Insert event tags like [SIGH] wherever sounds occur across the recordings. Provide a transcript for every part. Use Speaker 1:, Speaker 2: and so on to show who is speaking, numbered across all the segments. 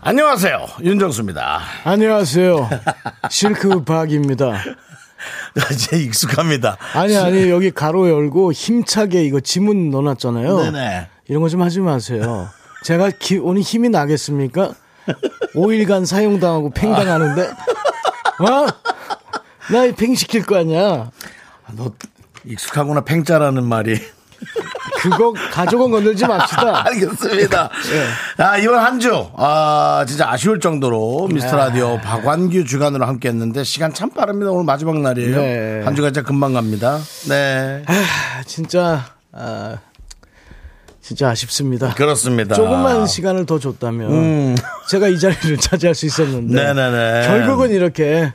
Speaker 1: 안녕하세요. 윤정수입니다.
Speaker 2: 안녕하세요. 실크 박입니다.
Speaker 1: 나 [LAUGHS] 이제 익숙합니다.
Speaker 2: 아니, 아니, 여기 가로 열고 힘차게 이거 지문 넣어놨잖아요.
Speaker 1: 네네.
Speaker 2: 이런 거 좀 하지 마세요. 제가 기- 오늘 힘이 나겠습니까? 5일간 사용당하고 팽당하는데, 어? 나 팽시킬 거 아니야.
Speaker 1: 아, 너 익숙하구나 팽자라는 말이.
Speaker 2: 그거 가족은 건들지
Speaker 1: [LAUGHS]
Speaker 2: 맙시다. 예.
Speaker 1: 알겠습니다. 아, 이번 한 주, 아, 진짜 아쉬울 정도로 미스터
Speaker 2: 네.
Speaker 1: 라디오 박완규 주간으로 함께 했는데 시간 참 빠릅니다. 오늘 마지막 날이에요.
Speaker 2: 네.
Speaker 1: 한 주가 진짜 금방 갑니다. 네.
Speaker 2: 아, 진짜, 아, 진짜 아쉽습니다.
Speaker 1: 그렇습니다. 아. 음.
Speaker 2: 조금만 시간을 더 줬다면 제가 이 자리를 [LAUGHS] 차지할 수 있었는데
Speaker 1: 네네네.
Speaker 2: 결국은 이렇게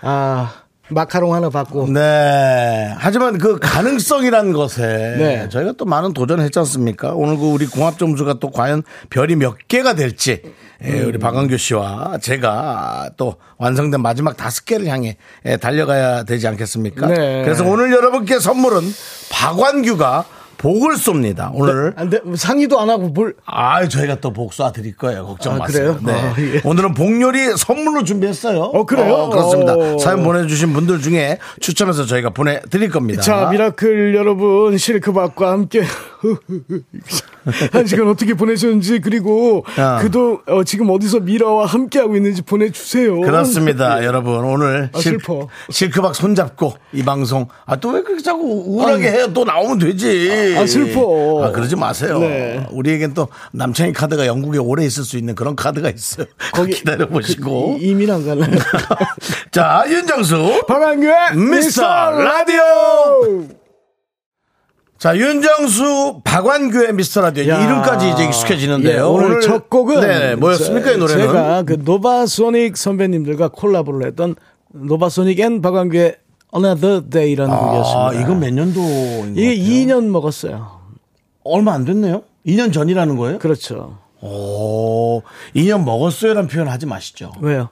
Speaker 2: 아 마카롱 하나 받고
Speaker 1: 네. 하지만 그 가능성이란 것에
Speaker 2: 네.
Speaker 1: 저희가 또 많은 도전을 했지 않습니까? 오늘 그 우리 궁합 점수가 또 과연 별이 몇 개가 될지 예,
Speaker 2: 음.
Speaker 1: 우리 박광규 씨와 제가 또 완성된 마지막 다섯 개를 향해 예, 달려가야 되지 않겠습니까?
Speaker 2: 네.
Speaker 1: 그래서 오늘 여러분께 선물은 박완규가 복을 쏩니다. 오늘
Speaker 2: 안 돼, 상의도 안 하고 뭘
Speaker 1: 아, 저희가 또 복수아 드릴 거예요. 걱정
Speaker 2: 아,
Speaker 1: 마세요.
Speaker 2: 그래요?
Speaker 1: 네.
Speaker 2: 아, 예.
Speaker 1: 오늘은 복요리 선물로 준비했어요.
Speaker 2: 어, 그래요?
Speaker 1: 그렇습니다.
Speaker 2: 오.
Speaker 1: 사연 보내주신 분들 중에 추첨해서 저희가 보내드릴 겁니다.
Speaker 2: 자 미라클 여러분 실크박과 함께 [LAUGHS] 한 시간 어떻게 보내셨는지 그리고
Speaker 1: 아.
Speaker 2: 그도 어, 지금 어디서 미라와 함께 하고 있는지 보내주세요
Speaker 1: 그렇습니다, 여러분. 오늘
Speaker 2: 네. 아,
Speaker 1: 실,
Speaker 2: 슬퍼.
Speaker 1: 실크박 손잡고 이 방송. 아, 또 왜 그렇게 자꾸 우울하게 해요? 또 나오면 되지.
Speaker 2: 아, 아, 슬퍼.
Speaker 1: 아, 그러지 마세요.
Speaker 2: 네.
Speaker 1: 우리에겐 또 남창희 카드가 영국에 오래 있을 수 있는 그런 카드가 있어요.
Speaker 2: 거기-
Speaker 1: [LAUGHS]
Speaker 2: 그
Speaker 1: 기다려보시고.
Speaker 2: 이- 이민 안 [LAUGHS] 갈래
Speaker 1: [LAUGHS] 자, 윤정수.
Speaker 2: 박한규의
Speaker 1: 미스터
Speaker 2: 미스터
Speaker 1: 라디오! 자, 윤정수, 박완규의 미스터 라디오.
Speaker 2: 야.
Speaker 1: 이름까지 이제 익숙해지는데요.
Speaker 2: 예, 오늘, 첫 곡은
Speaker 1: 네, 뭐였습니까, 이 노래는?
Speaker 2: 제가 그 노바소닉 선배님들과 콜라보를 했던 노바소닉 앤 박완규의 Another Day라는
Speaker 1: 아,
Speaker 2: 곡이었습니다.
Speaker 1: 이건 뭐 몇 년도인
Speaker 2: 이게
Speaker 1: 거
Speaker 2: 2년 먹었어요.
Speaker 1: 얼마 안 됐네요. 2년 전이라는 거예요?
Speaker 2: 그렇죠.
Speaker 1: 오, 2년 먹었어요라는 표현 하지 마시죠.
Speaker 2: 왜요?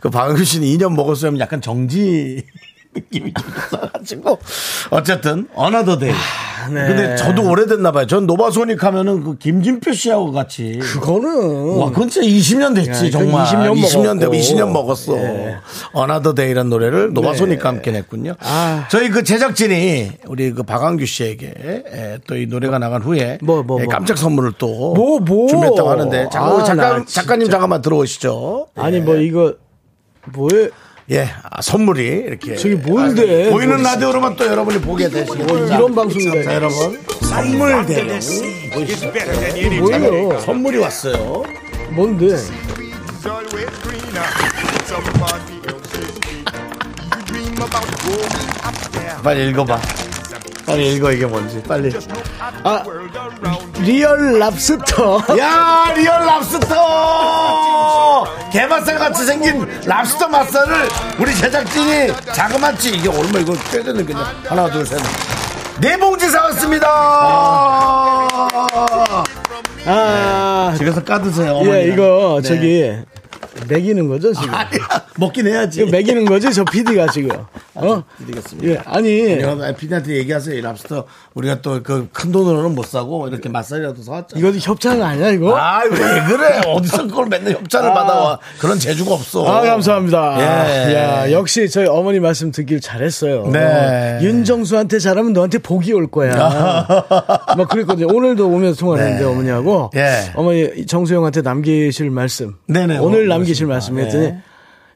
Speaker 1: 그 박완규 씨는 2년 먹었어요 하면 약간 정지 [LAUGHS] 느낌이 좀 있어가지고. 어쨌든, 어나더데이.
Speaker 2: 아, 네.
Speaker 1: 근데 저도 오래됐나 봐요. 전 노바소닉 하면은 그 김진표 씨하고 같이.
Speaker 2: 그거는
Speaker 1: 와, 그건 진짜 20년 됐지,
Speaker 2: 음. 야,
Speaker 1: 정말.
Speaker 2: 20년
Speaker 1: 20년
Speaker 2: 먹었고.
Speaker 1: 되고
Speaker 2: 예.
Speaker 1: 20년 먹었어. 어나더 데이란 노래를 노바소니까 함께 냈군요.
Speaker 2: 네. 아.
Speaker 1: 저희 그 제작진이 우리 그 박완규 씨에게 예, 또 이 노래가 나간 후에
Speaker 2: 뭐, 뭐,
Speaker 1: 예,
Speaker 2: 뭐.
Speaker 1: 깜짝 선물을 또
Speaker 2: 뭐, 뭐.
Speaker 1: 준비했다고 하는데 자,
Speaker 2: 아,
Speaker 1: 우리
Speaker 2: 나
Speaker 1: 작가,
Speaker 2: 진짜.
Speaker 1: 작가님 잠깐만 들어오시죠.
Speaker 2: 아니 뭐 이거 뭐에
Speaker 1: 예, 아, 선물이 이렇게
Speaker 2: 저게 뭔데?
Speaker 1: 아, 보이는 라디오로만 또 여러분이 보게 되시겠죠.
Speaker 2: 뭐 이런 방송이다.
Speaker 1: 자, 아, 여러분 선물 대령
Speaker 2: 뭐예요?
Speaker 1: 선물이 왔어요.
Speaker 2: 뭔데?
Speaker 1: 빨리 읽어봐. 빨리 읽어 이게 뭔지 빨리.
Speaker 2: 아 리얼 랍스터.
Speaker 1: 야 리얼 랍스터 개맛살 같이 생긴 랍스터 맛살을 우리 제작진이 자그마치 이게 얼마 이거 떼드는 그냥 하나 둘셋네 봉지 사왔습니다
Speaker 2: [LAUGHS] 아
Speaker 1: 집에서 까드세요
Speaker 2: 예,
Speaker 1: 어머니랑.
Speaker 2: 이거
Speaker 1: 네.
Speaker 2: 저기 먹이는 거죠 지금?
Speaker 1: 아니야 먹긴 해야지
Speaker 2: 이거 먹이는 거지 저 PD가 지금? 어?
Speaker 1: 드리겠습니다
Speaker 2: 예, 아니
Speaker 1: 여러분 피디한테 얘기하세요 이 랍스터 우리가 또 그 큰 돈으로는 못 사고 이렇게 맛살이라도 사왔잖아
Speaker 2: 이거 협찬 아니야 이거?
Speaker 1: 아, 왜 그래? 어디서 그걸 맨날 협찬을 받아와. 그런 재주가 없어.
Speaker 2: 아, 감사합니다.
Speaker 1: 뭐. 예.
Speaker 2: 야, 역시 저희 어머니 말씀 듣길 잘했어요.
Speaker 1: 네.
Speaker 2: 윤정수한테 잘하면 너한테 복이 올
Speaker 1: [LAUGHS]
Speaker 2: 거야. 막 그랬거든요. 오늘도 오면서 통화했는데
Speaker 1: 네.
Speaker 2: 어머니하고
Speaker 1: 예.
Speaker 2: 어머니 정수영한테 남기실 말씀.
Speaker 1: 네네,
Speaker 2: 오늘
Speaker 1: 어,
Speaker 2: 남기실 말씀
Speaker 1: 그렇습니다. 네.
Speaker 2: 했더니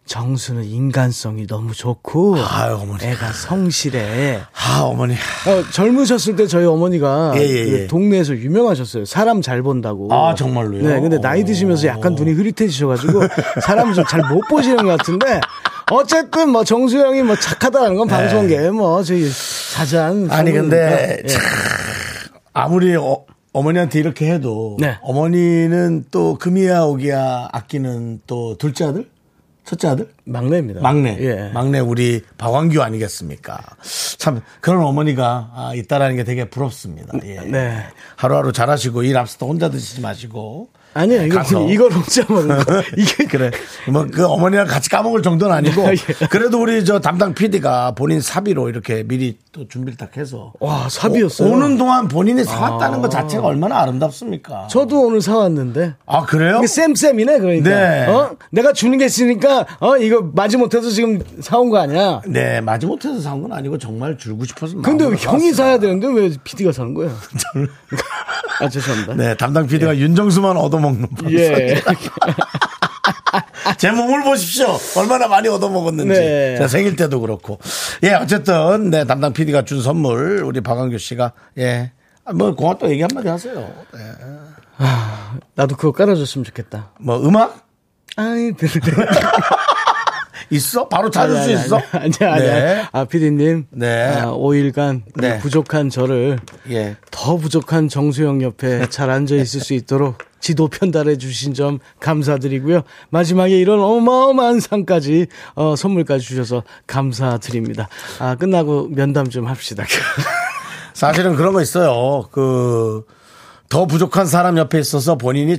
Speaker 2: 정수는 인간성이 너무 좋고
Speaker 1: 아유, 어머니.
Speaker 2: 애가 성실해.
Speaker 1: 아, 어머니.
Speaker 2: 어, 젊으셨을 때 저희 어머니가
Speaker 1: 예, 예, 예.
Speaker 2: 그 동네에서 유명하셨어요. 사람 잘 본다고.
Speaker 1: 아, 정말로요?
Speaker 2: 네, 근데 나이
Speaker 1: 오.
Speaker 2: 드시면서 약간 눈이
Speaker 1: [LAUGHS]
Speaker 2: 흐릿해지셔가지고 사람을 좀 잘 못 보시는 것 같은데 어쨌든 뭐 정수영이 뭐 착하다는 건 방송계 뭐 저희 사장
Speaker 1: 네. 아니,
Speaker 2: 소문이니까.
Speaker 1: 근데
Speaker 2: 예.
Speaker 1: 참 아무리 어, 어머니한테 이렇게 해도
Speaker 2: 네.
Speaker 1: 어머니는 또 금이야 오기야 아끼는 또 둘째 아들? 첫째 아들?
Speaker 2: 막내입니다.
Speaker 1: 막내.
Speaker 2: 예.
Speaker 1: 막내 우리 박완규 아니겠습니까? 참 그런 어머니가 아, 있다라는 게 되게 부럽습니다. 예.
Speaker 2: 네.
Speaker 1: 하루하루 잘하시고 이 랍스터 혼자 드시지 마시고.
Speaker 2: 아니요, 이거
Speaker 1: 가서.
Speaker 2: 이걸 [LAUGHS] 혼자
Speaker 1: [LAUGHS]
Speaker 2: 먹는 거. 이게
Speaker 1: 그래. 뭐 그 어머니랑 같이 까먹을 정도는 아니고
Speaker 2: [LAUGHS] 예.
Speaker 1: 그래도 우리 저 담당 PD가 본인 사비로 이렇게 미리 또 준비를 딱 해서
Speaker 2: 와, 사비였어요. 아.
Speaker 1: 오, 오는 동안 본인이 사왔다는 것 자체가 얼마나 아름답습니까?
Speaker 2: 저도 오늘 사왔는데.
Speaker 1: 아 그래요?
Speaker 2: 이게 쌤쌤이네, 그러니까.
Speaker 1: 네.
Speaker 2: 어? 내가 주는 게 있으니까, 어, 이거 마지못해서 지금 사온 거 아니야.
Speaker 1: 네 마지 못해서 사온 건 아니고 정말 줄고 싶어서.
Speaker 2: 근데
Speaker 1: 마음으로
Speaker 2: 형이
Speaker 1: 사왔어요.
Speaker 2: 사야 되는데 왜 PD가 사는 거야? 아, 죄송합니다.
Speaker 1: 네 담당 PD가 윤정수만 얻어먹는 방송.
Speaker 2: 예.
Speaker 1: [LAUGHS] 제 몸을 보십시오. 얼마나 많이 얻어먹었는지.
Speaker 2: 네.
Speaker 1: 제 생일 때도 그렇고. 예, 어쨌든, 네, 담당 PD가 준 선물, 우리 박광규 씨가, 예. 아, 뭐, 고맙다고 얘기 한마디 하세요. 예.
Speaker 2: [LAUGHS] 나도 그거 깔아줬으면 좋겠다.
Speaker 1: 뭐, 음악?
Speaker 2: 아이, 들래.
Speaker 1: 있어? 바로 찾을 수 있어?
Speaker 2: 아니야, [LAUGHS]
Speaker 1: 네.
Speaker 2: 아니야. 아, 피디님.
Speaker 1: 네.
Speaker 2: 아, 5일간
Speaker 1: 네.
Speaker 2: 부족한 저를
Speaker 1: 예.
Speaker 2: 더 부족한 정수영
Speaker 1: [LAUGHS]
Speaker 2: 옆에 잘 앉아 있을 수 있도록 지도 편달해 주신 점 감사드리고요. 마지막에 이런 어마어마한 상까지 어, 선물까지 주셔서 감사드립니다. 아, 끝나고 면담 좀 합시다. [LAUGHS]
Speaker 1: 사실은 그런 거 있어요. 그, 더 부족한 사람 옆에 있어서 본인이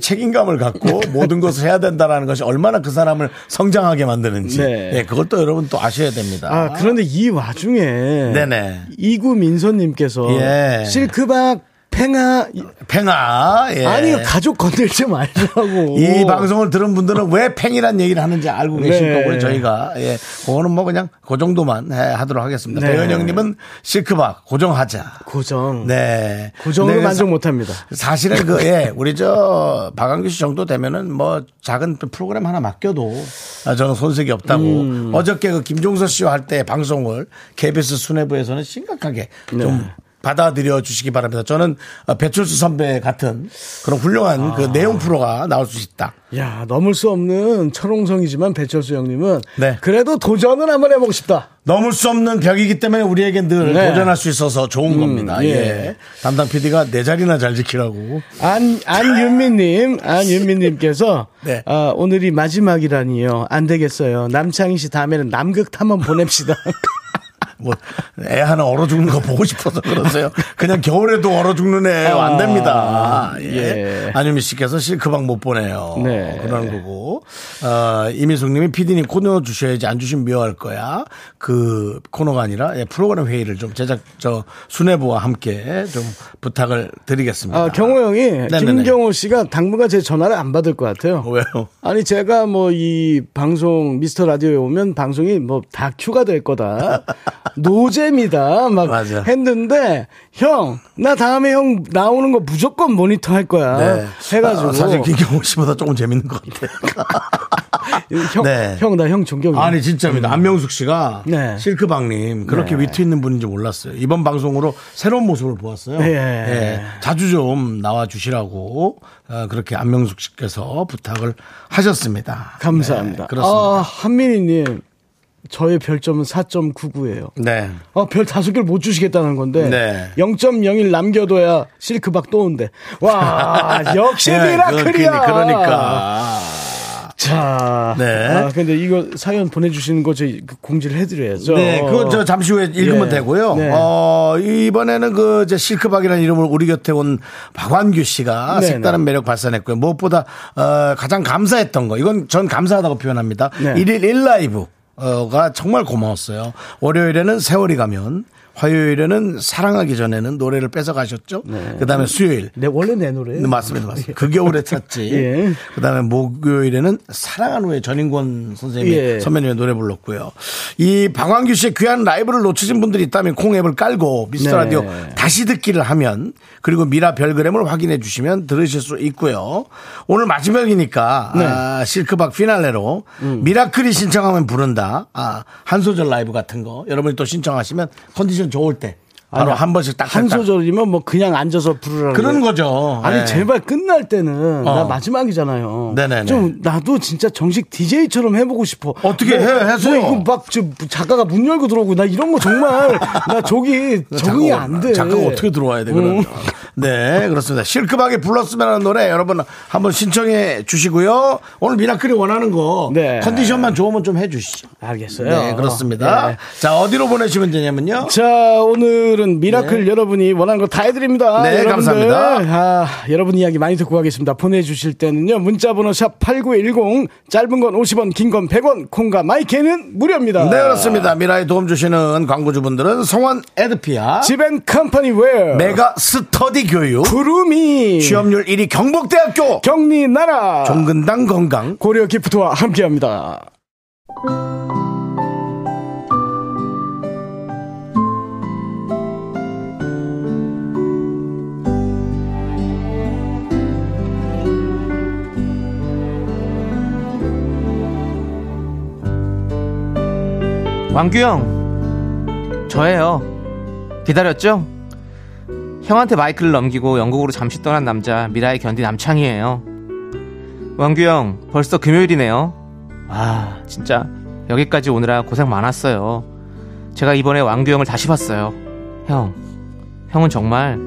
Speaker 2: [LAUGHS]
Speaker 1: 책임감을 갖고 모든 것을 해야 된다라는 것이 얼마나 그 사람을 성장하게 만드는지.
Speaker 2: 네.
Speaker 1: 예, 그걸 또 여러분 또 아셔야 됩니다.
Speaker 2: 아, 그런데 이 와중에
Speaker 1: 네네.
Speaker 2: 이구민서님께서
Speaker 1: 예.
Speaker 2: 실크박 팽아
Speaker 1: 팽아. 예.
Speaker 2: 아니요 가족 건들지 말라고
Speaker 1: 이 방송을 들은 분들은 왜 팽이란 얘기를 하는지 알고 계실
Speaker 2: 네.
Speaker 1: 거고요. 저희가 예, 그거는 뭐 그냥 그 정도만 예, 하도록 하겠습니다.
Speaker 2: 네.
Speaker 1: 배현영님은 실크박 고정하자.
Speaker 2: 고정
Speaker 1: 네,
Speaker 2: 그 고정으로
Speaker 1: 네,
Speaker 2: 만족
Speaker 1: 사-
Speaker 2: 못합니다.
Speaker 1: 사실은 그 예, 우리 저 박한규 씨 정도 되면은 뭐 작은 프로그램 하나 맡겨도 아, 저는 손색이 없다고 어저께 그 김종서 씨와 할 때 방송을 KBS 수뇌부에서는 심각하게 좀 받아들여 주시기 바랍니다. 저는 어, 배철수 선배 같은 그런 훌륭한 그 내용 프로가 나올 수 있다.
Speaker 2: 야 넘을 수 없는 철옹성이지만 배철수 형님은
Speaker 1: 네.
Speaker 2: 그래도 도전을 한번 해보고 싶다.
Speaker 1: 넘을 수 없는 벽이기 때문에 우리에겐 늘
Speaker 2: 네.
Speaker 1: 도전할 수 있어서 좋은 겁니다. 예.
Speaker 2: 예.
Speaker 1: 담당 PD가 내 자리나 잘 지키라고.
Speaker 2: 안 [LAUGHS] 안윤미님 안윤미님께서
Speaker 1: 네.
Speaker 2: 아, 오늘이 마지막이라니요 안 되겠어요 남창희 씨 다음에는 남극 탐험 보냅시다. [LAUGHS]
Speaker 1: 뭐 애 하나 얼어 죽는 거 보고 싶어서 그러세요. 그냥 겨울에도 얼어 죽는 애 안 됩니다. 예.
Speaker 2: 아, 예.
Speaker 1: 안유미 씨께서 실크박 그 못 보내요.
Speaker 2: 네.
Speaker 1: 그런 거고. 어, 이미숙님이 PD님 코너 주셔야지 안 주시면 미워할 거야. 그 코너가 아니라 예, 프로그램 회의를 좀 제작 저 수뇌부와 함께 좀 부탁을 드리겠습니다.
Speaker 2: 아, 경호 형이
Speaker 1: 네네네. 어,
Speaker 2: 김경호 씨가 당분간 제 전화를 안 받을 것 같아요.
Speaker 1: 왜요?
Speaker 2: 아니 제가 뭐 이 방송 미스터 라디오에 오면 방송이 뭐 다큐가 될
Speaker 1: [LAUGHS]
Speaker 2: 거다 노잼이다 막
Speaker 1: 맞아.
Speaker 2: 했는데 형 나 다음에 형 나오는 거 무조건 모니터 할 거야
Speaker 1: 네.
Speaker 2: 해가지고
Speaker 1: 아, 사실 김경호 씨보다 조금 재밌는 것 같아요. 네.
Speaker 2: 형형 나 형 존경해
Speaker 1: 아니 진짜입니다. 안명숙 씨가
Speaker 2: 음. 네.
Speaker 1: 실크방님 그렇게 위트 있는 분인지 몰랐어요. 이번 방송으로 새로운 모습을 보았어요.
Speaker 2: 예.
Speaker 1: 예, 자주 좀 나와 주시라고 어, 그렇게 안명숙 씨께서 부탁을 하셨습니다.
Speaker 2: 감사합니다
Speaker 1: 네, 그렇습니다.
Speaker 2: 아, 한민희님 저의 별점은 4.99예요
Speaker 1: 네.
Speaker 2: 어, 별 다섯 개를 못 주시겠다는 건데.
Speaker 1: 네.
Speaker 2: 0.01 남겨둬야 실크박 또 온대.
Speaker 1: [LAUGHS]
Speaker 2: 와, 역시
Speaker 1: 예,
Speaker 2: 미라클이야.
Speaker 1: 그, 그러니까.
Speaker 2: 자.
Speaker 1: 네.
Speaker 2: 아, 근데 이거 사연 보내주시는 거 저희 그 공지를 해드려야죠.
Speaker 1: 네, 그건 저 잠시 후에 읽으면
Speaker 2: 예.
Speaker 1: 되고요.
Speaker 2: 네.
Speaker 1: 어, 이번에는 그 이제 실크박이라는 이름으로 우리 곁에 온 박완규 씨가
Speaker 2: 네,
Speaker 1: 색다른 매력 발산했고요. 무엇보다 어, 가장 감사했던 거, 이건 전 감사하다고 표현합니다.
Speaker 2: 네.
Speaker 1: 일일일라이브 어, 가 정말 고마웠어요. 월요일에는 세월이 가면 화요일에는 사랑하기 전에는 노래를 뺏어가셨죠. 그 다음에 수요일
Speaker 2: 네, 원래 내 노래.
Speaker 1: 네, 맞습니다.
Speaker 2: [LAUGHS]
Speaker 1: 맞습니다. 그 겨울에 찾지.
Speaker 2: 예.
Speaker 1: 그 다음에 목요일에는 사랑한 후에 전인권 선생님이
Speaker 2: 예.
Speaker 1: 선배님의 노래 불렀고요. 이 방광규 씨의 귀한 라이브를 놓치신 분들이 있다면 콩 앱을 깔고 미스터
Speaker 2: 네.
Speaker 1: 라디오 다시 듣기를 하면 그리고 미라 별그램을 확인해 주시면 들으실 수 있고요. 오늘 마지막이니까
Speaker 2: 네.
Speaker 1: 아, 실크박 피날레로
Speaker 2: 음.
Speaker 1: 미라클이 신청하면 부른다. 아, 한 소절 라이브 같은 거 여러분이 또 신청하시면 컨디션 좋을 때 바로
Speaker 2: 아니,
Speaker 1: 한 번씩 딱
Speaker 2: 한
Speaker 1: 딱
Speaker 2: 소절이면 뭐 그냥 앉아서 부르라는.
Speaker 1: 그런
Speaker 2: 거예요.
Speaker 1: 거죠.
Speaker 2: 아니
Speaker 1: 예.
Speaker 2: 제발 끝날 때는
Speaker 1: 어.
Speaker 2: 나 마지막이잖아요.
Speaker 1: 네네네.
Speaker 2: 좀 나도 진짜 정식 DJ처럼 해보고 싶어.
Speaker 1: 어떻게 해? 해서요.
Speaker 2: 뭐 이거 막저 작가가 문
Speaker 1: [LAUGHS]
Speaker 2: 열고 들어오고 나 이런 거 정말 나 저기 적응이
Speaker 1: 작가가
Speaker 2: 안 돼.
Speaker 1: 음. 작가가 어떻게 들어와야 돼, 그러면. [LAUGHS] 네, 그렇습니다. 실크박의 불렀으면 하는 노래 여러분 한번 신청해 주시고요. 오늘 미라클이 원하는 거
Speaker 2: 네.
Speaker 1: 컨디션만 좋으면 좀 해 주시죠.
Speaker 2: 알겠어요.
Speaker 1: 네, 그렇습니다.
Speaker 2: 네.
Speaker 1: 자, 어디로 보내시면 되냐면요.
Speaker 2: 자, 오늘은 미라클 여러분이 원하는 거 다 해드립니다.
Speaker 1: 네, 감사합니다.
Speaker 2: 아, 여러분 이야기 많이 듣고 가겠습니다. 보내주실 때는요, 문자번호 샵8910, 짧은 건 50원, 긴 건 100원, 콩과 마이케는 무료입니다.
Speaker 1: 네, 그렇습니다. 미라에 도움 주시는 광고주분들은 성원 에드피아,
Speaker 2: 집앤 컴퍼니 웨어,
Speaker 1: 메가 스터디 교육,
Speaker 2: 구름이,
Speaker 1: 취업률 1위 경북대학교,
Speaker 2: 경리 나라,
Speaker 1: 종근당 건강,
Speaker 2: 고려 기프트와 함께 합니다.
Speaker 3: 왕규형 저예요 기다렸죠? 형한테 마이크를 넘기고 영국으로 잠시 떠난 남자 미라의 견디 남창희예요 왕규형 벌써 금요일이네요 아 진짜 여기까지 오느라 고생 많았어요 제가 이번에 왕규형을 다시 봤어요 형 형은 정말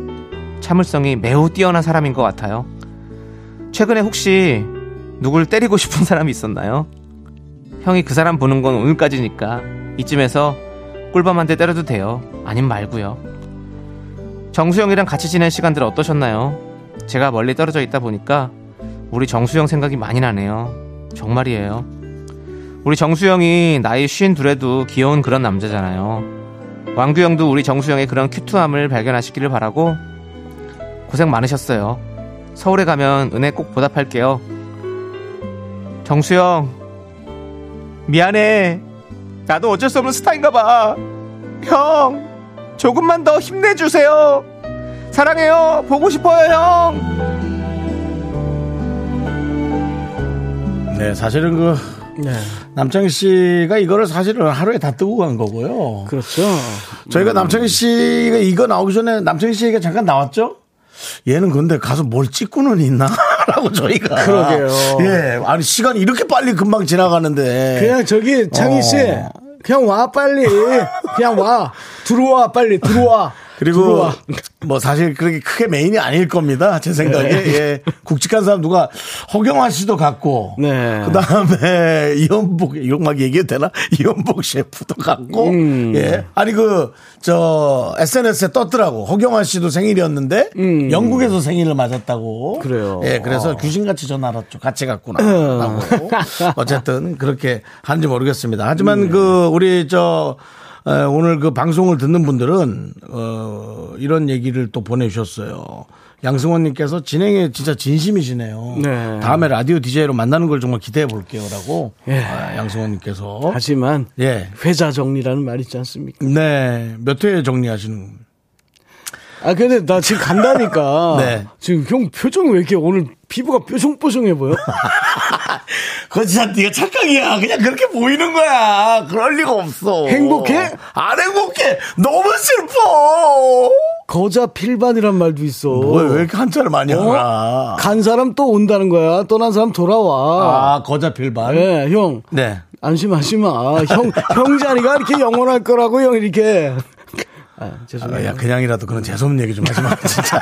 Speaker 3: 참을성이 매우 뛰어난 사람인 것 같아요 최근에 혹시 누굴 때리고 싶은 사람이 있었나요? 형이 그 사람 보는 건 오늘까지니까 이쯤에서 꿀밤한테 때려도 돼요. 아님 말고요. 정수영이랑 같이 지낸 시간들 어떠셨나요? 제가 멀리 떨어져 있다 보니까 우리 정수영 생각이 많이 나네요. 정말이에요. 우리 정수영이 나이 쉰 둘에도 귀여운 그런 남자잖아요. 왕규영도 우리 정수영의 그런 큐트함을 발견하시기를 바라고 고생 많으셨어요. 서울에 가면 은혜 꼭 보답할게요. 정수영 미안해. 나도 어쩔 수 없는 스타인가 봐. 형, 조금만 더 힘내주세요. 사랑해요. 보고 싶어요, 형.
Speaker 1: 네, 사실은 그
Speaker 2: 네,
Speaker 1: 남창희 씨가 이거를 사실은 하루에 다 뜨고 간 거고요.
Speaker 2: 그렇죠.
Speaker 1: 저희가 남창희 씨가 이거 나오기 전에 남창희 씨가 잠깐 나왔죠? 얘는 근데 가서 뭘 찍고는 있나? [LAUGHS] 라고 저희가.
Speaker 2: 그러게요.
Speaker 1: 예. 아니, 시간이 이렇게 빨리 금방 지나가는데.
Speaker 2: 그냥 저기 창희 씨,
Speaker 1: 네. 어.
Speaker 2: 그냥 와 빨리, 그냥 와 들어와 빨리 들어와.
Speaker 1: 그리고
Speaker 2: 들어와.
Speaker 1: 뭐 사실 그렇게 크게 메인이 아닐 겁니다. 제 생각에.
Speaker 2: 네.
Speaker 1: 예. 굵직한 사람 누가 허경환 씨도 같고.
Speaker 2: 네.
Speaker 1: 그 다음에 [LAUGHS] 이현복, 이거 막 얘기해도 되나? 이현복 셰프도 같고.
Speaker 2: 음.
Speaker 1: 예. 아니 그, 저, SNS에 떴더라고. 허경환 씨도 생일이었는데 영국에서 생일을 맞았다고.
Speaker 2: 음. 그래요. 아.
Speaker 1: 예. 그래서 귀신같이 전 알았죠. 같이
Speaker 2: [LAUGHS]
Speaker 1: 갔구나. 라고. 어쨌든 그렇게 하는지 모르겠습니다. 하지만
Speaker 2: 음.
Speaker 1: 그, 우리 저, 에, 오늘 그 방송을 듣는 분들은 어, 이런 얘기를 또 보내주셨어요. 양승원님께서 진행에 진짜 진심이시네요.
Speaker 2: 네.
Speaker 1: 다음에 라디오 DJ로 만나는 걸 정말 기대해 볼게요라고
Speaker 2: 예.
Speaker 1: 아, 양승원님께서
Speaker 2: 하지만
Speaker 1: 예.
Speaker 2: 회자 정리라는 말 있지 않습니까?
Speaker 1: 네, 몇 회 정리하시는
Speaker 2: 아 근데 나 지금 간다니까.
Speaker 1: [LAUGHS] 네.
Speaker 2: 지금 형 표정 왜 이렇게 오늘 피부가 뾰송뾰송해 보여?
Speaker 1: 거지산 네가 착각이야. 그냥 그렇게 보이는 거야. 그럴 리가 없어.
Speaker 2: 행복해?
Speaker 1: 안 행복해. 너무 슬퍼.
Speaker 2: 거자 필반이란 말도 있어.
Speaker 1: 뭐, 왜, 왜 이렇게 한자를 많이
Speaker 2: 어?
Speaker 1: 하나?
Speaker 2: 간 사람 또 온다는 거야. 떠난 사람 돌아와.
Speaker 1: 아, 거자 필반.
Speaker 2: 예, 형.
Speaker 1: 네.
Speaker 2: 안심하지 마. 형, 형 자리가 이렇게 영원할 거라고, 형, 이렇게. 아,
Speaker 1: 아,
Speaker 2: 죄송해요.
Speaker 1: 야, 그냥이라도 그런 재수없는 얘기 좀 하지 마, [LAUGHS] 진짜.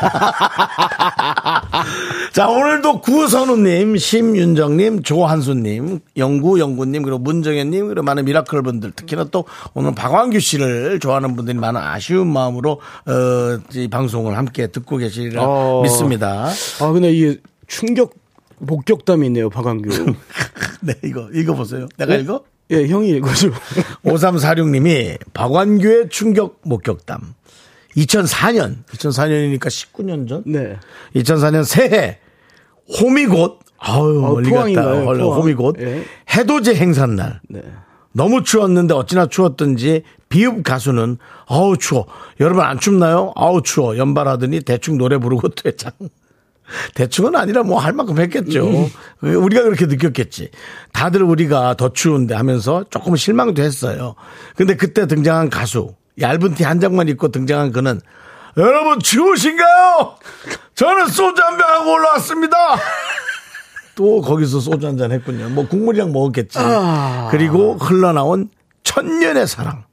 Speaker 1: 자, 오늘도 구선우님, 심윤정님, 조한수님, 영구영구님, 그리고 문정현님, 그리고 많은 미라클 분들, 특히나 또 오늘 박완규 씨를 좋아하는 분들이 많은 아쉬운 마음으로, 어, 이 방송을 함께 듣고 계시리라
Speaker 2: 어.
Speaker 1: 믿습니다. [LAUGHS]
Speaker 2: 아, 근데 이게 충격, 목격담이 있네요, 박완규.
Speaker 1: 네, 아, 이거 읽어보세요. 내가 읽어?
Speaker 2: 예, 형이 읽어줘.
Speaker 1: 5346님이 박완규의 충격 목격담. 2004년, 2004년이니까 19년 전?
Speaker 2: 네.
Speaker 1: 2004년 새해 호미곶 아유
Speaker 2: 어,
Speaker 1: 멀리 갔다
Speaker 2: 포항인가요?
Speaker 1: 원래
Speaker 2: 포항.
Speaker 1: 호미곶
Speaker 2: 예.
Speaker 1: 해돋이 행사날
Speaker 2: 네.
Speaker 1: 너무 추웠는데 어찌나 추웠던지 비읍 가수는 아우 추워 여러분 안 춥나요 아우 추워 연발하더니 대충 노래 부르고 [LAUGHS] 퇴장 대충은 아니라 뭐 할 만큼 했겠죠. 우리가 그렇게 느꼈겠지. 다들 우리가 더 추운데 하면서 조금 실망도 했어요. 근데 그때 등장한 가수, 얇은 티 한 장만 입고 등장한 그는 여러분 추우신가요? 저는 소주 한 병 하고 올라왔습니다. [LAUGHS] 또 거기서 소주 한 잔 했군요. 뭐 국물이랑 먹었겠지. 그리고 흘러나온 천년의 사랑.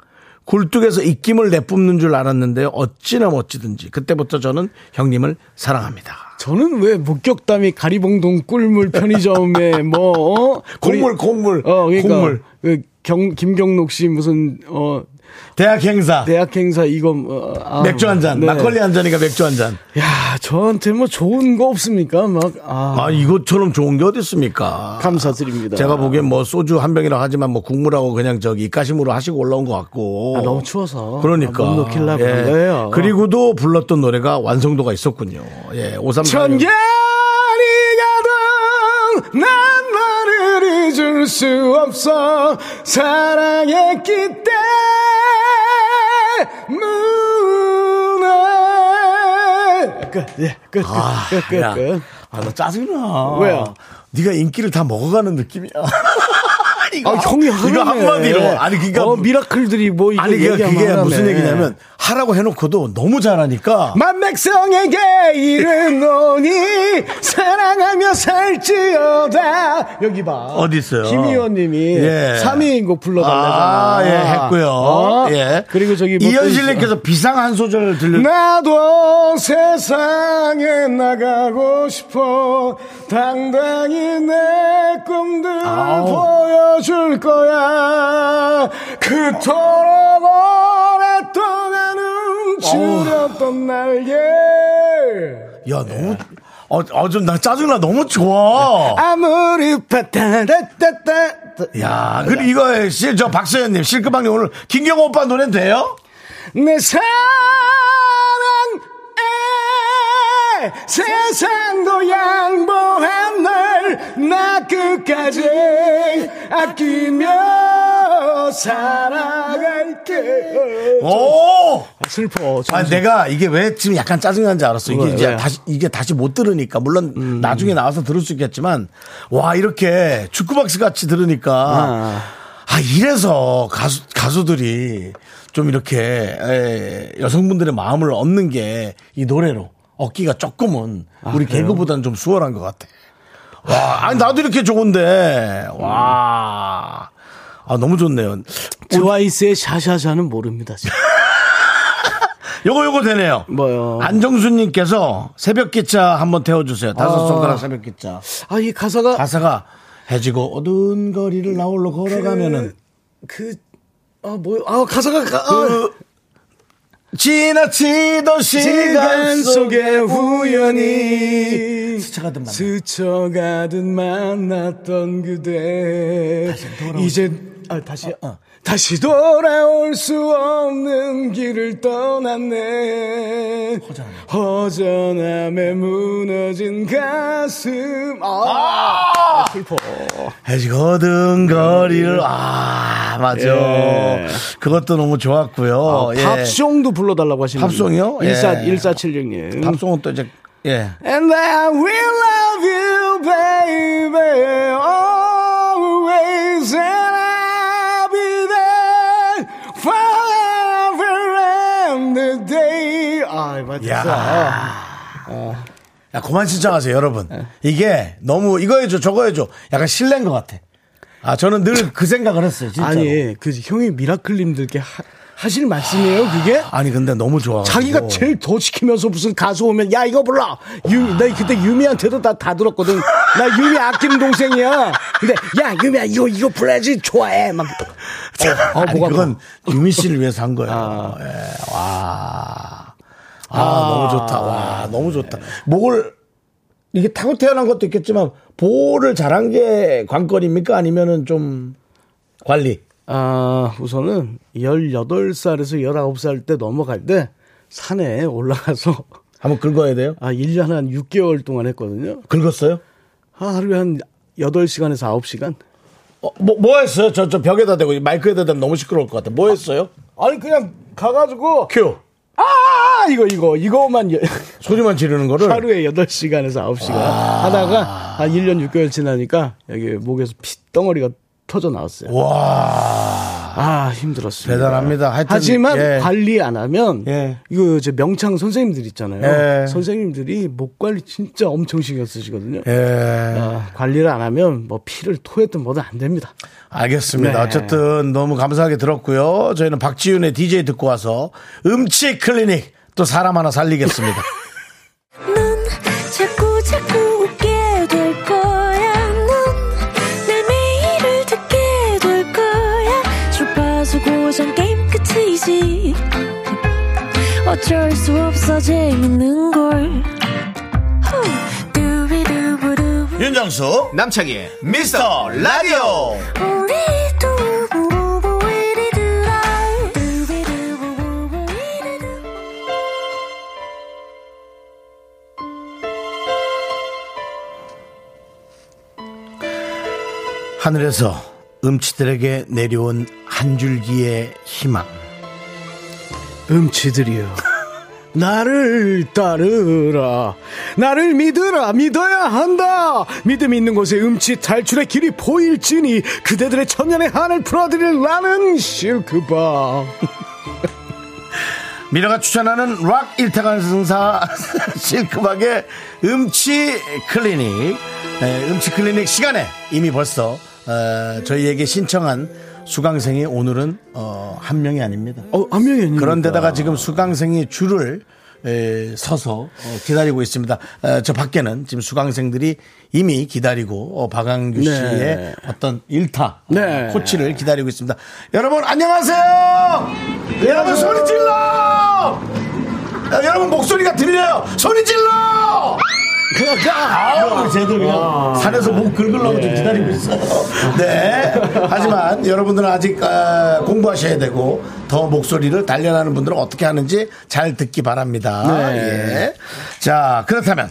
Speaker 1: 굴뚝에서 입김을 내뿜는 줄 알았는데요. 어찌나 멋지든지. 그때부터 저는 형님을 사랑합니다.
Speaker 2: 저는 왜 목격담이 가리봉동 꿀물 편의점에
Speaker 1: [LAUGHS]
Speaker 2: 뭐 어?
Speaker 1: 곡물,
Speaker 2: 우리-
Speaker 1: 곡물.
Speaker 2: 어 그러니까
Speaker 1: 곡물.
Speaker 2: 그 경, 김경록 씨 무슨 어
Speaker 1: 대학 행사.
Speaker 2: 대학 행사 이거 어, 아,
Speaker 1: 맥주 한 잔.
Speaker 2: 네.
Speaker 1: 막걸리 한 잔이니까 맥주 한 잔.
Speaker 2: 야 저한테 뭐 좋은 거 없습니까? 막아
Speaker 1: 아, 이것처럼 좋은 게 어딨습니까?
Speaker 2: 감사드립니다.
Speaker 1: 제가 보기엔 뭐 소주 한 병이라 하지만 뭐 국물하고 그냥 저기 가심으로 하시고 올라온 것 같고.
Speaker 2: 아, 너무 추워서
Speaker 1: 그러니까.
Speaker 2: 아, 못 넣길라
Speaker 1: 예.
Speaker 2: 그런 거예요.
Speaker 1: 그리고도 불렀던 노래가 완성도가 있었군요. 예, 533.
Speaker 2: 천년이 가던 난 너를 잊을 수 없어 사랑했기 때문에 끝, 예, 끝, 끝,
Speaker 1: 아,
Speaker 2: 끝, 끝,
Speaker 1: 야.
Speaker 2: 끝.
Speaker 1: 아, 나 짜증나.
Speaker 2: 왜요?
Speaker 1: 네가 인기를 다 먹어가는 느낌이야. 이거,
Speaker 2: 아,
Speaker 1: 한-
Speaker 2: [LAUGHS] 형이
Speaker 1: 이거
Speaker 2: 하라네.
Speaker 1: 한마디로. 아니, 그니까.
Speaker 2: 어, 미라클들이 뭐 이거
Speaker 1: 아니, 그러니까 그게,
Speaker 2: 얘기하면 예.
Speaker 1: 그게 무슨
Speaker 2: 하라네.
Speaker 1: 얘기냐면 하라고 해놓고도 너무 잘하니까.
Speaker 2: 만맥성에게 이르노니 사랑하며 살지어다 여기 봐
Speaker 1: 어디 있어요?
Speaker 2: 김희원님이
Speaker 1: 예.
Speaker 2: 3위인곡 불러달라잖아
Speaker 1: 아, 예, 했고요.
Speaker 2: 어?
Speaker 1: 예.
Speaker 2: 그리고 저기 뭐 네?
Speaker 1: 이현실님께서 비상 한 소절을
Speaker 2: 또 있어.
Speaker 1: 들려.
Speaker 2: 나도 세상에 나가고 싶어 당당히 내 꿈들을
Speaker 1: 아우.
Speaker 2: 보여줄 거야 그토록 오랫동안 움츠렸던 날개
Speaker 1: 야, 너무. 어, 어, 좀 나 짜증나. 너무 좋아.
Speaker 2: 아무리 파타라따따
Speaker 1: 야, 그리고 이거, 실, 저 박서연님, 실크방님 오늘 김경호 오빠 노래 돼요?
Speaker 2: 내 사랑에 세상도 양보한 널나 끝까지 아끼며 살아갈게
Speaker 1: 오!
Speaker 2: 슬퍼
Speaker 1: 아, 내가 이게 왜 지금 약간 짜증난지 알았어. 이게
Speaker 2: 왜,
Speaker 1: 이제
Speaker 2: 왜요?
Speaker 1: 다시, 이게 다시 못 들으니까. 물론 나중에 나와서 들을 수 있겠지만, 와, 이렇게 축구박스 같이 들으니까. 아, 이래서 가수, 가수들이 좀 이렇게 에, 여성분들의 마음을 얻는 게 이 노래로 얻기가 조금은 우리 아, 개그보다는 좀 수월한 것 같아. 와, 아니, 나도 이렇게 좋은데. 와. 아, 너무 좋네요.
Speaker 2: 트와이스의 샤샤샤는 모릅니다 진짜.
Speaker 1: 요거 요거 되네요.
Speaker 2: 뭐요?
Speaker 1: 안정수님께서 새벽 기차 한번 태워주세요. 다섯 손가락 새벽 기차.
Speaker 2: [LAUGHS] 아 이 가사가
Speaker 1: 가사가 해지고 어두운 거리를 나홀로 걸어가면은
Speaker 2: 그, 그아 뭐야 아 가사가 가, 아,
Speaker 1: 지나치던 시간 속에
Speaker 2: 우연히
Speaker 1: 스쳐가던 만남.
Speaker 2: 스쳐가듯 만났던 그대 이제 아 다시 다시 돌아올 수 없는 길을 떠났네 허전함에 무너진 가슴 아, 슬퍼
Speaker 1: 해지고 어두운 거리를 아 맞아.
Speaker 2: 예.
Speaker 1: 그것도 너무 좋았고요. 예.
Speaker 2: 팝송도 아, 불러달라고 하시는
Speaker 1: 팝송이요? 예.
Speaker 2: 14, 1476님
Speaker 1: 팝송은 또 이제 예.
Speaker 2: And I will love you, baby, always, and I'll be there forever and the day. 아, 맞다.
Speaker 1: 야. 야, 그만 신청하세요, 여러분.
Speaker 2: 네.
Speaker 1: 이게 너무 이거 해줘, 저거 해줘. 약간 실례인 것 같아. 아, 저는 늘 그 생각을 했어요, 진짜로. 아니,
Speaker 2: 아니, 그 형이 미라클님들께 하, 하실 말씀이에요, 그게?
Speaker 1: 근데 너무 좋아.
Speaker 2: 자기가 제일 더 시키면서 무슨 가수 오면 야 이거 불러 유미 나 그때 유미한테도 다, 다 들었거든 나 유미 아끼는 동생이야 근데 야 유미야 이거 이거 불러야지 좋아해 막
Speaker 1: 어,
Speaker 2: 어,
Speaker 1: 아니,
Speaker 2: 뭐가 아.
Speaker 1: 그건 유민 씨를 위해서 한 거예요. 예, 와. 아, 너무 좋다. 와, 너무 좋다. 목을 이게 타고 태어난 것도 있겠지만 보호를 잘한 게 관건입니까? 아니면은 좀 관리?
Speaker 2: 아, 우선은 18살에서 19살 때 넘어갈 때 산에 올라가서
Speaker 1: 한번 긁어야 돼요?
Speaker 2: 아, 1년 한 6개월 동안 했거든요.
Speaker 1: 긁었어요?
Speaker 2: 아, 하루에 한 8시간에서 9시간?
Speaker 1: 어, 뭐, 뭐 했어요? 저, 저 벽에다 대고 마이크에다 대면 너무 시끄러울 것 같아. 뭐 했어요?
Speaker 2: 아니, 그냥 가가지고,
Speaker 1: 큐.
Speaker 2: 아! 이거, 이거, 이거만 여-
Speaker 1: 소리만 지르는 거를.
Speaker 2: [LAUGHS] 하루에 8시간에서 9시간 하다가 한 1년 6개월 지나니까 여기 목에서 피덩어리가 터져 나왔어요.
Speaker 1: 와.
Speaker 2: 아, 힘들었습니다.
Speaker 1: 대단합니다. 하여튼,
Speaker 2: 하지만
Speaker 1: 예.
Speaker 2: 관리 안 하면
Speaker 1: 예.
Speaker 2: 이거 이제 명창 선생님들 있잖아요.
Speaker 1: 예.
Speaker 2: 선생님들이 목 관리 진짜 엄청 신경 쓰시거든요.
Speaker 1: 예.
Speaker 2: 아, 관리를 안 하면 뭐 피를 토했든 뭐든 안 됩니다.
Speaker 1: 알겠습니다.
Speaker 2: 네.
Speaker 1: 어쨌든 너무 감사하게 들었고요. 저희는 박지윤의 DJ 듣고 와서 음치 클리닉 또 사람 하나
Speaker 2: [LAUGHS]
Speaker 1: 살리겠습니다.
Speaker 4: 넌 자꾸 자꾸 웃게 될 거야. 넌내 매일을 듣게 될 거야. 주파수 고정 게임 끝이지. 어쩔 수 없어 재밌는 걸. 후. 두비두부두.
Speaker 1: 윤정수
Speaker 3: 남창희의
Speaker 1: 미스터 라디오
Speaker 4: 우리 두부부부 우리 두라. 두비두부부부 우리 두라.
Speaker 1: 하늘에서 음치들에게 내려온 한 줄기의 희망.
Speaker 2: 음치들이여. 나를 따르라. 나를 믿으라. 믿어야 한다. 믿음이 있는 곳에 음치 탈출의 길이 보일지니 그대들의 천년의 한을 풀어드릴 나는 실크바. 어,
Speaker 1: 미라가 추천하는 락 일타간 승사 [LAUGHS] 실크박의 음치 클리닉 에, 음치 클리닉 시간에 이미 벌써 어, 저희에게 신청한 수강생이 오늘은 어, 한 명이 아닙니다.
Speaker 2: 어, 한 명이 아닙니까?
Speaker 1: 그런데다가 지금 수강생이 줄을 에, 서서 어, 기다리고 있습니다. 에, 저 밖에는 지금 수강생들이 이미 기다리고 어, 박항규
Speaker 2: 네.
Speaker 1: 씨의 어떤 일타 어,
Speaker 2: 네.
Speaker 1: 코치를 기다리고 있습니다. 여러분 안녕하세요. 네, 여러분 소리 질러. 야, 여러분 목소리가 들려요. 소리 질러. 그러니까. 아우, 쟤들 그냥 산에서 목 긁으려고 좀 기다리고 있어요. [LAUGHS] 네. 하지만 여러분들은 아직 아, 공부하셔야 되고 더 목소리를 단련하는 분들은 어떻게 하는지 잘 듣기 바랍니다. 예. 자, 그렇다면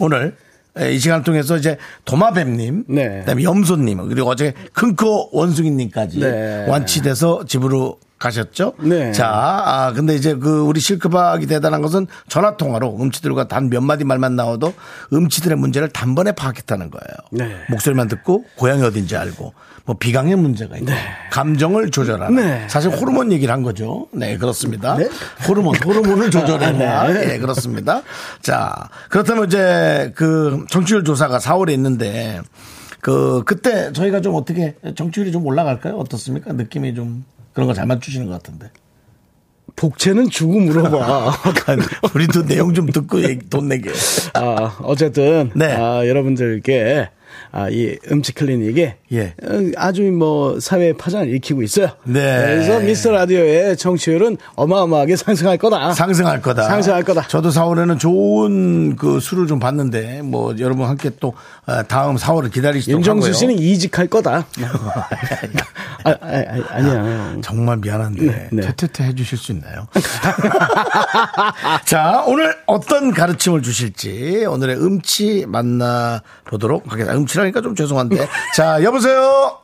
Speaker 1: 오늘 에, 이 시간을 통해서 이제 도마뱀님,
Speaker 2: 네.
Speaker 1: 그다음에 염소님, 그리고 어제 큰코 원숭이님까지
Speaker 2: 네.
Speaker 1: 완치돼서 집으로 가셨죠?
Speaker 2: 네.
Speaker 1: 자, 아, 근데 이제 그 우리 실크박이 대단한 것은 전화 통화로 음치들과 단 몇 마디 말만 나와도 음치들의 문제를 단번에 파악했다는 거예요.
Speaker 2: 네.
Speaker 1: 목소리만 듣고 고향이 어딘지 알고 뭐 비강의 문제가 있고 감정을 조절하는
Speaker 2: 네.
Speaker 1: 사실 호르몬 얘기를 한 거죠. 네, 그렇습니다.
Speaker 2: 네?
Speaker 1: 호르몬, 호르몬을 조절하는 네. 예, 그렇습니다. 자, 그렇다면 이제 그 정치율 조사가 4월에 있는데 그 그때 저희가 좀 어떻게 정치율이 좀 올라갈까요? 어떻습니까? 느낌이 좀 그런 거 잘 맞추시는 것 같은데.
Speaker 2: 복채는 주고 물어봐. [LAUGHS]
Speaker 1: 약간 우리도 내용 좀 듣고 얘기- 돈 내게.
Speaker 2: 아, 어쨌든
Speaker 1: 네.
Speaker 2: 아, 여러분들께 아, 이 음치 클리닉에
Speaker 1: 예.
Speaker 2: 어, 아주 뭐 사회 파장을 일으키고 있어요.
Speaker 1: 네.
Speaker 2: 그래서 미스터 라디오의 청취율은 어마어마하게 상승할 거다.
Speaker 1: 상승할 거다.
Speaker 2: 상승할 거다.
Speaker 1: 저도 4월에는 좋은 그 술을 좀 봤는데 뭐 여러분 함께 또 어, 다음 4월을 기다리시도록
Speaker 2: 윤정수
Speaker 1: 하고요.
Speaker 2: 씨는 이직할 거다.
Speaker 1: [LAUGHS]
Speaker 2: 아, 아, 아, 니야
Speaker 1: 정말 미안한데
Speaker 2: 네.
Speaker 1: 퇴퇴퇴 해주실 수 있나요? [LAUGHS] 자 오늘 어떤 가르침을 주실지 오늘의 음치 만나 보도록 하겠습니다. 음치라니까 좀 죄송한데 자 여보세요.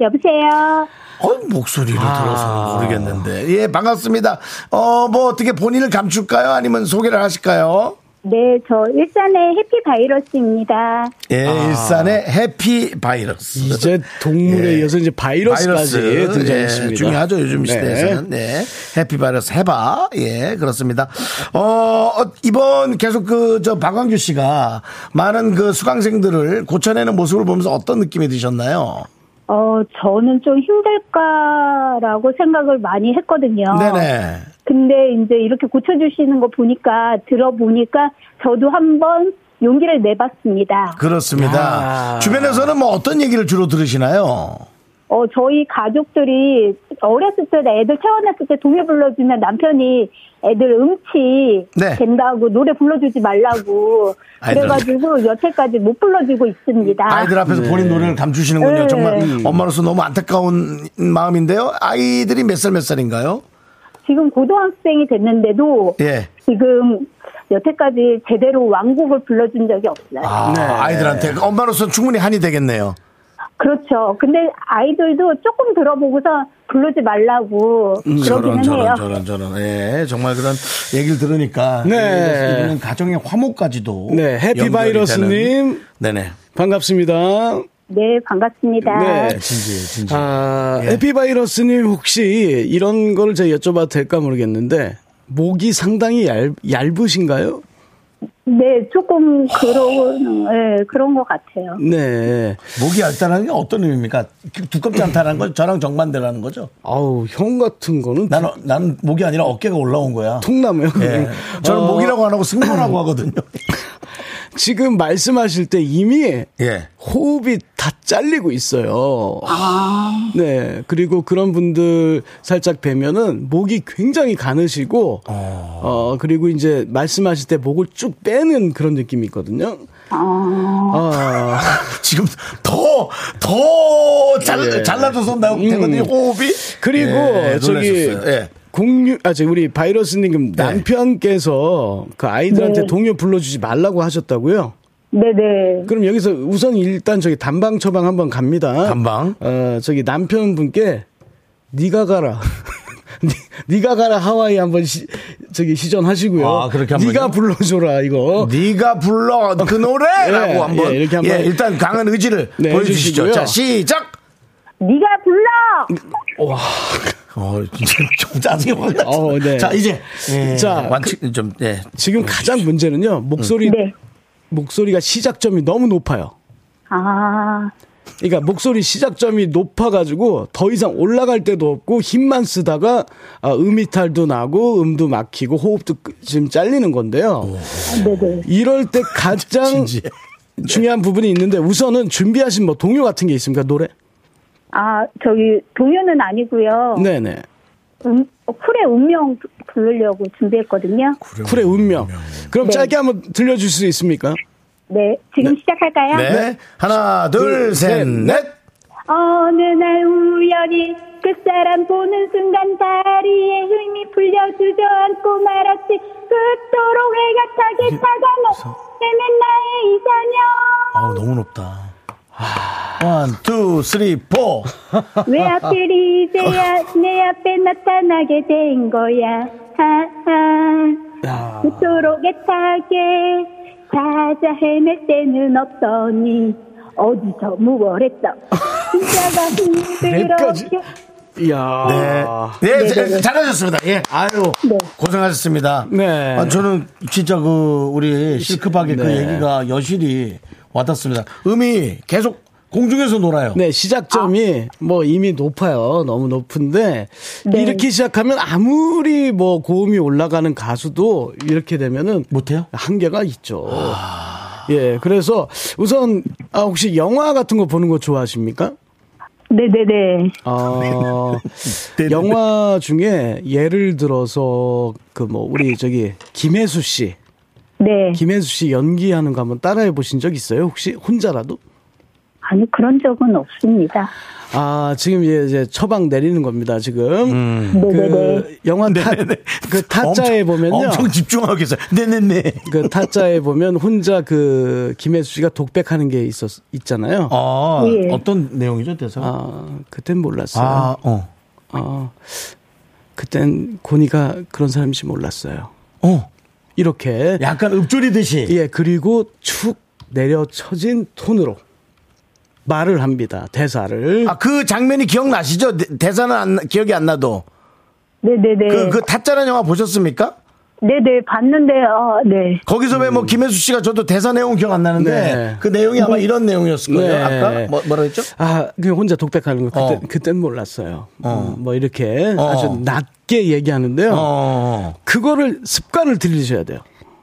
Speaker 5: 여보세요.
Speaker 1: 어, 목소리를
Speaker 2: 아.
Speaker 1: 들어서 모르겠는데 예 반갑습니다. 어뭐 어떻게 본인을 감출까요? 아니면 소개를 하실까요?
Speaker 5: 네, 저 일산의 해피 바이러스입니다.
Speaker 1: 예 일산의 해피 바이러스.
Speaker 2: 아. 이제 동물에
Speaker 1: 예.
Speaker 2: 이어서 이제 바이러스까지
Speaker 1: 바이러스,
Speaker 2: 등장했습니다. 네.
Speaker 1: 예, 중요하죠 요즘 시대에서는. 네. 해피 바이러스 해봐. 예 그렇습니다. 어 어, 이번 계속 그 저 박광규 씨가 많은 그 수강생들을 고쳐내는 모습을 보면서 어떤 느낌이 드셨나요?
Speaker 5: 어, 저는 좀 힘들까라고 생각을 많이 했거든요.
Speaker 2: 아.
Speaker 1: 네네.
Speaker 5: 근데 이제 이렇게 고쳐주시는 거 보니까, 들어보니까 저도 한번 용기를 내봤습니다.
Speaker 1: 그 그렇습니다. 주변에서는 뭐 어떤 얘기를 주로 들으시나요?
Speaker 5: 어, 저희 가족들이 어렸을 때 애들 태어났을 때 동요 불러주면 남편이 애들 음치
Speaker 1: 네.
Speaker 5: 된다고 노래 불러주지 말라고
Speaker 1: 아이들.
Speaker 5: 그래가지고 여태까지 못 불러주고 있습니다.
Speaker 1: 아이들 앞에서
Speaker 2: 네.
Speaker 1: 본인 노래를 감추시는군요.
Speaker 5: 네.
Speaker 1: 정말 엄마로서 너무 안타까운 마음인데요. 아이들이 몇 살 몇 살인가요?
Speaker 5: 지금 고등학생이 됐는데도
Speaker 1: 예.
Speaker 5: 지금 여태까지 제대로 왕곡을 불러준 적이 없어요.
Speaker 1: 아, 아이들한테
Speaker 2: 네.
Speaker 1: 엄마로서 충분히 한이 되겠네요.
Speaker 5: 그렇죠. 근데 아이들도 조금 들어보고서 부르지 말라고 그러기는 해요.
Speaker 1: 음, 저런 저런 저런 예 정말 그런 얘기를 들으니까 예,
Speaker 2: 네.
Speaker 1: 는 가정의 화목까지도
Speaker 2: 네, 해피
Speaker 1: 연결이
Speaker 2: 바이러스님.
Speaker 1: 되는. 네네
Speaker 2: 반갑습니다.
Speaker 5: 네, 반갑습니다.
Speaker 1: 네.
Speaker 2: 진지해, 진지.
Speaker 1: 아,
Speaker 2: 예.
Speaker 1: 에피바이러스님 혹시 이런 걸 제가 여쭤봐도 될까 모르겠는데 목이 상당히 얇, 얇으신가요?
Speaker 5: 네, 조금 그런 네, 그런 것 같아요.
Speaker 1: 네.
Speaker 2: 목이 얇다는 게 어떤 의미입니까? [CLEARS THROAT] 두껍지 않다는 건 저랑 정반대라는 거죠.
Speaker 1: 아우, 형 같은 거는
Speaker 2: 나는 나는 목이 아니라 어깨가 올라온 거야.
Speaker 1: 통나무요.
Speaker 2: 예.
Speaker 1: 그냥.
Speaker 2: 저는
Speaker 1: 어,
Speaker 2: 목이라고 안 하고 승모라고 하거든요.
Speaker 1: 지금 말씀하실 때 이미 [LAUGHS]
Speaker 2: 예.
Speaker 1: 호흡이 다 잘리고 있어요.
Speaker 2: 아.
Speaker 1: 네. 그리고 그런 분들 살짝 뵈면은 목이 굉장히 가느시고, 어, 그리고 이제 말씀하실 때 목을 쭉 빼는 그런 느낌이 있거든요. 아.
Speaker 2: [LAUGHS] 지금 더, 더 잘,
Speaker 1: 예.
Speaker 2: 잘라줘서 온다고 되거든요, 호흡이.
Speaker 1: 그리고
Speaker 2: 예,
Speaker 1: 저기
Speaker 2: 놀라셨어요. 예. 네.
Speaker 1: 공유 아 저기 우리 바이러스님 그 남편께서 그 아이들한테
Speaker 5: 네.
Speaker 1: 동요 불러주지 말라고 하셨다고요?
Speaker 5: 네, 네.
Speaker 1: 그럼 여기서 우선 일단 저기 단방 처방 한번 갑니다.
Speaker 2: 단방.
Speaker 1: 어 저기 남편분께 네가 가라. [LAUGHS] 니- 네가 가라 하와이 한번 시, 저기 시전하시고요.
Speaker 2: 아, 그렇게 한번요?
Speaker 1: 네가 불러줘라 이거.
Speaker 2: 네가 불러 그 노래라고
Speaker 1: 어. 예,
Speaker 2: 한번
Speaker 1: 예,
Speaker 2: 예,
Speaker 1: 이렇게 한번
Speaker 2: 일단 강한 의지를
Speaker 1: 네,
Speaker 2: 보여주시죠.
Speaker 1: 해주시고요.
Speaker 2: 자 시작.
Speaker 5: 네가 불러.
Speaker 2: 어, 진짜 좀 짜증이 확 났어.
Speaker 1: 어, 네.
Speaker 2: 자 이제 예,
Speaker 1: 자, 그
Speaker 2: 완치 좀 예.
Speaker 1: 지금 가장 문제는요 목소리
Speaker 5: 네.
Speaker 1: 목소리가 시작점이 너무 높아요.
Speaker 5: 아,
Speaker 1: 그러니까 목소리 시작점이 높아가지고 더 이상 올라갈 데도 없고 힘만 쓰다가 아, 음이탈도 나고 음도 막히고 호흡도 끄- 지금 잘리는 건데요.
Speaker 5: 네, 네.
Speaker 1: 이럴 때 가장 중요한 부분이 있는데 우선은 준비하신 뭐 동요 같은 게 있습니까 노래?
Speaker 5: 아, 저기 동요는 아니고요.
Speaker 1: 네네.
Speaker 5: 음, 어, 쿨의 운명 부- 부르려고 준비했거든요.
Speaker 1: 쿨의 운명. 그럼
Speaker 5: 네.
Speaker 1: 짧게 한번 들려줄 수 있습니까?
Speaker 5: 네, 지금 시작할까요?
Speaker 2: 네. 하나 둘 셋 넷.
Speaker 5: 어느 날 우연히 그 사람 보는 순간 다리에 힘이 풀려 주저앉고 말았지 그토록 해가 차게 차가워 헤맨 나의 이상형
Speaker 2: 아우 너무 높다. 아. 원, 투, 쓰리, 포.
Speaker 5: 왜 하필 이제야 아, 내 앞에 나타나게 된 거야 하하 그토록 애타게 찾아 헤맬 때는 없더니 어디서 무얼했어 진짜가
Speaker 1: 여기까지.
Speaker 5: 힘들어
Speaker 1: 이야.
Speaker 2: 네. 네, 잘하셨습니다. 예, 아유,
Speaker 5: 네.
Speaker 2: 고생하셨습니다.
Speaker 1: 네.
Speaker 2: 아, 저는 진짜 그, 우리 실크박의 그
Speaker 1: 네.
Speaker 2: 얘기가 여실히 와닿습니다. 음이 계속 공중에서 놀아요.
Speaker 1: 네, 시작점이 뭐 이미 높아요. 너무 높은데
Speaker 5: 네.
Speaker 1: 이렇게 시작하면 아무리 뭐 고음이 올라가는 가수도 이렇게 되면은
Speaker 2: 못해요?
Speaker 1: 한계가 있죠. 예, 그래서 우선 아 혹시 영화 같은 거 보는 거 좋아하십니까?
Speaker 5: 네네네.
Speaker 2: [LAUGHS]
Speaker 1: 어,
Speaker 2: 네,
Speaker 1: 영화 중에 예를 들어서 그 뭐 우리 저기 김혜수 씨,
Speaker 5: 네.
Speaker 1: 김혜수 씨 연기하는 거 한번 따라해 보신 적 있어요? 혹시 혼자라도?
Speaker 5: 아니 그런 적은 없습니다.
Speaker 1: 아, 지금 이제, 이제 처방 내리는 겁니다, 지금.
Speaker 2: 음.
Speaker 5: 네네네.
Speaker 1: 그 영화 타, 그 타짜에 보면요.
Speaker 2: 엄청 집중하고 계세요. 네네네.
Speaker 1: 그 타짜에 보면 혼자 그 김혜수 씨가 독백하는 게 있었, 있잖아요.
Speaker 2: 아,
Speaker 5: 예.
Speaker 2: 어떤 내용이죠, 대사?
Speaker 1: 아, 그땐 몰랐어요.
Speaker 2: 아, 어.
Speaker 1: 어, 그땐 고니가 그런 사람인지 몰랐어요.
Speaker 2: 어.
Speaker 1: 이렇게.
Speaker 2: 약간 읊조리듯이.
Speaker 1: 예, 그리고 축 내려쳐진 톤으로 말을 합니다. 대사를.
Speaker 2: 아, 그 장면이 기억나시죠? 대- 대사는 안 나- 기억이 안 나도.
Speaker 5: 네네네.
Speaker 2: 그, 그 타짜라는 영화 보셨습니까?
Speaker 5: 네네 봤는데 어, 네.
Speaker 2: 거기서 왜 뭐 김혜수 씨가 저도 대사 내용 기억 안 나는데
Speaker 1: 음. 네.
Speaker 2: 그 내용이 아마 이런 내용이었을 거예요.
Speaker 1: 네.
Speaker 2: 아까 뭐, 뭐라 했죠?
Speaker 1: 아, 그냥 혼자 독백하는 거 그때
Speaker 2: 어.
Speaker 1: 그땐 몰랐어요.
Speaker 2: 어.
Speaker 1: 음, 뭐 이렇게
Speaker 2: 어.
Speaker 1: 아주 낮게 얘기하는데요.
Speaker 2: 어.
Speaker 1: 그거를 습관을 들리셔야 돼요.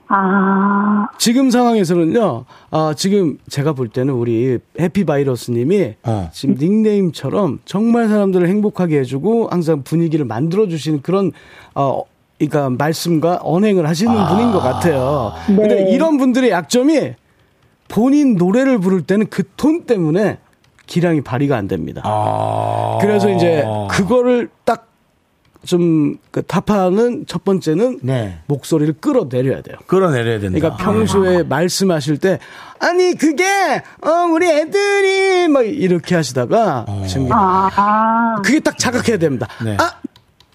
Speaker 5: 아
Speaker 1: 지금 상황에서는요. 아, 지금 제가 볼 때는 우리 해피 바이러스 님이
Speaker 2: 어.
Speaker 1: 지금 닉네임처럼 정말 사람들을 행복하게 해 주고 항상 분위기를 만들어 주시는 그런 어 그러니까 말씀과 언행을 하시는 분인 것 같아요. 근데 이런 분들의 약점이 본인 노래를 부를 때는 그 톤 때문에 기량이 발휘가 안 됩니다. 그래서 이제 그거를 딱 좀그 타파하는 첫 번째는
Speaker 2: 네.
Speaker 1: 목소리를 끌어내려야 돼요.
Speaker 2: 끌어내려야 된다.
Speaker 1: 그러니까 평소에 말씀하실 때 아니 그게 어 우리 애들이 막 이렇게 하시다가 지금
Speaker 5: 아,
Speaker 1: 그게 딱 자각해야 됩니다.
Speaker 2: 네.
Speaker 1: 아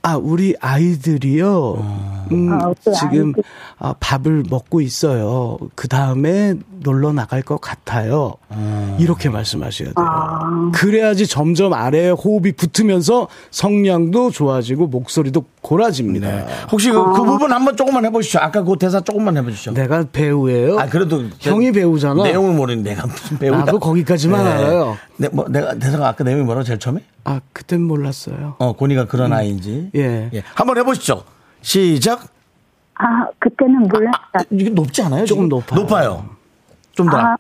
Speaker 2: 아, 우리 아이들이요.
Speaker 1: 어.
Speaker 2: 음,
Speaker 5: 아, 그
Speaker 2: 지금
Speaker 5: 아이들.
Speaker 2: 아, 밥을 먹고 있어요. 그 다음에 놀러 나갈 것 같아요.
Speaker 1: 어.
Speaker 2: 이렇게 말씀하셔야 돼요.
Speaker 5: 아.
Speaker 2: 그래야지 점점 아래에 호흡이 붙으면서 성량도 좋아지고 목소리도 고라집니다.
Speaker 1: 혹시 그, 그 부분 한번 조금만 해보시죠. 아까 그 대사 조금만 해보시죠.
Speaker 2: 내가 배우예요.
Speaker 1: 아 그래도
Speaker 2: 네. 형이 배우잖아.
Speaker 1: 내용을 모르는 내가 무슨 배우야?
Speaker 2: 나도 거기까지만 알아요.
Speaker 1: 내, 뭐, 내가 대사가 아까 내용이 뭐라고 제일 처음에?
Speaker 2: 아, 그땐 몰랐어요.
Speaker 1: 어, 고니가 그런 아이인지.
Speaker 2: 예.
Speaker 1: 한번 해보시죠. 시작.
Speaker 5: 아, 그때는 몰랐다.
Speaker 1: 이게 높지 않아요?
Speaker 2: 조금
Speaker 1: 지금?
Speaker 2: 높아요.
Speaker 1: 좀 더.
Speaker 5: 아,
Speaker 1: 아,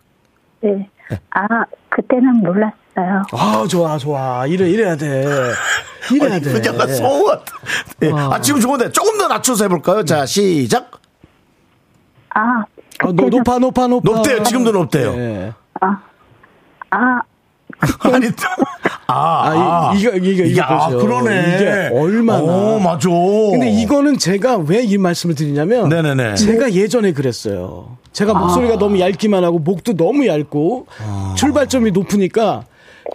Speaker 5: 네. 아, 그때는 몰랐어요.
Speaker 2: 아, 좋아, 좋아. 이래, 이래야 돼. 이래야 돼.
Speaker 1: 약간 소음 같아. 예. 아, 지금 좋은데 조금 더 낮춰서 해볼까요? 자, 시작.
Speaker 5: 아,
Speaker 2: 아, 노,
Speaker 5: 그때는,
Speaker 2: 높아, 높아, 높아.
Speaker 1: 높대요. 지금도 높대요.
Speaker 2: 예.
Speaker 5: 아,
Speaker 1: [LAUGHS] 아니, 아,
Speaker 2: 아, 이- 이거- 이거- 이거
Speaker 1: 아,
Speaker 2: 보세요.
Speaker 1: 그러네.
Speaker 2: 이게 얼마나.
Speaker 1: 어, 맞아.
Speaker 2: 근데 이거는 제가 왜 이 말씀을 드리냐면
Speaker 1: 네네네. 아.
Speaker 2: 제가 예전에 그랬어요. 제가 목소리가 너무 얇기만 하고 목도 너무 얇고 출발점이 높으니까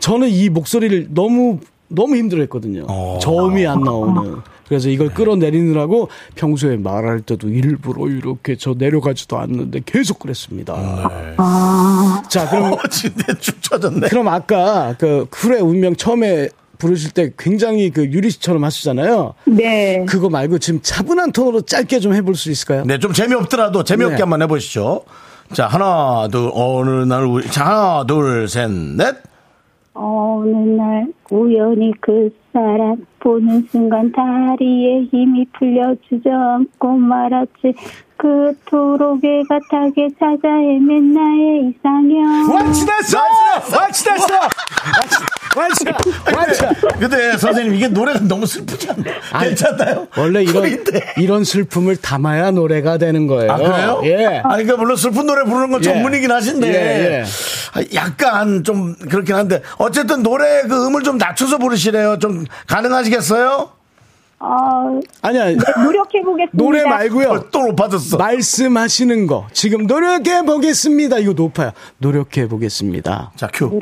Speaker 2: 저는 이 목소리를 너무 너무 힘들어했거든요. 저음이 안 나오는. 그래서
Speaker 1: 네.
Speaker 2: 이걸 끌어내리느라고 평소에 말할 때도 일부러 이렇게 저 내려가지도 않는데 계속 그랬습니다.
Speaker 1: 아, 네.
Speaker 2: 자, 그럼
Speaker 1: 어, [LAUGHS] 진짜 축 처졌네.
Speaker 2: 그럼 아까 그 쿨의 운명 처음에 부르실 때 굉장히 그 유리 씨처럼 하시잖아요.
Speaker 5: 네.
Speaker 2: 그거 말고 지금 차분한 톤으로 짧게 좀 해볼 수 있을까요?
Speaker 1: 네, 좀 재미없더라도 재미없게
Speaker 2: 네.
Speaker 1: 한번 해보시죠. 자, 하나, 둘, 어느 날 우리, 자, 하나, 둘, 셋, 넷.
Speaker 5: 어느 날 우연히 그 사람 보는 순간 다리에 힘이 풀려 주저앉고 말았지 그토록 애가타게 찾아 헤맨 나의 이상형
Speaker 1: 완치됐어! 완치됐어!
Speaker 2: 완샷! 완샷!
Speaker 1: 근데 선생님, 이게 노래가 너무 슬프지 않나요?
Speaker 2: 아니,
Speaker 1: 괜찮나요?
Speaker 2: 원래 이런,
Speaker 1: 쿨인데.
Speaker 2: 이런 슬픔을 담아야 노래가 되는 거예요.
Speaker 1: 아, 그래요?
Speaker 2: 예.
Speaker 1: 아니, 그러니까 물론 슬픈 노래 부르는 건
Speaker 2: 예.
Speaker 1: 전문이긴 하신데.
Speaker 2: 예, 예.
Speaker 1: 아, 약간 좀 그렇긴 한데. 어쨌든 노래 그 음을 좀 낮춰서 부르시래요. 좀 가능하시겠어요?
Speaker 5: 어,
Speaker 2: 아니야.
Speaker 5: 노력해 보겠습니다
Speaker 2: 노래 말고요.
Speaker 1: 어, 또 높아졌어.
Speaker 2: 말씀하시는 거. 지금 노력해 보겠습니다. 이거 높아요. 노력해 보겠습니다.
Speaker 1: 자, 큐.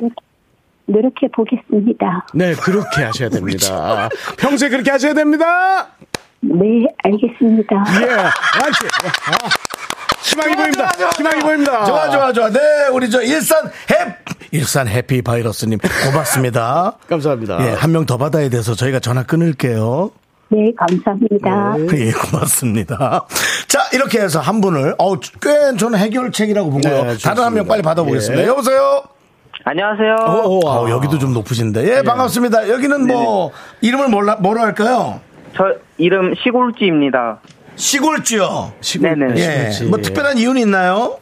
Speaker 5: 노력해 보겠습니다
Speaker 2: 네, 그렇게 하셔야 됩니다. 평소에 그렇게 하셔야 됩니다.
Speaker 5: 네 알겠습니다
Speaker 2: 예, 완치. 아, 희망이 보입니다. 희망이 보입니다.
Speaker 1: 좋아, 좋아, 좋아. 네, 우리 저 일산 해 일산 해피 바이러스님
Speaker 2: [LAUGHS]
Speaker 1: 고맙습니다.
Speaker 2: 감사합니다.
Speaker 1: 예, 한 명 더 받아야 돼서 저희가 전화 끊을게요.
Speaker 5: 네 감사합니다
Speaker 1: 예, 고맙습니다. 자, 이렇게 해서 한 분을, 어우, 꽤 저는 해결책이라고 보고요.
Speaker 2: 네, 좋습니다. 예.
Speaker 1: 다른 한 명 빨리 받아보겠습니다. 여보세요?
Speaker 6: 안녕하세요.
Speaker 2: 아.
Speaker 1: 어, 여기도 좀 높으신데. 예, 반갑습니다. 여기는 뭐, 이름을 몰라, 뭐로 할까요?
Speaker 6: 저 이름 시골쥐입니다.
Speaker 1: 시골지요.
Speaker 2: 시골,
Speaker 6: 네네.
Speaker 1: 예.
Speaker 2: 시골지.
Speaker 1: 뭐 특별한 이유는 있나요?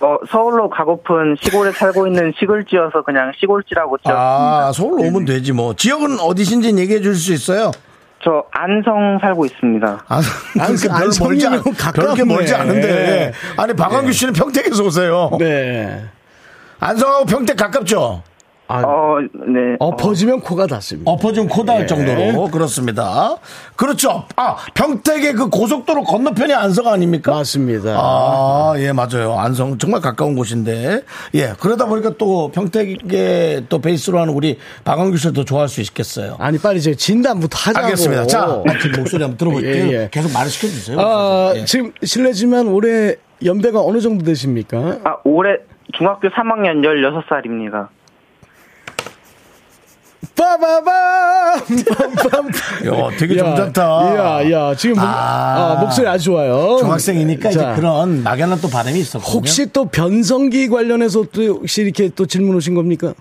Speaker 6: 어, 서울로 가고픈 시골에 살고 있는 시골쥐여서 그냥 시골쥐라고 지었습니다.
Speaker 2: 음,
Speaker 1: 아, 서울로 오면 되지 뭐. 지역은 어디신지 얘기해 줄 수 있어요?
Speaker 6: 저 안성 살고 있습니다.
Speaker 1: 아,
Speaker 2: 안성-
Speaker 1: 별로 멀지 않,
Speaker 2: 안성이면
Speaker 1: 별게
Speaker 2: 가깝네.
Speaker 1: 멀지 않은데. 아니, 박완규
Speaker 2: 예.
Speaker 1: 씨는 평택에서 오세요.
Speaker 2: 네.
Speaker 1: 안성하고 평택 가깝죠?
Speaker 2: 아,
Speaker 6: 어, 네.
Speaker 2: 엎어지면 코가 닿습니다.
Speaker 1: 엎어진 코다할 정도로 예, 그렇습니다. 그렇죠. 아 평택의 그 고속도로 건너편이 안성 아닙니까?
Speaker 2: 맞습니다.
Speaker 1: 아, 예, 맞아요. 안성 정말 가까운 곳인데. 예, 그러다 보니까 또 평택의 또 베이스로 하는 우리 박원규 씨를 더 좋아할 수 있겠어요.
Speaker 2: 아니, 빨리 이제 진단부터 하자고.
Speaker 1: 알겠습니다. 자, 마침 목소리 한번 들어볼게요.
Speaker 2: [LAUGHS] 예, 예.
Speaker 1: 계속 말을 시켜주세요.
Speaker 2: 아,
Speaker 1: 예.
Speaker 2: 지금 실례지만 올해 연배가 어느 정도 되십니까?
Speaker 6: 아, 올해 중학교 3학년 16살입니다.
Speaker 2: 빠바밤! 빰빰.
Speaker 1: 야, 되게
Speaker 2: 야,
Speaker 1: 점잖다.
Speaker 2: 이야, 이야. 지금 목,
Speaker 1: 아.
Speaker 2: 아, 목소리 아주 좋아요. 자,
Speaker 1: 중학생이니까 이제 그런 막연한 또 바람이 있었거든요.
Speaker 2: 혹시 또 변성기 관련해서 또 혹시 이렇게 또 질문 오신 겁니까?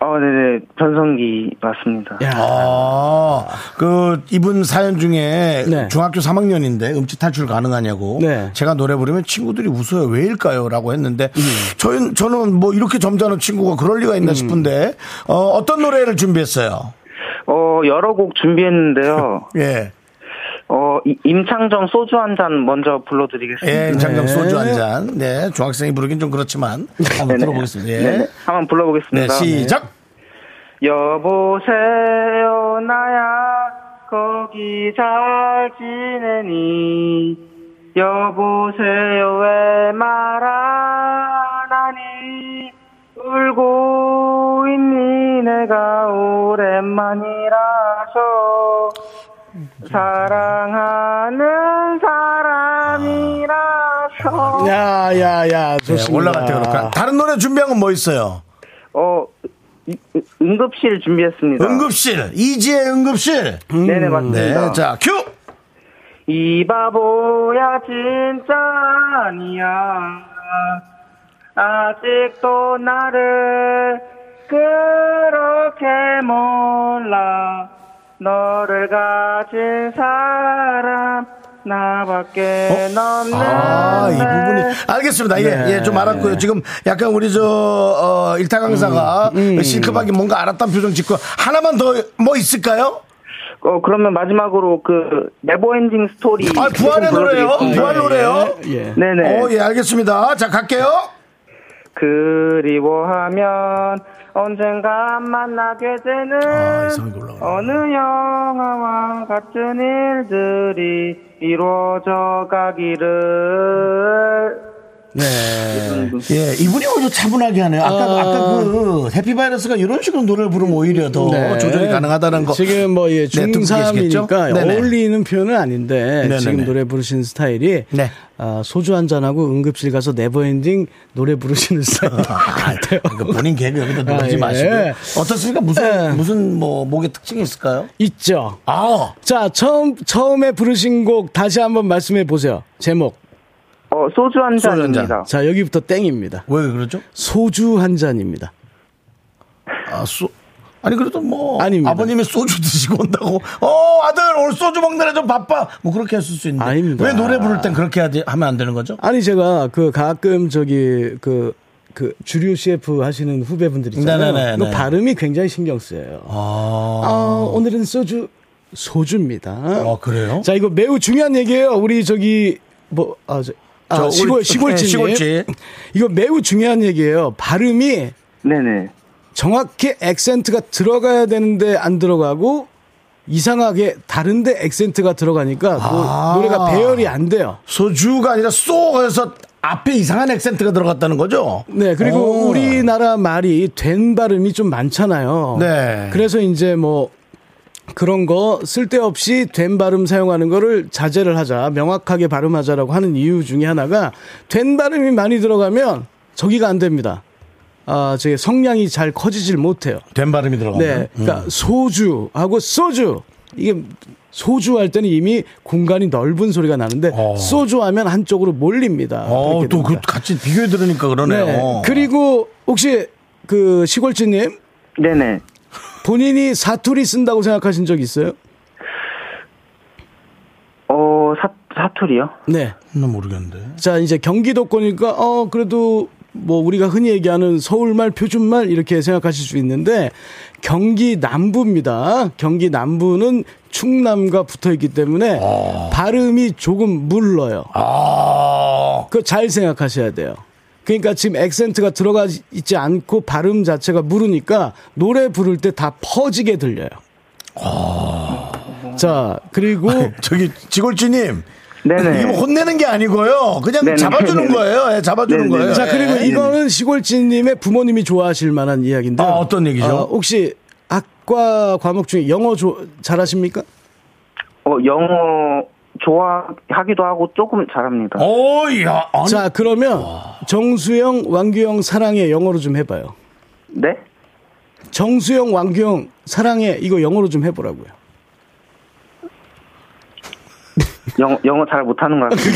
Speaker 6: 어, 네네. 변성기 맞습니다.
Speaker 1: 예.
Speaker 2: 야.
Speaker 1: 아, 그 이분 사연 중에
Speaker 2: 네.
Speaker 1: 중학교 3학년인데 음치 탈출 가능하냐고
Speaker 2: 네.
Speaker 1: 제가 노래 부르면 친구들이 웃어요 왜일까요라고 했는데 저는 저는 뭐 이렇게 점잖은 친구가 그럴 리가 있나 싶은데 어, 어떤 노래를 준비했어요?
Speaker 6: 어, 여러 곡 준비했는데요.
Speaker 1: 예,
Speaker 6: 어, 이- 임창정 소주 한 잔 먼저 불러드리겠습니다.
Speaker 1: 예, 장경
Speaker 2: 네.
Speaker 1: 소주 한 잔. 네, 중학생이 부르긴 좀 그렇지만 한번 들어보겠습니다.
Speaker 6: 네네.
Speaker 1: 예.
Speaker 6: 한번
Speaker 1: 네,
Speaker 6: 불러보겠습니다.
Speaker 1: 시작.
Speaker 6: 여보세요 나야 거기 잘 지내니 여보세요 왜 말 안 하니 울고 있니 내가 오랜만이라서 사랑하는
Speaker 2: 아,
Speaker 6: 사람이라서
Speaker 1: 야, 야,
Speaker 2: 네,
Speaker 1: 야. 좋습니다.
Speaker 2: 올라갈 때 그렇고. 다른 노래 준비한 건 뭐 있어요?
Speaker 6: 어 이- 이- 응급실 준비했습니다.
Speaker 2: 응급실. 이지의 응급실.
Speaker 6: 네네 맞습니다.
Speaker 2: 네. 자, 큐!
Speaker 6: 이 바보야 진짜 아니야 아직도 나를 그렇게 몰라 너를 가진 사람 나밖에 없는데
Speaker 2: 어? 아, 이 부분이. 알겠습니다. 예, 예, 좀 알았고요. 지금 약간 우리 저, 어, 일타 강사가 실크박이 뭔가 알았다는 표정 짓고 하나만 더 뭐 있을까요?
Speaker 6: 어, 그러면 마지막으로 그 네버엔딩 스토리
Speaker 2: 아, 부활의
Speaker 6: 조금
Speaker 2: 노래요?
Speaker 6: 불러드리겠습니다.
Speaker 2: 부활 노래요?
Speaker 1: 예.
Speaker 6: 네네
Speaker 2: 어, 예, 알겠습니다. 자, 갈게요.
Speaker 6: 그리워하면 언젠가 만나게 되는
Speaker 2: 아, 이상하게 올라가네.
Speaker 6: 어느 영화와 같은 일들이 이루어져 가기를
Speaker 1: 네.
Speaker 2: 예, 이분이 오히려 차분하게 하네요. 아까,
Speaker 1: 아.
Speaker 2: 아... 까그 해피바이러스가 이런 식으로 노래를 부르면 오히려 더
Speaker 1: 네.
Speaker 2: 조절이 가능하다는 거.
Speaker 1: 지금 뭐, 예,
Speaker 2: 네, 듣고 계시겠죠?
Speaker 1: 중3이니까
Speaker 2: 네네.
Speaker 1: 어울리는 표현은 아닌데,
Speaker 2: 네네네.
Speaker 1: 지금 노래 부르시는 스타일이,
Speaker 2: 네.
Speaker 1: 아, 소주 한잔하고 응급실 가서 네버엔딩 노래 부르시는
Speaker 2: [LAUGHS]
Speaker 1: 스타일
Speaker 2: 네.
Speaker 1: 같아요.
Speaker 2: 그러니까 본인 개그 여기다
Speaker 1: 아,
Speaker 2: 넣지
Speaker 1: 예.
Speaker 2: 마시고. 어떻습니까? 무슨,
Speaker 1: 예.
Speaker 2: 무슨 뭐, 목의 특징이 있을까요?
Speaker 1: 있죠.
Speaker 2: 아
Speaker 1: 자, 처음, 처음에 부르신 곡 다시 한번 말씀해 보세요. 제목.
Speaker 6: 어, 소주 한
Speaker 2: 소주 한 잔.
Speaker 6: 잔입니다.
Speaker 1: 자, 여기부터 땡입니다.
Speaker 2: 왜 그러죠?
Speaker 1: 소주 한 잔입니다.
Speaker 2: 아, 소. 아니 그래도 뭐
Speaker 1: 아닙니다.
Speaker 2: 아버님이 소주 드시고 온다고 어 아들 오늘 소주 먹느라 좀 바빠 뭐 그렇게 했을 수 있는데
Speaker 1: 아닙니다.
Speaker 2: 왜 노래 부를 땐 그렇게 하지 하면 안 되는 거죠?
Speaker 1: 아니, 제가 그 가끔 저기 그, 그 주류 CF 하시는 후배분들 있잖아요.
Speaker 2: 네네네네.
Speaker 1: 그 발음이 굉장히 신경 쓰여요.
Speaker 2: 아,
Speaker 1: 아, 오늘은 소주 소주입니다.
Speaker 2: 아, 그래요?
Speaker 1: 자, 이거 매우 중요한 얘기예요. 우리 저기 뭐 아, 저, 아,
Speaker 2: 저 우리-
Speaker 1: 시골
Speaker 2: 네,
Speaker 1: 시골집
Speaker 2: 시골집.
Speaker 1: 이거 매우 중요한 얘기예요. 발음이
Speaker 6: 네네.
Speaker 1: 정확히 액센트가 들어가야 되는데 안 들어가고 이상하게 다른데 액센트가 들어가니까 노-
Speaker 2: 아.
Speaker 1: 노래가 배열이 안 돼요.
Speaker 2: 소주가 아니라 소에서 앞에 이상한 액센트가 들어갔다는 거죠? 어.
Speaker 1: 네, 그리고
Speaker 2: 오.
Speaker 1: 우리나라 말이 된 발음이 좀 많잖아요.
Speaker 2: 네.
Speaker 1: 그래서 이제 뭐 그런 거 쓸데없이 된 발음 사용하는 거를 자제를 하자, 명확하게 발음하자라고 하는 이유 중에 하나가 된 발음이 많이 들어가면 저기가 안 됩니다. 아, 저게 성량이 잘 커지질 못해요.
Speaker 2: 된 발음이 들어가요.
Speaker 1: 네. 그러니까 소주하고 소주. 이게 소주 할 때는 이미 공간이 넓은 소리가 나는데
Speaker 2: 어.
Speaker 1: 소주 하면 한쪽으로 몰립니다. 그렇게
Speaker 2: 어또 그,
Speaker 1: 됩니다.
Speaker 2: 같이 비교해 들으니까 그러네요.
Speaker 1: 네. 그리고 혹시 그 시골지님
Speaker 6: 네네.
Speaker 1: 본인이 사투리 쓴다고 생각하신 적 있어요?
Speaker 6: 어, 사, 사투리요?
Speaker 1: 네.
Speaker 2: 나 음, 모르겠는데.
Speaker 1: 자 이제 경기도권이니까 어 그래도 뭐 우리가 흔히 얘기하는 서울말 표준말 이렇게 생각하실 수 있는데 경기 남부입니다. 경기 남부는 충남과 붙어 있기 때문에 발음이 조금 물러요.
Speaker 2: 아
Speaker 1: 그거 잘 생각하셔야 돼요. 그러니까 지금 액센트가 들어가 있지 않고 발음 자체가 무르니까 노래 부를 때 다 퍼지게 들려요. 자, 그리고
Speaker 2: 저기 지골주님 이게 뭐
Speaker 6: 네네.
Speaker 2: 혼내는 게 아니고요. 그냥
Speaker 6: 네네.
Speaker 2: 잡아주는 거예요. 예, 잡아주는
Speaker 6: 네네.
Speaker 2: 거예요.
Speaker 1: 자,
Speaker 2: 예.
Speaker 1: 그리고 이거는 시골지님의 부모님이 좋아하실 만한 이야기인데.
Speaker 2: 아, 어떤 얘기죠?
Speaker 1: 혹시 학과 과목 중에 영어 조- 잘하십니까?
Speaker 6: 어, 영어 좋아하기도 하고 조금 잘합니다.
Speaker 2: 어, 야, 아니,
Speaker 1: 자, 그러면 정수영, 왕규영 사랑해 영어로 좀 해봐요.
Speaker 6: 네?
Speaker 1: 정수영, 왕규영 사랑해 이거 영어로 좀 해보라고요.
Speaker 6: 영어, 영어 잘 못하는
Speaker 2: [LAUGHS]
Speaker 6: 것 같아요.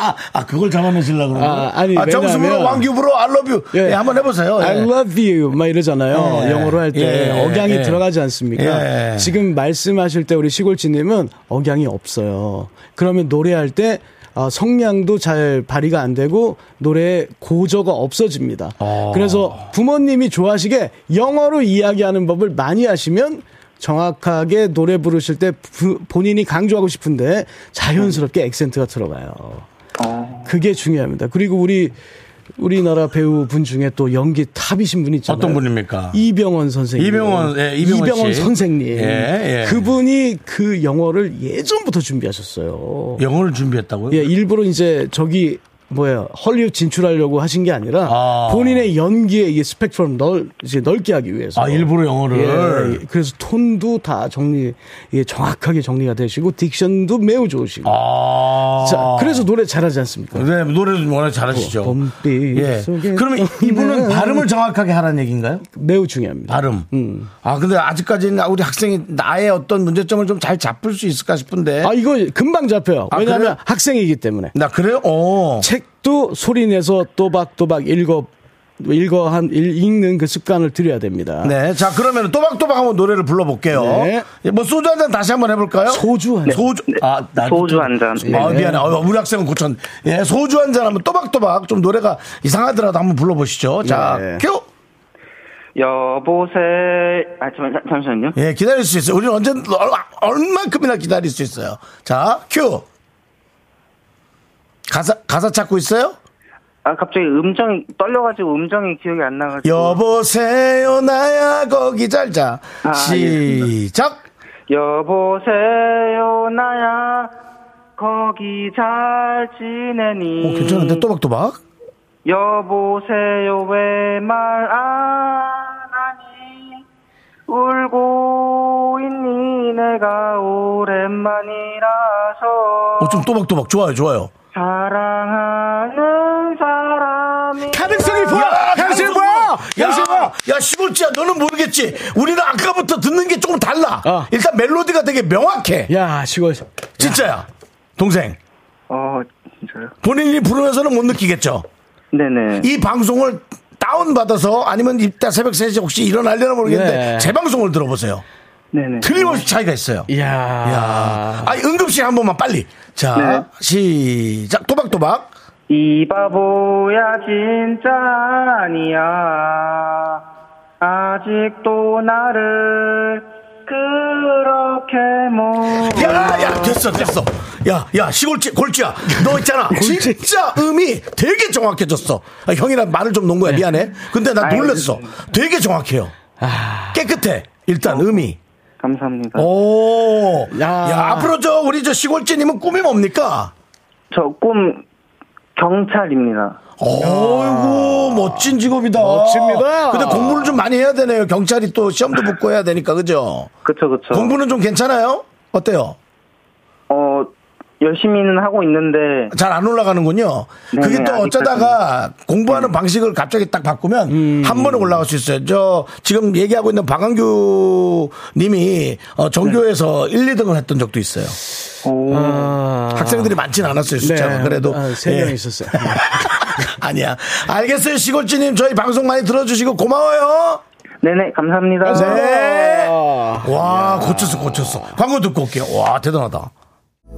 Speaker 2: 아, 아, 그걸 잡아내시려고 그러는 거예요?
Speaker 1: 아, 아니,
Speaker 2: 아, 정수부로
Speaker 1: 왜냐면-
Speaker 2: 왕규부로 알러뷰. 예, 한번 해보세요. 예.
Speaker 1: I love you 막 이러잖아요.
Speaker 2: 예.
Speaker 1: 영어로 할 때
Speaker 2: 예.
Speaker 1: 억양이
Speaker 2: 예.
Speaker 1: 들어가지 않습니까?
Speaker 2: 예.
Speaker 1: 지금 말씀하실 때 우리 시골지님은 억양이 없어요. 그러면 노래할 때 아, 성량도 잘 발휘가 안 되고 노래의 고저가 없어집니다.
Speaker 2: 아.
Speaker 1: 그래서 부모님이 좋아하시게 영어로 이야기하는 법을 많이 하시면 정확하게 노래 부르실 때 부- 본인이 강조하고 싶은데 자연스럽게 액센트가 들어가요. 그게 중요합니다. 그리고 우리 우리나라 배우분 중에 또 연기 탑이신 분 있잖아요.
Speaker 2: 어떤 분입니까?
Speaker 1: 이병헌 선생님.
Speaker 2: 이병헌, 예, 이병헌 씨.
Speaker 1: 선생님.
Speaker 2: 예, 예.
Speaker 1: 그분이 그 영어를 예전부터 준비하셨어요.
Speaker 2: 영어를 준비했다고요?
Speaker 1: 예, 일부러 이제 저기
Speaker 2: 뭐예요 헐리우드 진출하려고 하신 게 아니라
Speaker 1: 아.
Speaker 2: 본인의 연기의 이게 스펙트럼 넓 이제 넓게 하기 위해서
Speaker 1: 아, 일부러 영어를.
Speaker 2: 예, 예. 그래서 톤도 다 정리 예, 정확하게 정리가 되시고 딕션도 매우 좋으시고
Speaker 1: 아.
Speaker 2: 자 그래서 노래 잘하지 않습니까?
Speaker 1: 네, 노래도 워낙 잘하시죠.
Speaker 2: 봄빛
Speaker 1: 예.
Speaker 2: 속에
Speaker 1: 그럼 이- 이분은
Speaker 2: 나-
Speaker 1: 발음을 정확하게 하라는 얘기인가요?
Speaker 2: 매우 중요합니다.
Speaker 1: 발음. 아, 근데 아직까지는 우리 학생이 나의 어떤 문제점을 좀 잘 잡을 수 있을까 싶은데.
Speaker 2: 아 이거 금방 잡혀요.
Speaker 1: 아,
Speaker 2: 왜냐하면
Speaker 1: 그래요?
Speaker 2: 학생이기 때문에
Speaker 1: 나 그래요? 어.
Speaker 2: 책도 소리 내서 또박또박 읽어 읽어 한 읽- 읽는 그 습관을 들여야 됩니다.
Speaker 1: 네. 자, 그러면 또박또박 한번 노래를 불러볼게요.
Speaker 2: 아. 네.
Speaker 1: 예, 뭐 소주 한 잔 다시 한번 해볼까요?
Speaker 2: 소주 한 잔. 네.
Speaker 1: 소주. 아, 나
Speaker 6: 소주 한 잔. 네.
Speaker 1: 아, 미안해. 어, 우리 학생은 9천. 예, 소주 한 잔 하면 또박또박 좀 노래가 이상하더라도 한번 불러보시죠. 자,
Speaker 2: 네.
Speaker 1: 큐!
Speaker 6: 여보세요. 아, 잠, 잠- 잠시만요.
Speaker 1: 예, 기다릴 수 있어요. 우리는 언제, 얼마, 얼만큼이나 기다릴 수 있어요. 자, 큐! 가사, 가사 찾고 있어요?
Speaker 6: 아, 갑자기 음정이, 떨려가지고 음정이 기억이 안 나가지고.
Speaker 1: 여보세요, 나야, 거기 잘 자.
Speaker 6: 아,
Speaker 1: 시작!
Speaker 6: 여보세요, 나야. 거기 잘 지내니.
Speaker 1: 오, 어, 괜찮은데? 또박또박?
Speaker 6: 여보세요 왜 말 안 하니 울고 있니 내가 오랜만이라서
Speaker 1: 어, 좀 또박또박. 좋아요, 좋아요.
Speaker 6: 사랑하는 사람이
Speaker 1: 가능성이 보여! 가능성이 보여! 야, 야, 시골지야, 너는 모르겠지. 우리는 아까부터 듣는 게 조금 달라.
Speaker 2: 어.
Speaker 1: 일단 멜로디가 되게 명확해.
Speaker 2: 야 시골
Speaker 1: 진짜야. 동생.
Speaker 6: 어 진짜요?
Speaker 1: 본인이 부르면서는 못 느끼겠죠.
Speaker 6: 네네
Speaker 1: 이 방송을 다운받아서 아니면 이따 새벽 3시 혹시 일어나려나 모르겠는데
Speaker 2: 네.
Speaker 1: 재방송을 들어보세요.
Speaker 6: 네네
Speaker 1: 틀림없이 차이가 있어요.
Speaker 2: 이야.
Speaker 1: 야 아니, 응급실 한 번만 빨리. 자,
Speaker 6: 네.
Speaker 1: 시작. 또박또박.
Speaker 6: 이 바보야 진짜 아니야 아직도 나를 그렇게 못
Speaker 1: 야, 야, 됐어, 됐어. 야, 야, 시골지, 골지야.
Speaker 2: [LAUGHS]
Speaker 1: 너 있잖아. 진짜 음이 되게 정확해졌어. 아, 형이랑 말을 좀 놓은 거야.
Speaker 2: 네.
Speaker 1: 미안해. 근데 나
Speaker 6: 아유,
Speaker 1: 놀랬어. 되게 정확해요.
Speaker 2: 아.
Speaker 1: 깨끗해. 일단 음이.
Speaker 6: 감사합니다
Speaker 1: 어? 오.
Speaker 2: 어? 야.
Speaker 1: 야, 앞으로 저, 우리 저 시골지님은 꿈이 뭡니까?
Speaker 6: 저 꿈 경찰입니다.
Speaker 1: 어이구 멋진 직업이다.
Speaker 2: 멋집니다.
Speaker 1: 근데 공부를 좀 많이 해야 되네요. 경찰이 또 시험도 붙고 해야 되니까 그죠?
Speaker 6: 그쵸 그쵸.
Speaker 1: 공부는 좀 괜찮아요? 어때요?
Speaker 6: 어 열심히는 하고 있는데
Speaker 1: 잘 안 올라가는군요.
Speaker 6: 네,
Speaker 1: 그게
Speaker 6: 네,
Speaker 1: 또 어쩌다가
Speaker 2: 네.
Speaker 1: 공부하는 방식을 갑자기 딱
Speaker 2: 음,
Speaker 1: 바꾸면 한 번에 올라갈 수 있어요. 저 지금 얘기하고 있는 박한규 님이 어, 전교에서 1, 2등을 했던 적도 있어요.
Speaker 6: 오,
Speaker 2: 네. 아.
Speaker 1: 학생들이 많진 않았어요. 숫자가. 그래도
Speaker 2: 아, 세명
Speaker 1: 예.
Speaker 2: 있었어요.
Speaker 1: [LAUGHS] 아니야. 알겠어요. 시골지님 저희 방송 많이 들어주시고 고마워요.
Speaker 6: 네네 감사합니다.
Speaker 1: 네.
Speaker 2: 아,
Speaker 1: 와 고쳤어 고쳤어 광고 듣고 올게요 와 대단하다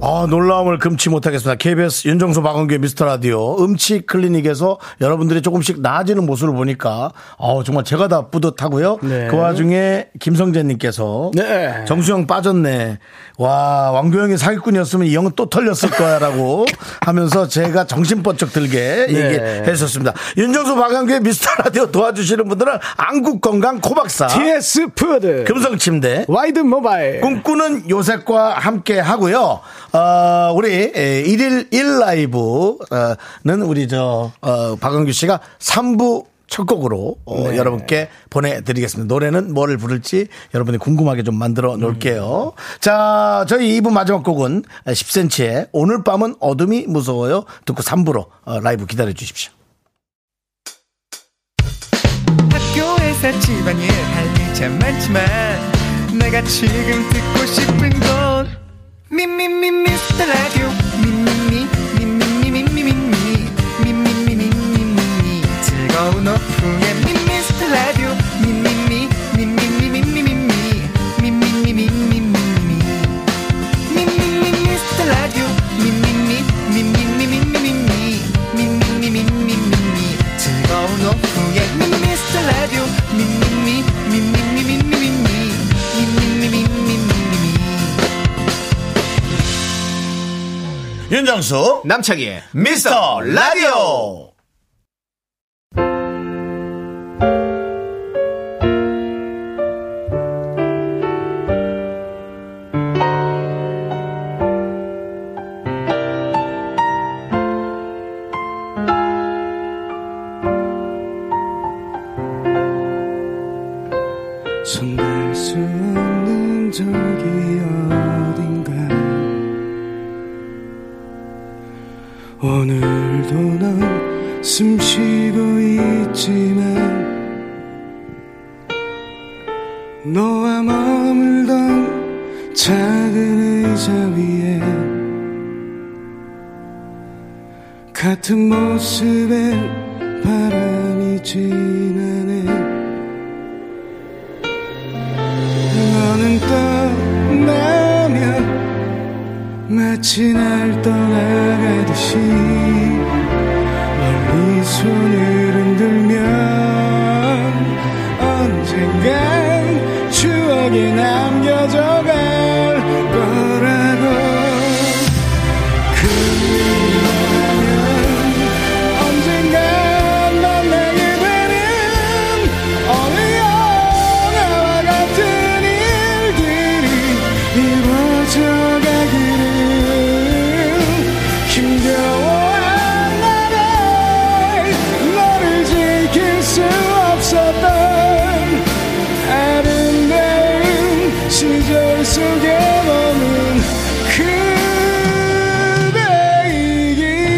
Speaker 1: 아 놀라움을 금치 못하겠습니다 KBS 윤정수 박원규의 미스터라디오 음치 클리닉에서 여러분들이 조금씩 나아지는 모습을 보니까 아 정말 제가 다 뿌듯하고요
Speaker 2: 네.
Speaker 1: 그 와중에 김성재님께서
Speaker 2: 네.
Speaker 1: 정수영 빠졌네 와 왕교영이 사기꾼이었으면 이 형은 또 털렸을 거야라고 [LAUGHS] 하면서 제가 정신 번쩍 들게
Speaker 2: 네.
Speaker 1: 얘기해 주셨습니다 윤정수 박원규의 미스터라디오 도와주시는 분들은 안국건강 코박사
Speaker 2: TS 푸드
Speaker 1: 금성침대
Speaker 2: 와이드 모바일
Speaker 1: 예. 꿈꾸는 요셉과 함께 하고요. 어, 우리 에, 일일 일 어, 라이브는 우리 저 어, 박은규 씨가 3부 첫 곡으로 어,
Speaker 3: 네.
Speaker 1: 여러분께 보내드리겠습니다. 노래는 뭐를 부를지 여러분이 궁금하게 좀 만들어 놓을게요.
Speaker 3: 음.
Speaker 1: 자, 저희 2부 마지막 곡은 10cm의 오늘 밤은 어둠이 무서워요. 듣고 3부로 어, 라이브 기다려 주십시오.
Speaker 7: 학교에서 집안일 할 일 참 많지만 내가 지금 듣고 싶은 건 미미미 미스터 라디오 미미미 미미미 미미미 미미미 미미미 즐거운 오후에 미스터 라디오 미미미 미미미 미미미 미미미 미미미 미미미 미스터 라디오 미미미 미미미 미미미 미미미 미미미 즐거운 오후에 미스터 라디오 미미미 미미미 미미미 미미미 미미미
Speaker 1: 윤정수
Speaker 3: 남창희의
Speaker 1: 미스터 라디오
Speaker 2: 본 적이 어딘가 오늘도 난 숨 쉬고 있지만 너와 머물던 작은 의자 위에 같은 모습에 바람이 지나네 너는 떠나면 마치 날 떠나가듯이 멀리 손을 흔들면 언젠간 추억이 남겨져 갈 거라고 언젠가 만나게 되는 어느 영화와 같은 일들이 이루어져가기를 힘겨워한 나를 너를 지킬 수 없었던 아름다운 시절 속에 머문 그대이기에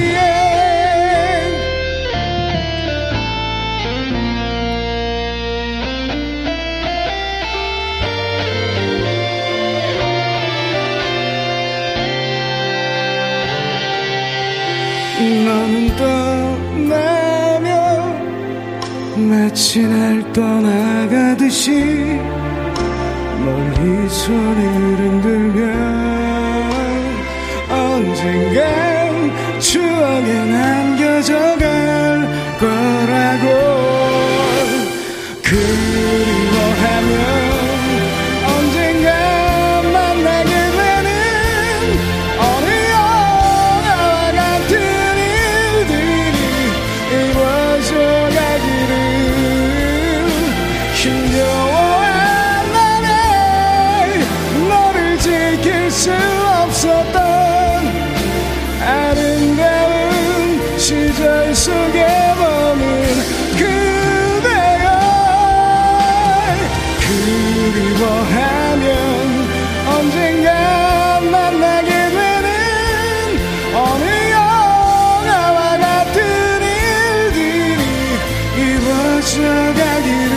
Speaker 2: 너는 떠나며 마치 날 떠나가듯이 멀리 손을 흔들면 언젠간 추억에 남겨져 갈 거라고 그리워하면 언젠가 만나게 되는 어느 영화와 같은 일들이 이루어져가기를 힘겨워한 나를 너를 지킬 수 없었던 아름다운 시절 속에 머문 그대여 그리워하면 언젠가 만나게 되는 어느 영화와 같은 일들이 이루어져가기를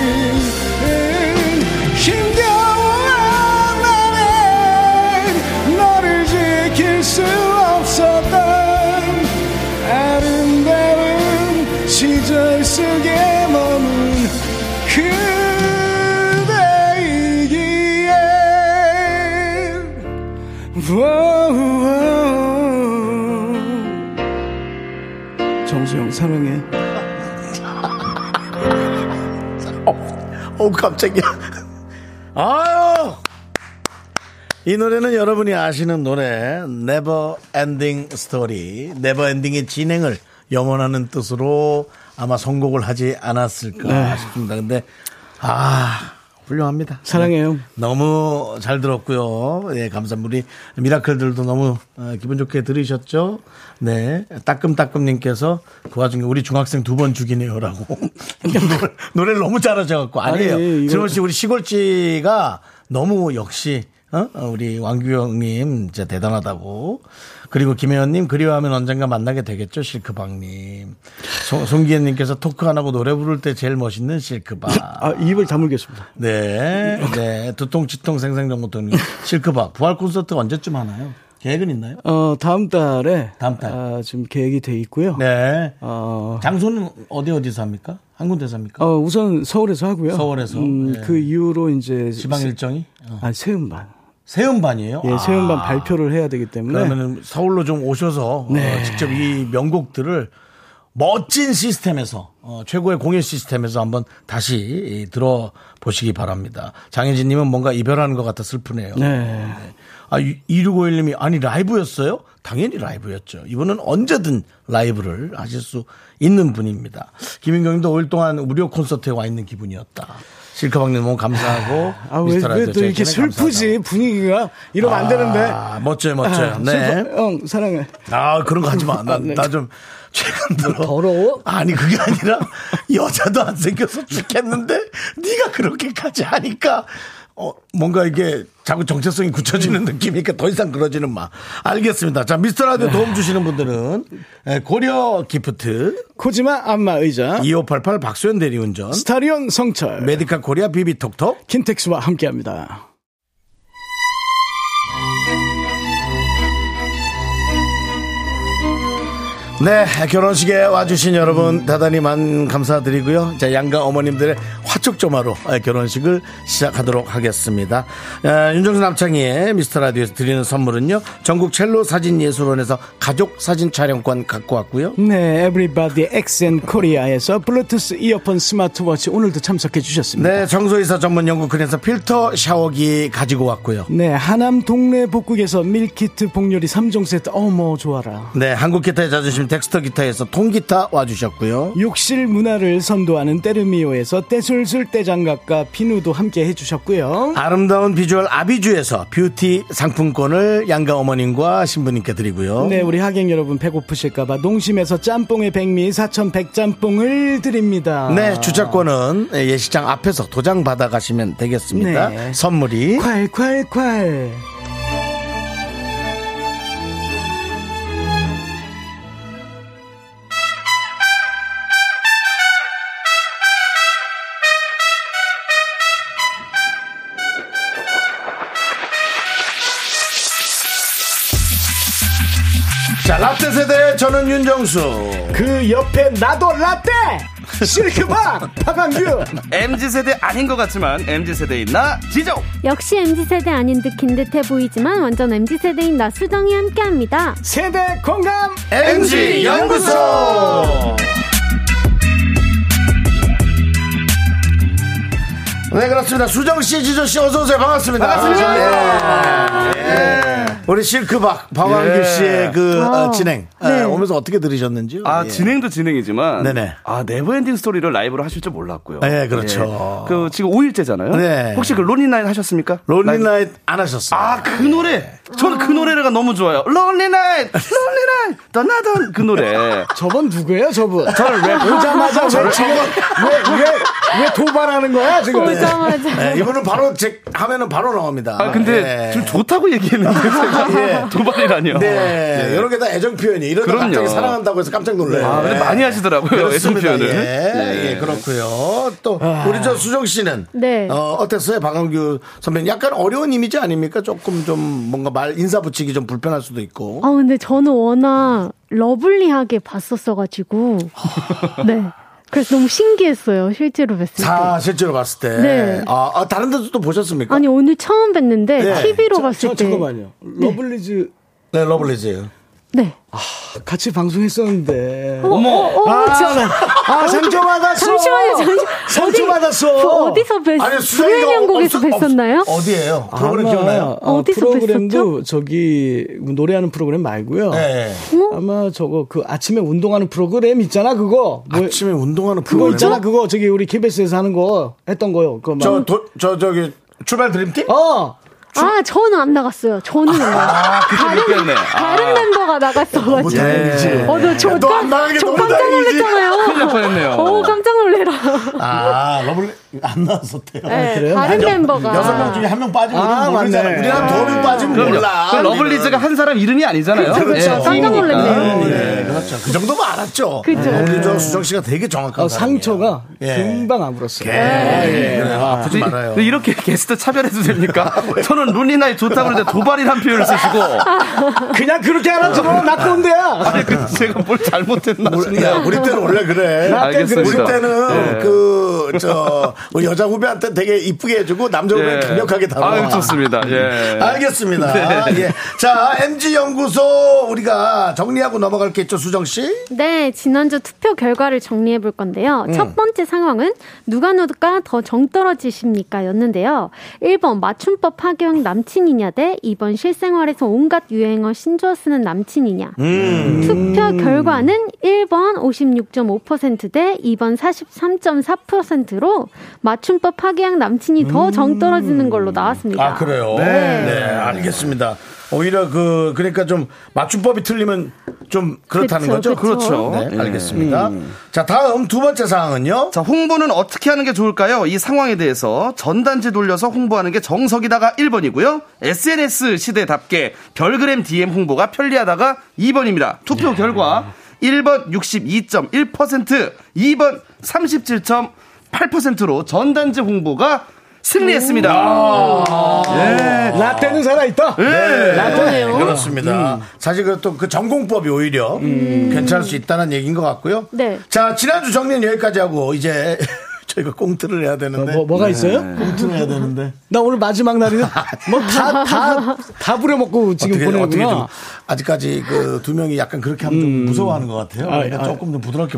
Speaker 2: 힘겨워한 나는 너를 지킬 수 없었던 아름다운 시절 속에 머문 그대이기에 정수영 사랑해
Speaker 1: 어우 깜짝이야. [LAUGHS] 아유. 이 노래는 여러분이 아시는 노래 Never Ending Story, Never Ending의 진행을 염원하는 뜻으로 아마 선곡을 하지 않았을까 싶습니다. 근데 아 훌륭합니다.
Speaker 8: 네. 사랑해요.
Speaker 1: 너무 잘 들었고요. 예, 감사합니다. 우리 미라클들도 너무 어, 기분 좋게 들으셨죠? 네. 따끔따끔님께서 그 와중에 우리 중학생 두 번 죽이네요라고. [LAUGHS] 노래- 노래를 너무 잘하셔갖고. 아니에요.
Speaker 8: 아니, 이거-
Speaker 1: 지원 씨, 우리 시골지가 너무 역시 어? 어, 우리 왕규영님 진짜 대단하다고 그리고 김혜연님 그리워하면 언젠가 만나게 되겠죠 실크방님 송- 송기현님께서 토크 안 하고 노래 부를 때 제일 멋있는 실크방
Speaker 2: [LAUGHS]
Speaker 8: 아, 입을 다물겠습니다.
Speaker 1: 네, 네. 두통, 치통, 생생정보 통 실크박. 부활 콘서트 언제쯤 하나요? 계획은 있나요?
Speaker 8: 어, 다음 달에
Speaker 1: 다음 달.
Speaker 8: 아, 지금 계획이 돼 있고요.
Speaker 1: 네.
Speaker 8: 어,
Speaker 1: 장소는 어디 어디서 합니까? 한 군데서 합니까?
Speaker 8: 어, 우선 서울에서 하고요.
Speaker 1: 서울에서?
Speaker 8: 음,
Speaker 1: 예.
Speaker 8: 그 이후로 이제
Speaker 1: 지방
Speaker 8: 세-
Speaker 1: 일정이? 어.
Speaker 8: 아니, 세음반.
Speaker 1: 세음반이에요?
Speaker 8: 예,
Speaker 1: 아,
Speaker 8: 세음반 발표를 해야 되기 때문에
Speaker 1: 그러면은 서울로 좀 오셔서 어, 직접 이 명곡들을 멋진 시스템에서 어, 최고의 공연 시스템에서 한번 다시 이, 들어보시기 바랍니다. 장혜진님은 뭔가 이별하는 것 같아 슬프네요.
Speaker 8: 네.
Speaker 1: 아, 2651님이 아니 라이브였어요? 당연히 라이브였죠. 이분은 언제든 라이브를 하실 수 있는 분입니다. 김인경님도 5일 동안 무료 콘서트에 와 있는 기분이었다. 실크박님 너무 감사하고
Speaker 8: 아, 왜,
Speaker 1: 미스터
Speaker 8: 왜
Speaker 1: 라디오
Speaker 8: 또 이렇게
Speaker 1: 제작진에
Speaker 8: 슬프지? 분위기가 이러면 안
Speaker 1: 감사하다고.
Speaker 8: 되는데.
Speaker 1: 아, 멋져요, 멋져요.
Speaker 8: 아,
Speaker 1: 네.
Speaker 8: 슬퍼. 형, 사랑해.
Speaker 1: 아 그런 거 하지 마. 나 좀 최근 들어
Speaker 8: 네. 뭐 더러워?
Speaker 1: 아니 그게 아니라 여자도 안 생겨서 죽겠는데 네가 그렇게까지 하니까 어 뭔가 이게 자꾸 정체성이
Speaker 8: 음.
Speaker 1: 굳혀지는 느낌이니까 더 이상 그러지는 마. 알겠습니다. 자, 미스터 라디오 도움 주시는 분들은 에, 고려 기프트,
Speaker 2: 코지마 안마 의자,
Speaker 1: 2588 박수현 대리운전,
Speaker 2: 스타리온 성철,
Speaker 1: 메디카 코리아 비비톡톡,
Speaker 2: 킨텍스와 함께합니다.
Speaker 1: 네, 결혼식에 와주신 여러분 대단히 많 감사드리고요. 자, 양가 어머님들의 화촉조마로 에, 결혼식을 시작하도록 하겠습니다. 에, 윤정수 남창희의 미스터 라디오에서 드리는 선물은요. 전국 첼로 사진 예술원에서 가족 사진 촬영권 갖고 왔고요.
Speaker 2: 네, 에브리바디 엑센 코리아에서 블루투스 이어폰 스마트워치 오늘도 참석해 주셨습니다.
Speaker 1: 네, 청소이사 전문 연구 그래서 필터 샤워기 가지고 왔고요.
Speaker 2: 네, 하남 동네 복국에서 밀키트 복요리 3종 세트 어머 좋아라.
Speaker 1: 네, 한국 기타의 자존심 덱스터 기타에서 통기타 와주셨고요.
Speaker 2: 욕실 문화를 선도하는 때르미오에서 떼술술 떼장갑과 비누도 함께 해주셨고요.
Speaker 1: 아름다운 비주얼 아비주에서 뷰티 상품권을 양가 어머님과 신부님께 드리고요.
Speaker 2: 네, 우리 하객 여러분 배고프실까봐 농심에서 짬뽕의 백미 4,100짬뽕을 드립니다.
Speaker 1: 네, 주차권은 예시장 앞에서 도장 받아 가시면 되겠습니다.
Speaker 2: 네.
Speaker 1: 선물이
Speaker 2: 콸콸콸.
Speaker 1: 자 라떼 세대 저는 윤정수
Speaker 2: 그 옆에 나도 라떼! 실크바! 박강규!
Speaker 8: MZ 세대 아닌 것 같지만 MZ 세대인 나 지정.
Speaker 4: 역시 MZ세대 아닌 듯긴 듯해 보이지만 완전 MZ세대인 나수정이 함께합니다.
Speaker 2: 세대 공감!
Speaker 1: MG 연구소. 네 그렇습니다. 수정 씨, 지조 씨, 어서 오세요. 반갑습니다. 반갑습니다. 우리 실크박 박완규
Speaker 8: 예.
Speaker 1: 씨의 그 어, 진행 예,
Speaker 4: 네.
Speaker 1: 오면서 어떻게 들으셨는지요?
Speaker 8: 아
Speaker 1: 예.
Speaker 8: 진행도 진행이지만
Speaker 1: 네네.
Speaker 8: 아 네버엔딩 스토리를 라이브로 하실 줄 몰랐고요.
Speaker 1: 예, 그렇죠.
Speaker 8: 예. 그 지금 5일째잖아요.
Speaker 1: 네.
Speaker 8: 혹시 그 론리나인 하셨습니까?
Speaker 1: 롤리 나잇 안 하셨어요?
Speaker 8: 아 그 노래 저는 그 노래가 너무 좋아요. 론리나인 론리나인 떠나던 그 노래.
Speaker 2: 저번 누구예요, 저분?
Speaker 8: [LAUGHS] 저를 왜
Speaker 2: 오자마자 왜 지금 왜, 왜, 왜 도발하는 거야, 지금?
Speaker 4: 오자마자.
Speaker 1: 예, 이분은 바로 제 하면은 바로 나옵니다.
Speaker 8: 아 근데
Speaker 1: 예.
Speaker 8: 좀 좋다고 얘기했는데 제가
Speaker 1: [LAUGHS] 예.
Speaker 8: 도발이라니요.
Speaker 1: 네, 이런 게 다 애정 표현이 이런
Speaker 8: 그럼요.
Speaker 1: 갑자기 사랑한다고 해서 깜짝 놀라요.
Speaker 8: 아, 근데
Speaker 1: 예.
Speaker 8: 많이 하시더라고요. 애정
Speaker 1: 그렇습니다.
Speaker 8: 표현을.
Speaker 1: 예,
Speaker 8: 예. 아.
Speaker 1: 예, 그렇고요. 또 우리 저 수정 씨는
Speaker 4: 네.
Speaker 1: 어, 어땠어요, 박광규 선배님? 약간 어려운 이미지 아닙니까? 조금 좀 뭔가 말 인사 붙이기 좀 불편할 수도 있고.
Speaker 4: [LAUGHS] 아 근데 저는 워낙 러블리하게 봤었어가지고 네 그래서 너무 신기했어요 실제로 뵀을 때
Speaker 1: 사 실제로 봤을 때.
Speaker 4: 네.
Speaker 1: 아, 아, 다른 데서 또 보셨습니까?
Speaker 4: 아니 오늘 처음 뵀는데
Speaker 1: 네.
Speaker 4: TV로 봤을
Speaker 2: 저,
Speaker 4: 때
Speaker 2: 잠깐만요. 러블리즈
Speaker 1: 네, 러블리즈예요.
Speaker 4: 네.
Speaker 2: 같이 방송했었는데.
Speaker 8: 어머.
Speaker 4: 어, 어,
Speaker 2: 아,
Speaker 4: 저-
Speaker 2: 나- 아, 상처 받았어.
Speaker 4: 잠시만요, 잠시만요.
Speaker 2: 상처
Speaker 4: 어디-
Speaker 2: 받았어.
Speaker 4: 그 어디서 뵀,
Speaker 1: 아니,
Speaker 4: 불의
Speaker 1: 수정이가
Speaker 4: 명곡에서
Speaker 1: 없- 없-
Speaker 4: 뵀었나요?
Speaker 1: 어디예요? 프로그램
Speaker 2: 아마,
Speaker 1: 기억나요?
Speaker 2: 어,
Speaker 4: 어디서
Speaker 2: 프로그램도 저기 뭐 노래하는 프로그램 말고요.
Speaker 1: 네.
Speaker 2: 아마 저거 그 아침에 운동하는 프로그램 있잖아 그거. 뭐,
Speaker 1: 아침에 운동하는
Speaker 2: 그거
Speaker 1: 프로그램.
Speaker 2: 있잖아 그거 저기 우리 KBS에서 하는 거 했던 거요. 그거 막.
Speaker 1: 저, 도, 저, 저기, 출발 드림팀?
Speaker 2: 음. 어.
Speaker 4: 아, 저는 안 나갔어요. 저는 안 나갔어요. 다른,
Speaker 8: 느꼈네. 아.
Speaker 4: 다른 멤버가 나갔어가지고.
Speaker 1: 다행이지.
Speaker 4: 어, 너 저,
Speaker 1: 너안 나간 게
Speaker 4: 저
Speaker 1: 너무
Speaker 4: 깜짝
Speaker 1: 다행이지.
Speaker 8: 큰일 날 뻔했네요.
Speaker 4: 놀랐잖아요. 어, 깜짝 놀래라.
Speaker 1: 아, 러블리, 안 나왔었대요.
Speaker 4: 네,
Speaker 2: 그래요?
Speaker 4: 다른 멤버가.
Speaker 1: 아, 여섯 명 중에 한 명 빠지면
Speaker 2: 아,
Speaker 1: 우리는 모르잖아.
Speaker 2: 맞네.
Speaker 1: 우리는 더명 빠지면
Speaker 8: 그럼요.
Speaker 1: 몰라.
Speaker 8: 그
Speaker 1: 우리는.
Speaker 8: 러블리즈가 한 사람 이름이 아니잖아요.
Speaker 4: 그렇죠.
Speaker 8: 예,
Speaker 4: 깜짝 놀랐네요.
Speaker 8: 팀이니까.
Speaker 1: 네, 그렇죠. 그 정도면 알았죠.
Speaker 4: 그죠.
Speaker 1: 우리 예, 저 수정 씨가 되게 정확한
Speaker 2: 어, 상처가
Speaker 1: 사람이에요.
Speaker 2: 금방 아물었어요.
Speaker 1: 예. 예. 예. 아, 아프지
Speaker 8: 근데
Speaker 1: 말아요. 아,
Speaker 8: 근데 이렇게 게스트 차별해도
Speaker 1: [LAUGHS]
Speaker 8: 됩니까? 저는 룬리나이 좋다고 그러는데 도발이란 표현을 쓰시고
Speaker 2: 그냥 그렇게 하나 들어 나 꼰대야.
Speaker 8: 아니 그 제가 뭘 잘못했나
Speaker 1: 우리, 야, 우리 때는 원래 그래.
Speaker 8: 나 때는 그랬어.
Speaker 1: 우리 때는
Speaker 8: 예.
Speaker 1: 그, 저, 우리 여자 후배한테 되게 이쁘게 해주고 남자 후배는 강력하게 다뤄.
Speaker 8: 아 좋습니다. 예. 네.
Speaker 1: 알겠습니다. 예. 자, MG연구소 우리가 정리하고 넘어갈 게 있죠, 수정씨?
Speaker 4: 네, 지난주 투표 결과를 정리해 볼 건데요.
Speaker 1: 음.
Speaker 4: 첫 번째 상황은 누가 누가 더 정 떨어지십니까? 였는데요. 1번 맞춤법 파경 남친이냐 대 2번 실생활에서 온갖 유행어 신조어 쓰는 남친이냐.
Speaker 1: 음.
Speaker 4: 투표 결과는 1번 56.5%대 2번 43.4%로 맞춤법 파기양 남친이 더 정 떨어지는 걸로 나왔습니다.
Speaker 1: 아, 그래요?
Speaker 4: 네.
Speaker 1: 네, 알겠습니다. 오히려 그 그러니까 좀 맞춤법이 틀리면 좀 그렇다는
Speaker 4: 그쵸,
Speaker 1: 거죠.
Speaker 4: 그쵸.
Speaker 1: 네,
Speaker 8: 음.
Speaker 1: 알겠습니다. 자, 다음 두 번째 사항은요.
Speaker 8: 자, 홍보는 어떻게 하는 게 좋을까요? 이 상황에 대해서 전단지 돌려서 홍보하는 게 정석이다가 1번이고요. SNS 시대답게 별그램 DM 홍보가 편리하다가 2번입니다. 투표 결과 1번 62.1%, 2번 37.8%로 전단지 홍보가 승리했습니다.
Speaker 1: 예.
Speaker 2: 라떼는 살아있다.
Speaker 1: 네.
Speaker 2: 음.
Speaker 1: 그렇습니다. 사실 그또 그 전공법이 오히려 괜찮을 수 있다는 얘기인 것 같고요.
Speaker 4: 네.
Speaker 1: 자, 지난주 정리는 여기까지 하고 이제 [LAUGHS] 저희가 꽁트를 해야 되는데.
Speaker 2: 뭐, 뭐가 있어요?
Speaker 1: 네.
Speaker 2: 공통해야 되는데. 나 오늘 마지막 날이네. 뭐, 다, 다, 다 부려먹고 지금
Speaker 1: 어떻게, 어떻게 좀
Speaker 2: 보내구나. 음.
Speaker 1: 아직까지 그 두 명이 약간 그렇게 하면 좀 무서워하는 것 같아요.
Speaker 2: 아,
Speaker 1: 그러니까
Speaker 2: 아,
Speaker 1: 조금 더 부드럽게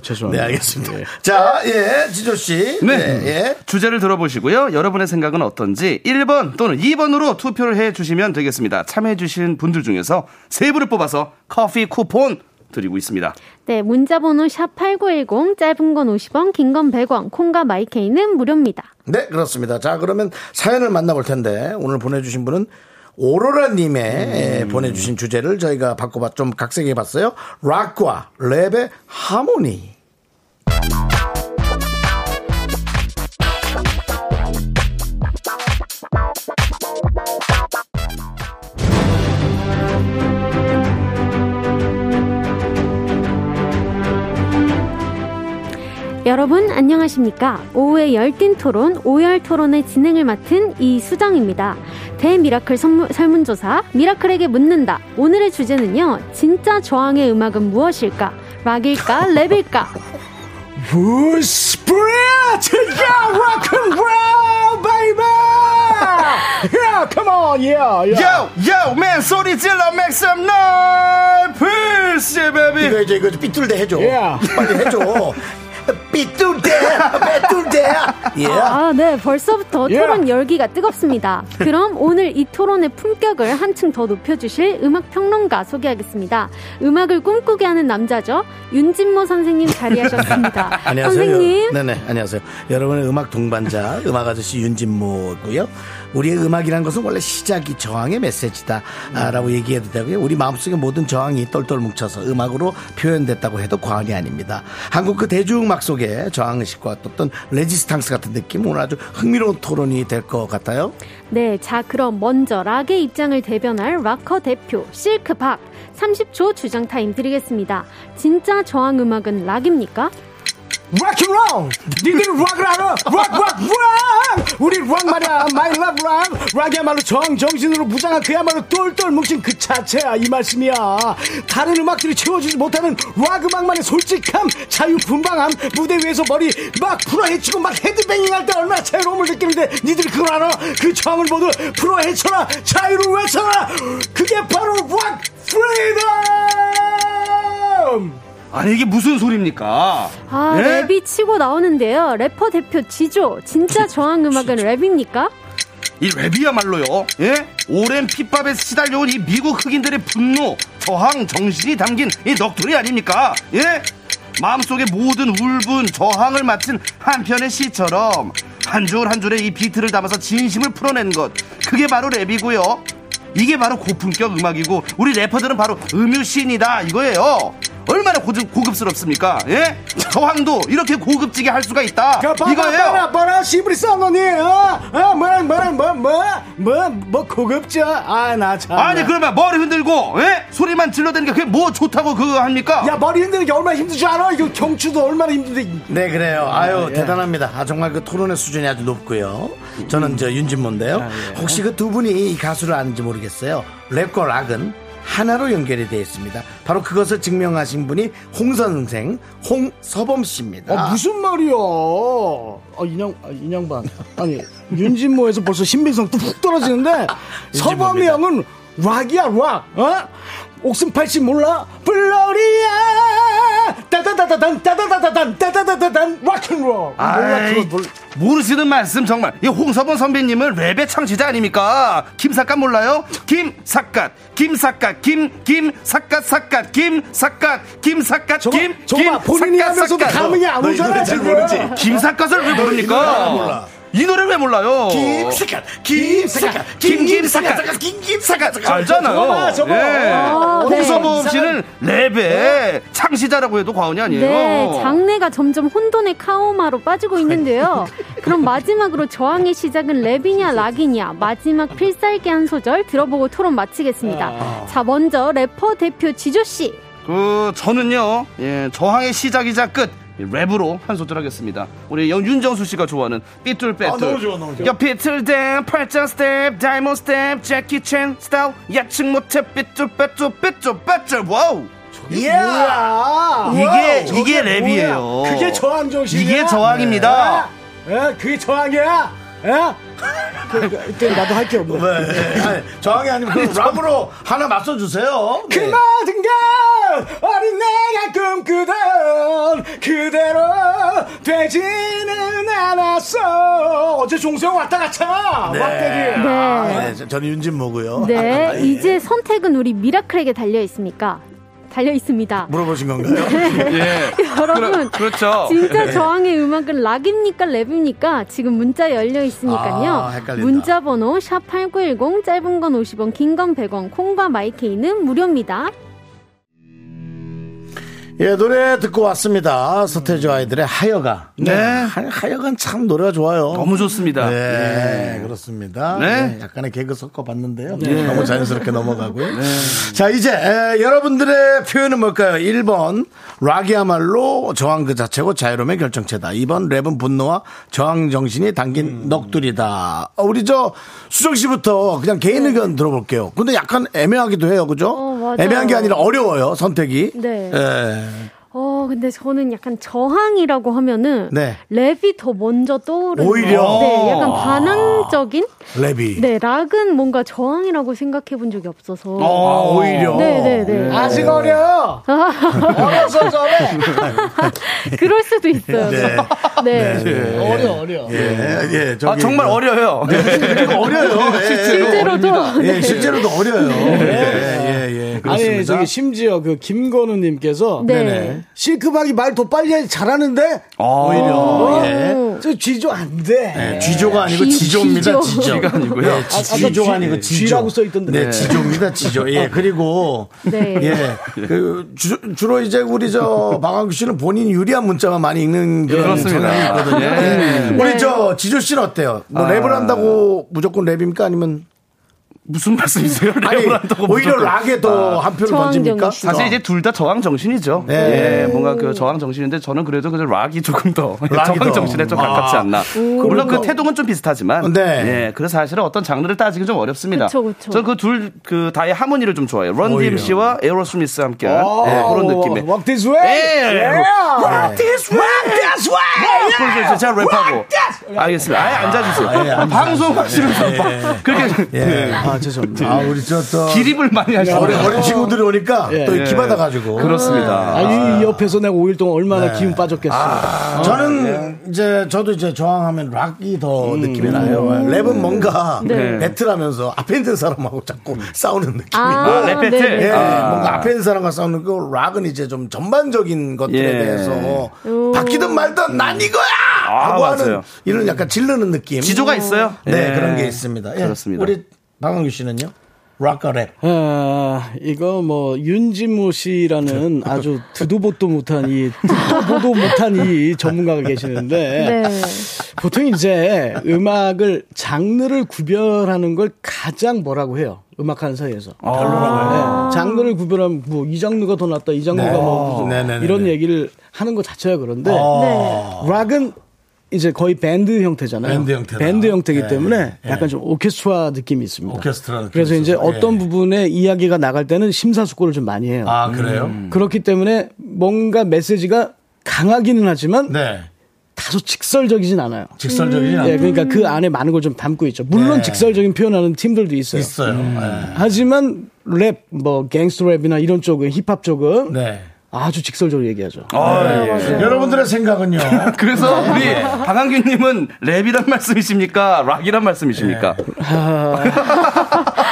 Speaker 2: 죄송- 죄송합니다.
Speaker 1: 네, 알겠습니다. 자, 예, 지조 씨.
Speaker 8: 네.
Speaker 1: 예.
Speaker 8: 주제를 들어보시고요. 여러분의 생각은 어떤지 1번 또는 2번으로 투표를 해 주시면 되겠습니다. 참여해 주신 분들 중에서 세 분을 뽑아서 커피 쿠폰 드리고 있습니다.
Speaker 4: 네, 문자번호 샵8910, 짧은 건 50원, 긴 건 100원, 콩과 마이케이는 무료입니다.
Speaker 1: 네, 그렇습니다. 자, 그러면 사연을 만나볼 텐데 오늘 보내주신 분은 오로라님의 예, 보내주신 주제를 저희가 바꿔봤, 좀 각색해봤어요. 락과 랩의 하모니.
Speaker 4: 여러분, 안녕하십니까. 오후의 열띤 토론, 오열 토론의 진행을 맡은 이수정입니다. 대미라클 선물- 설문조사, 미라클에게 묻는다. 오늘의 주제는요, 진짜 저항의 음악은 무엇일까? 락일까? 랩일까?
Speaker 2: 부스프레트 야 락앤롤 베이비 야 컴온 야야
Speaker 8: Yo, yo, man, 소리 질러, make some noise, peace, baby.
Speaker 1: 이거 이제 이거 삐뚤대 해줘.
Speaker 2: 예.
Speaker 1: 빨리 해줘. 삐뚤대, 삐뚤대. 예.
Speaker 4: 아, 네. 벌써부터
Speaker 2: 예.
Speaker 4: 토론 열기가 아, 뜨겁습니다. 그럼 오늘 이 토론의 품격을 한층 더 높여주실 음악 평론가 소개하겠습니다. 음악을 꿈꾸게 하는 남자죠. 윤진모 선생님 자리하셨습니다.
Speaker 2: [LAUGHS]
Speaker 1: 안녕하세요.
Speaker 4: 선생님.
Speaker 1: 네네, 안녕하세요. 여러분의 음악 동반자, 음악 아저씨 윤진모고요. 우리의 음악이란 것은 원래 시작이 저항의 메시지다. 아, 라고 얘기해도 되고요. 우리 마음속의 모든 저항이 똘똘 뭉쳐서 음악으로 표현됐다고 해도 과언이 아닙니다. 한국 그 대중음악 속에 저항의식과 또 어떤 레지스탕스 같은 느낌 오늘 아주 흥미로운 토론이 될 것 같아요.
Speaker 4: 네, 자 그럼 먼저 락의 입장을 대변할 락커 대표 실크 박 30초 주장 타임 드리겠습니다. 진짜 저항 음악은 락입니까?
Speaker 2: 락앤롤 니들 락을 알아 락락락 우리 락 말이야 마이 러브 락 락이야말로 정정신으로 무장한 그야말로 똘똘 뭉친 그 자체야 이 말씀이야 다른 음악들이 채워주지 못하는 락 음악만의 솔직함 자유분방함 무대 위에서 머리 막 풀어헤치고 막 헤드뱅잉 할 때 얼마나 자유로움을 느끼는데 니들 그걸 알아 그 저항을 모두 풀어헤쳐라 자유를 외쳐라 그게 바로 락 프리덤
Speaker 8: 아니, 이게 무슨 소리입니까?
Speaker 4: 아
Speaker 8: 예?
Speaker 4: 랩이 치고 나오는데요. 래퍼 대표 지조 진짜 저항 음악은 랩입니까?
Speaker 8: 이 랩이야말로요. 예? 오랜 핏밥에 시달려온 이 미국 흑인들의 분노, 저항 정신이 담긴 이 넋두리 아닙니까? 예? 마음속의 모든 울분, 저항을 마친 한편의 시처럼 한 줄 한 줄의 이 비트를 담아서 진심을 풀어낸 것. 그게 바로 랩이고요. 이게 바로 고품격 음악이고 우리 래퍼들은 바로 음유시인이다 이거예요. 얼마나 고급, 고급스럽습니까? 예? 저항도 이렇게 고급지게 할 수가 있다. 이거예요.
Speaker 2: 그러니까 빠라 빠라 시브리 어? 쌍언니 뭐, 어뭐뭐뭐뭐뭐뭐 고급져 아나 참.
Speaker 8: 아니 그러면 머리 흔들고 예? 소리만 질러대는 게 그게 뭐 좋다고 그거 합니까?
Speaker 2: 야 머리 흔드는 게 얼마나 힘든 줄 알아? 이거 경추도 얼마나 힘든데.
Speaker 1: 네, 그래요. 아유, 대단합니다. 아, 정말 그 토론의 수준이 아주 높고요. 저는 저 윤진모인데요. 혹시 그 두 분이 이 가수를 아는지 모르겠어요. 랩과 락은 하나로 연결이 되어 있습니다. 바로 그것을 증명하신 분이 홍선생, 홍서범 씨입니다.
Speaker 2: 아, 무슨 말이야? 아, 인양 아, 인양반 아니 윤진모에서 벌써 신빙성 뚝
Speaker 8: [LAUGHS]
Speaker 2: 떨어지는데 서범이 형은 락이야 락. 어? 옥순팔씨 몰라? 블러리야 따다다다단 따다다다단 따다다다단 락앤롤 몰라
Speaker 8: 아이,
Speaker 2: 그거 몰라
Speaker 8: 모르시는 말씀 정말 이 홍서범 선배님은 랩의 창시자 아닙니까? 김삿갓 몰라요? 김삿갓 김삿갓 김김 삿갓 삿갓 김삿갓 김삿갓
Speaker 2: 저거,
Speaker 8: 김
Speaker 2: 저거 봐. 본인이 하면서도 감흥이 안 오잖아, 지금.
Speaker 8: 김삿갓을 왜 모릅니까? 이 노래 왜 몰라요?
Speaker 1: 김사카 김사카
Speaker 8: 김김사카.
Speaker 1: 김김사카 김김사카
Speaker 8: 알잖아요.
Speaker 1: 저거 저거
Speaker 8: 예.
Speaker 4: 아, 네.
Speaker 8: 홍서범 씨는 랩의 창시자라고 해도 과언이 아니에요.
Speaker 4: 네, 장르가 점점 혼돈의 카오마로 빠지고 있는데요. 그럼 마지막으로 저항의 시작은 랩이냐 락이냐 마지막 필살기 한 소절 들어보고 토론
Speaker 8: 아.
Speaker 4: 마치겠습니다. 자, 먼저 래퍼 대표 지조 씨.
Speaker 8: 그 저는요 예, 저항의 시작이자 끝 랩으로 한 소절 하겠습니다. 우리 영- 윤정수 씨가 좋아하는 삐뚤빼뚤.
Speaker 1: 너무 좋아, 너무 좋아.
Speaker 8: 야 삐뚤댐 팔짱 스텝 다이몬 스텝 재키 챈 스타일 예측 못해 삐뚤빼뚤 삐뚤빼뚤 와우.
Speaker 1: 이야
Speaker 8: 이게
Speaker 1: 저게
Speaker 8: 이게
Speaker 1: 뭐야?
Speaker 8: 랩이에요.
Speaker 1: 그게 저항 정신이야
Speaker 8: 이게 저항입니다.
Speaker 2: 에? 네. 그게 저항이야? 에? 그, 그, 나도 할 게 없네.
Speaker 1: 왜? 아니, 저항이 아니고 그 람으로 하나 맞춰 주세요. 네.
Speaker 2: 그 모든 건 어린 내가 꿈꾸던 그대로 되지는 않았어. 어제 종수형 왔다 아, 갔잖아.
Speaker 1: 네.
Speaker 4: 네.
Speaker 1: 네, 저- 저는
Speaker 8: 어,
Speaker 1: 윤진모고요.
Speaker 4: 네,
Speaker 1: 아, 예.
Speaker 4: 이제 선택은 우리 미라클에게 달려 있습니까? 달려 있습니다.
Speaker 1: 물어보신 건가요?
Speaker 8: 예.
Speaker 4: 여러분,
Speaker 8: 뭐, 그렇죠.
Speaker 1: 네.
Speaker 4: 진짜 저항의 음악은 락입니까 랩입니까? 지금 문자 열려 있으니까요.
Speaker 1: 아, 헷갈린다.
Speaker 4: 문자 번호 샵 8910 짧은 건 50원, 긴 건 100원. 콩과 마이케이는 무료입니다.
Speaker 1: 예, 노래 듣고 왔습니다. 서태지 아이들의 하여가. 네. 하- 하여간 참 노래가 좋아요.
Speaker 8: 너무 좋습니다. 예.
Speaker 1: 네, 그렇습니다.
Speaker 8: 네.
Speaker 1: 네, 약간의 개그 섞어봤는데요. 너무 자연스럽게
Speaker 8: 네.
Speaker 1: 넘어가고요. 자, 이제 에, 여러분들의 표현은 뭘까요? 1번 락이야말로 저항 그 자체고 자유로움의 결정체다. 2번 랩은 분노와 저항 정신이 담긴
Speaker 8: 음.
Speaker 1: 넋두리다. 어, 우리 저 수정 씨부터 그냥 개인 의견 들어볼게요. 근데 약간 애매하기도 해요, 그죠?
Speaker 4: 네. 어, 맞아요.
Speaker 1: 애매한 게 아니라 어려워요, 선택이.
Speaker 4: 네.
Speaker 1: 예.
Speaker 4: 어, 근데 저는 약간 저항이라고 하면은
Speaker 1: 네.
Speaker 4: 랩이 더 먼저 떠오르는
Speaker 1: 오히려.
Speaker 4: 것 같아요. 네, 약간 반항적인
Speaker 1: 랩이.
Speaker 4: 네, 락은 뭔가 저항이라고 생각해 본 적이 없어서.
Speaker 1: 아, 오히려.
Speaker 4: 네, 네, 네.
Speaker 2: 아직
Speaker 1: [LAUGHS]
Speaker 2: 어려. 어려서 저래.
Speaker 4: 그럴 수도 있어요.
Speaker 1: 네.
Speaker 4: 네.
Speaker 2: 어려 어려.
Speaker 1: 예, 예, 저기 예,
Speaker 8: 아 정말
Speaker 1: 그- [LAUGHS]
Speaker 8: 어려요.
Speaker 1: 어려요.
Speaker 4: 실제로도
Speaker 6: 아,
Speaker 1: 예, 실제로도 어려요. 예, 예, 예. 그렇습니다.
Speaker 2: 아니 저기 심지어 그 김건우님께서
Speaker 4: 네.
Speaker 1: 네네.
Speaker 2: 실크박이 말 더 빨리 해- 잘하는데
Speaker 8: 아,
Speaker 1: 오히려, 예.
Speaker 2: 저 쥐조 안 돼.
Speaker 1: 예, 쥐조가 아니고
Speaker 4: 쥐,
Speaker 1: 지조입니다,
Speaker 4: 쥐조.
Speaker 1: 지조. 가 아니고요.
Speaker 2: 쥐-
Speaker 1: 쥐조가 아니고 지조.
Speaker 2: 쥐라고 써 있던데.
Speaker 1: 네, 지조입니다, 지조. 예, 그리고.
Speaker 4: 네.
Speaker 1: 예. 그, 주, 주로 이제 우리 저, 방학규 씨는 본인 유리한 문자만 많이 읽는 그런
Speaker 8: 예, 그렇습니다.
Speaker 1: 성향이거든요.
Speaker 8: 예.
Speaker 1: 우리 저, 지조 씨는 어때요?
Speaker 8: 아.
Speaker 1: 뭐 랩을 한다고 무조건 랩입니까? 아니면.
Speaker 8: 무슨 말씀이세요?
Speaker 1: 아니,
Speaker 8: 랩을 한다고
Speaker 1: 오히려
Speaker 8: 무조건. 아.
Speaker 1: 락에 더 한 표를
Speaker 4: 저항
Speaker 1: 던집니까?
Speaker 4: 정신.
Speaker 8: 사실 이제 둘 다 저항 정신이죠.
Speaker 1: 네.
Speaker 8: 예, 뭔가 그 저항 정신인데 저는 그래도 그 락이 조금 더
Speaker 1: 락이 더.
Speaker 8: [LAUGHS] 저항 정신에 좀
Speaker 1: 아.
Speaker 8: 가깝지 않나. 물론
Speaker 1: 그러니까.
Speaker 8: 그 태동은 좀 비슷하지만,
Speaker 1: 네.
Speaker 8: 예, 그래서 사실은 어떤 장르를 따지기 좀 어렵습니다.
Speaker 4: 그쵸, 그쵸.
Speaker 8: 저그둘 그 다의 하모니를 좀 좋아해요. 런
Speaker 1: 오히려.
Speaker 8: DMC와 에어로스미스 함께한 예, 그런 느낌의.
Speaker 2: Walk this way.
Speaker 8: 예.
Speaker 2: Walk this way.
Speaker 8: 뭐, 그래서 제가 랩하고. 알겠습니다. 아예 앉아주세요.
Speaker 1: 아, 예, 앉아,
Speaker 8: 방송 하시면서 막 그렇게
Speaker 1: 예.
Speaker 2: 아 죄송합니다.
Speaker 1: 아, 우리 저, 또.
Speaker 8: 기립을 많이
Speaker 1: 어린,
Speaker 8: 하시고.
Speaker 1: 어린 친구들이 오니까 또
Speaker 8: 아. 예.
Speaker 1: 기받아가지고.
Speaker 8: 그렇습니다.
Speaker 2: 아이 옆에서 내가 5일 동안 얼마나 기운 빠졌겠어.
Speaker 1: 아. 저는 이제 저도 이제 저항하면 락이
Speaker 8: 음.
Speaker 1: 더 느낌이 나요. 랩은 뭔가
Speaker 4: 네.
Speaker 1: 배틀하면서 앞에 있는 사람하고 자꾸 싸우는 느낌.
Speaker 8: 아, 랩 배틀?
Speaker 4: 네, 네.
Speaker 1: 예,
Speaker 8: 음. 아.
Speaker 1: 뭔가 앞에 있는 사람과 싸우는 거 락은 이제 좀 전반적인 것들에
Speaker 8: 예.
Speaker 1: 대해서 바뀌든 말든 난 이거야 하고 하는
Speaker 8: 맞아요.
Speaker 1: 이런 약간 질르는 느낌.
Speaker 8: 지조가 있어요?
Speaker 1: 네
Speaker 8: 예.
Speaker 1: 그런 게 있습니다. 예.
Speaker 8: 그렇습니다. 음.
Speaker 1: 우리 박광규 씨는요? 락과 랩.
Speaker 2: 아, 이거 뭐 윤진모 씨라는 아주 두도보도 못한 이 두도보도 못한 이 전문가가 계시는데
Speaker 4: 네.
Speaker 2: 보통 이제 음악을 장르를 구별하는 걸 가장 뭐라고 해요? 음악하는 사이에서.
Speaker 1: 아.
Speaker 2: 네, 장르를 구별하면 뭐 이 장르가 더 낫다, 이 장르가
Speaker 1: 네.
Speaker 2: 뭐 무슨
Speaker 1: 네네네네.
Speaker 2: 이런 얘기를 하는 것 자체가 그런데
Speaker 4: 네.
Speaker 1: 어.
Speaker 2: 락은 이제 거의 밴드 형태잖아요.
Speaker 1: 밴드 형태다.
Speaker 2: 이기
Speaker 1: 예,
Speaker 2: 때문에
Speaker 1: 예.
Speaker 2: 약간 좀 오케스트라 느낌이 있습니다.
Speaker 1: 오케스트라 느낌이
Speaker 2: 그래서 이제
Speaker 1: 있어서,
Speaker 2: 어떤
Speaker 1: 예.
Speaker 2: 부분에 이야기가 나갈 때는 심사숙고를 좀 많이 해요.
Speaker 1: 아 그래요?
Speaker 8: 음.
Speaker 2: 그렇기 때문에 뭔가 메시지가 강하기는 하지만
Speaker 1: 네.
Speaker 2: 다소 직설적이진 않아요.
Speaker 1: 직설적이지 않아요.
Speaker 2: 예, 그러니까 그 안에 많은 걸 좀 담고 있죠. 물론
Speaker 1: 네.
Speaker 2: 직설적인 표현하는 팀들도 있어요.
Speaker 1: 있어요. 음.
Speaker 2: 하지만 랩, 뭐 갱스터 랩이나 이런 쪽은 힙합 쪽은
Speaker 1: 예. 네.
Speaker 2: 아주 직설적으로 얘기하죠.
Speaker 8: 아, 예. [LAUGHS]
Speaker 1: 여러분들의 생각은요?
Speaker 8: 그래서 우리 박한규님은 랩이란
Speaker 1: 네.
Speaker 8: 말씀이십니까? 락이란 말씀이십니까?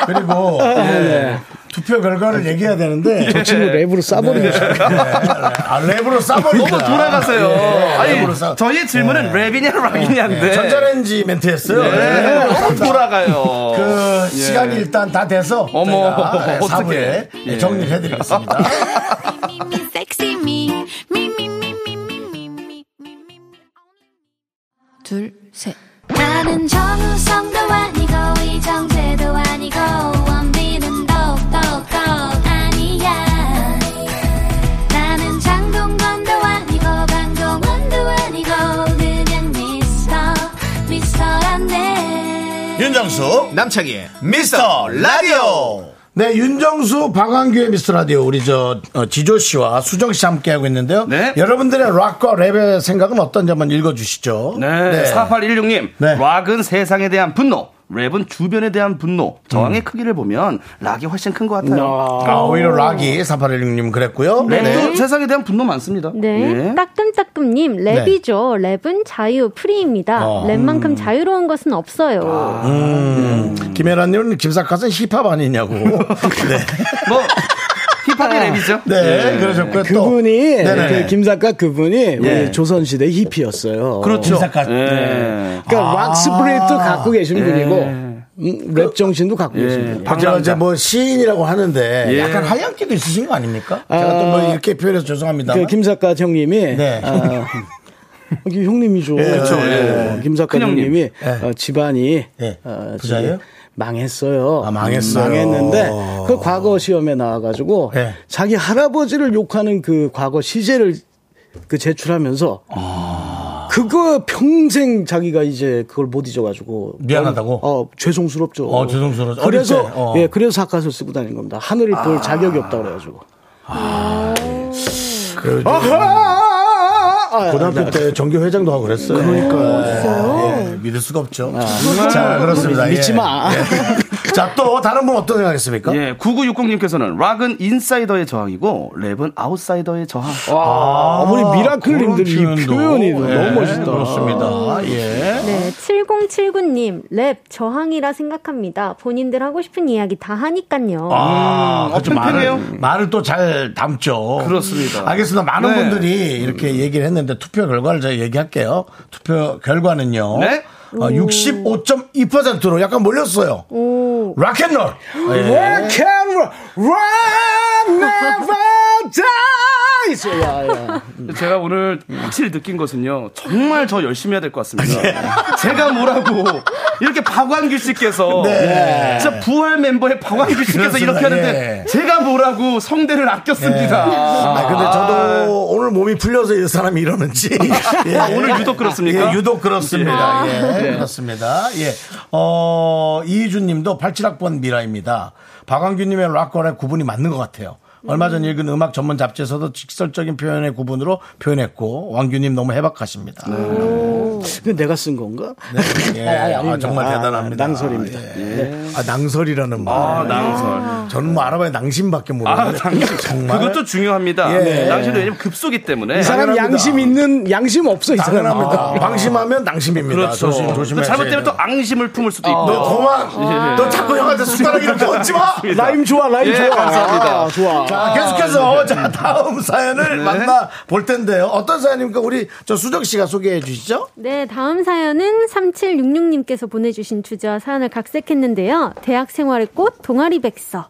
Speaker 1: 그리고 네, 투표 결과를 얘기해야 되는데
Speaker 8: 예.
Speaker 2: 저 친구 랩으로 싸버리고
Speaker 1: 네.
Speaker 2: 싶어요.
Speaker 1: 아, 랩으로 싸버리고
Speaker 8: 너무 돌아가세요.
Speaker 1: 예, 랩으로
Speaker 8: 아니
Speaker 1: 싸. 예.
Speaker 8: 저희 질문은 랩이냐 락이냐인데
Speaker 1: 네. 전자레인지 멘트였어요.
Speaker 8: 네,
Speaker 1: 예,
Speaker 8: 너무
Speaker 1: 감사합니다.
Speaker 8: 돌아가요.
Speaker 1: 그
Speaker 8: 예.
Speaker 1: 시간이 일단 다 돼서
Speaker 8: 어머,
Speaker 1: 저희가
Speaker 8: 어떡해.
Speaker 1: 3부에 네,
Speaker 8: 예.
Speaker 1: 정리를 해드리겠습니다. [LAUGHS]
Speaker 9: 둘, 셋. 나는 정우성도 아니고, 이정재도 아니고, 원빈은 더욱더 아니야. 나는 장동건도 아니고, 강동원도 아니고, 그냥 미스터, 미스터란데.
Speaker 1: 윤정수
Speaker 8: 남창희
Speaker 1: 미스터 라디오. 네, 윤정수, 박완규의 미스터 라디오. 우리 저, 어, 지조 씨와 수정 씨 함께 하고 있는데요.
Speaker 8: 네.
Speaker 1: 여러분들의 락과 랩의 생각은 어떤지 한번 읽어주시죠.
Speaker 8: 네. 4816님.
Speaker 1: 네.
Speaker 8: 락은 세상에 대한 분노. 랩은 주변에 대한 분노. 저항의 크기를 보면 락이 훨씬 큰 것 같아요.
Speaker 1: 음. 아, 오히려 락이 4816님 그랬고요.
Speaker 8: 랩도
Speaker 1: 네.
Speaker 8: 세상에 대한 분노 많습니다.
Speaker 4: 네.
Speaker 8: 예.
Speaker 4: 따끔따끔님, 랩이죠. 랩은 자유, 프리입니다.
Speaker 1: 어.
Speaker 4: 랩만큼 자유로운 것은 없어요.
Speaker 1: 음, 김혜란님은 김사카선 힙합 [LAUGHS] 아니냐고. 네.
Speaker 8: 뭐 힙합이 랩이죠.
Speaker 1: 네, 그러셨고요. 또.
Speaker 2: 그분이
Speaker 1: 네네.
Speaker 2: 그 김사카 그분이
Speaker 8: 예.
Speaker 2: 우리 조선시대 히피였어요.
Speaker 8: 그렇죠.
Speaker 1: 김사카. 네.
Speaker 8: 예.
Speaker 2: 그러니까
Speaker 1: 아.
Speaker 2: 왁스프레이트 갖고 계신
Speaker 8: 예.
Speaker 2: 분이고 음, 랩 정신도 갖고 계신 분이에요.
Speaker 1: 제가 이제 뭐 시인이라고 하는데
Speaker 8: 예.
Speaker 1: 약간 하얀 끼도 있으신 거 아닙니까? 제가 또 뭐 이렇게 표현해서 죄송합니다.
Speaker 2: 그 김사카 형님이
Speaker 1: 네.
Speaker 2: 아, 이게 형님이죠.
Speaker 1: 그렇죠.
Speaker 2: 어, 김사카
Speaker 8: 큰 형님.
Speaker 2: 형님이 어, 집안이
Speaker 1: 예.
Speaker 2: 어,
Speaker 1: 부자예요?
Speaker 2: 저기 망했어요.
Speaker 1: 아, 망했어요.
Speaker 2: 망했는데 그 과거 시험에 나와가지고
Speaker 1: 예.
Speaker 2: 자기 할아버지를 욕하는 그 과거 시제를 그 제출하면서
Speaker 1: 아.
Speaker 2: 그거 평생 자기가 이제 그걸 못 잊어가지고
Speaker 1: 미안하다고?
Speaker 2: 어 죄송스럽죠.
Speaker 1: 어, 죄송스러워. 어릴
Speaker 2: 그래서
Speaker 1: 때, 어.
Speaker 2: 예 그래서 사카서 쓰고 다닌 겁니다. 하늘을 볼 자격이 없다 그래가지고. 아,
Speaker 1: 그 고등학교 때 정교 회장도 하고 그랬어요. 그러니까 예, 예, 믿을 수가 없죠. 자 그렇습니다. 예.
Speaker 2: 믿- 믿지 마.
Speaker 1: [LAUGHS] 자또 다른 분 어떤 생각했습니까?
Speaker 8: 예, 9960님께서는 락은 인사이더의 저항이고 랩은 아웃사이더의 저항.
Speaker 2: 아, 우리 미라클님들 이
Speaker 1: 그런 표현도.
Speaker 2: 표현이
Speaker 1: 예,
Speaker 2: 너무 멋있다.
Speaker 1: 그렇습니다. 예.
Speaker 4: 네, 7079님, 랩 저항이라 생각합니다. 본인들 하고 싶은 이야기 다 하니깐요.
Speaker 8: 음,
Speaker 1: 아, 그렇죠.
Speaker 8: 팽팽해요.
Speaker 1: 말을, 말을 또 잘 담죠.
Speaker 8: 어, 그렇습니다.
Speaker 1: 알겠습니다. 많은
Speaker 8: 네.
Speaker 1: 분들이 이렇게 얘기를 했는데 투표 결과를 제가 얘기할게요. 투표 결과는요.
Speaker 8: 네?
Speaker 1: 어, 65.2%로 약간 몰렸어요.
Speaker 4: 오,
Speaker 1: 락앤롤. 예.
Speaker 2: 캔롤 run never dies. 야, 야.
Speaker 8: 제가 오늘 확실히 느낀 것은요. 정말 더 열심히 해야 될 것
Speaker 1: 네.
Speaker 8: 같습니다. 제가 뭐라고 이렇게 박완규 씨께서 진짜 부활 멤버의 박완규 씨께서
Speaker 1: 네. 그렇습니다.
Speaker 8: 이렇게 하는데
Speaker 1: 예.
Speaker 8: 제가 뭐라고 성대를 아꼈습니다.
Speaker 1: 아, 근데 저도 오늘 몸이 풀려서 이 사람이 이러는지. 예.
Speaker 8: 아, 오늘 유독 그렇습니까?
Speaker 1: 예, 유독 그렇습니다. 예, 그렇습니다. 예. 어, 이희준 님도 87학번 미라입니다. 박광규 님의 락거의 구분이 맞는 것 같아요. 얼마 전 읽은 음악 전문 잡지에서도 직설적인 표현의 구분으로 표현했고, 왕규님 너무 해박하십니다.
Speaker 2: 이거 내가 쓴 건가? [LAUGHS]
Speaker 1: 예,
Speaker 2: 아, 아니, 아닙니다.
Speaker 1: 아, 정말
Speaker 2: 아,
Speaker 1: 대단합니다.
Speaker 2: 낭설입니다.
Speaker 1: 예. 아, 낭설이라는 말.
Speaker 8: 아, 낭설.
Speaker 1: 저는 뭐 알아봐야 낭심밖에 모르는데. 정말.
Speaker 8: 그것도 중요합니다. 네.
Speaker 1: 예.
Speaker 8: 당신은 왜냐면 급소기 때문에.
Speaker 2: 이 사람
Speaker 1: 당연합니다.
Speaker 2: 양심 있는 양심 없어 이 사람.
Speaker 1: 당연합니다. 방심하면 낭심입니다.
Speaker 8: 아. 그렇죠.
Speaker 1: 조심,
Speaker 8: 또
Speaker 1: 조심해야 어.
Speaker 8: 잘못되면 또 아. 예. 앙심을 품을 수도 있고.
Speaker 1: 너 그만. 너 자꾸 형한테 숟가락 이렇게 얹지 마.
Speaker 2: 라임 좋아, 라임
Speaker 8: 예,
Speaker 2: 좋아.
Speaker 8: 감사합니다.
Speaker 2: 아, 좋아.
Speaker 1: 자,
Speaker 8: 예.
Speaker 1: 계속해서 자, 다음 사연을
Speaker 8: 네.
Speaker 1: 만나 볼 텐데요. 어떤 사연입니까? 우리 저 수정 씨가 소개해 주시죠.
Speaker 4: 네, 다음 사연은 3766님께서 보내주신 주제와 사연을 각색했는데요. 대학 생활의 꽃, 동아리 백서.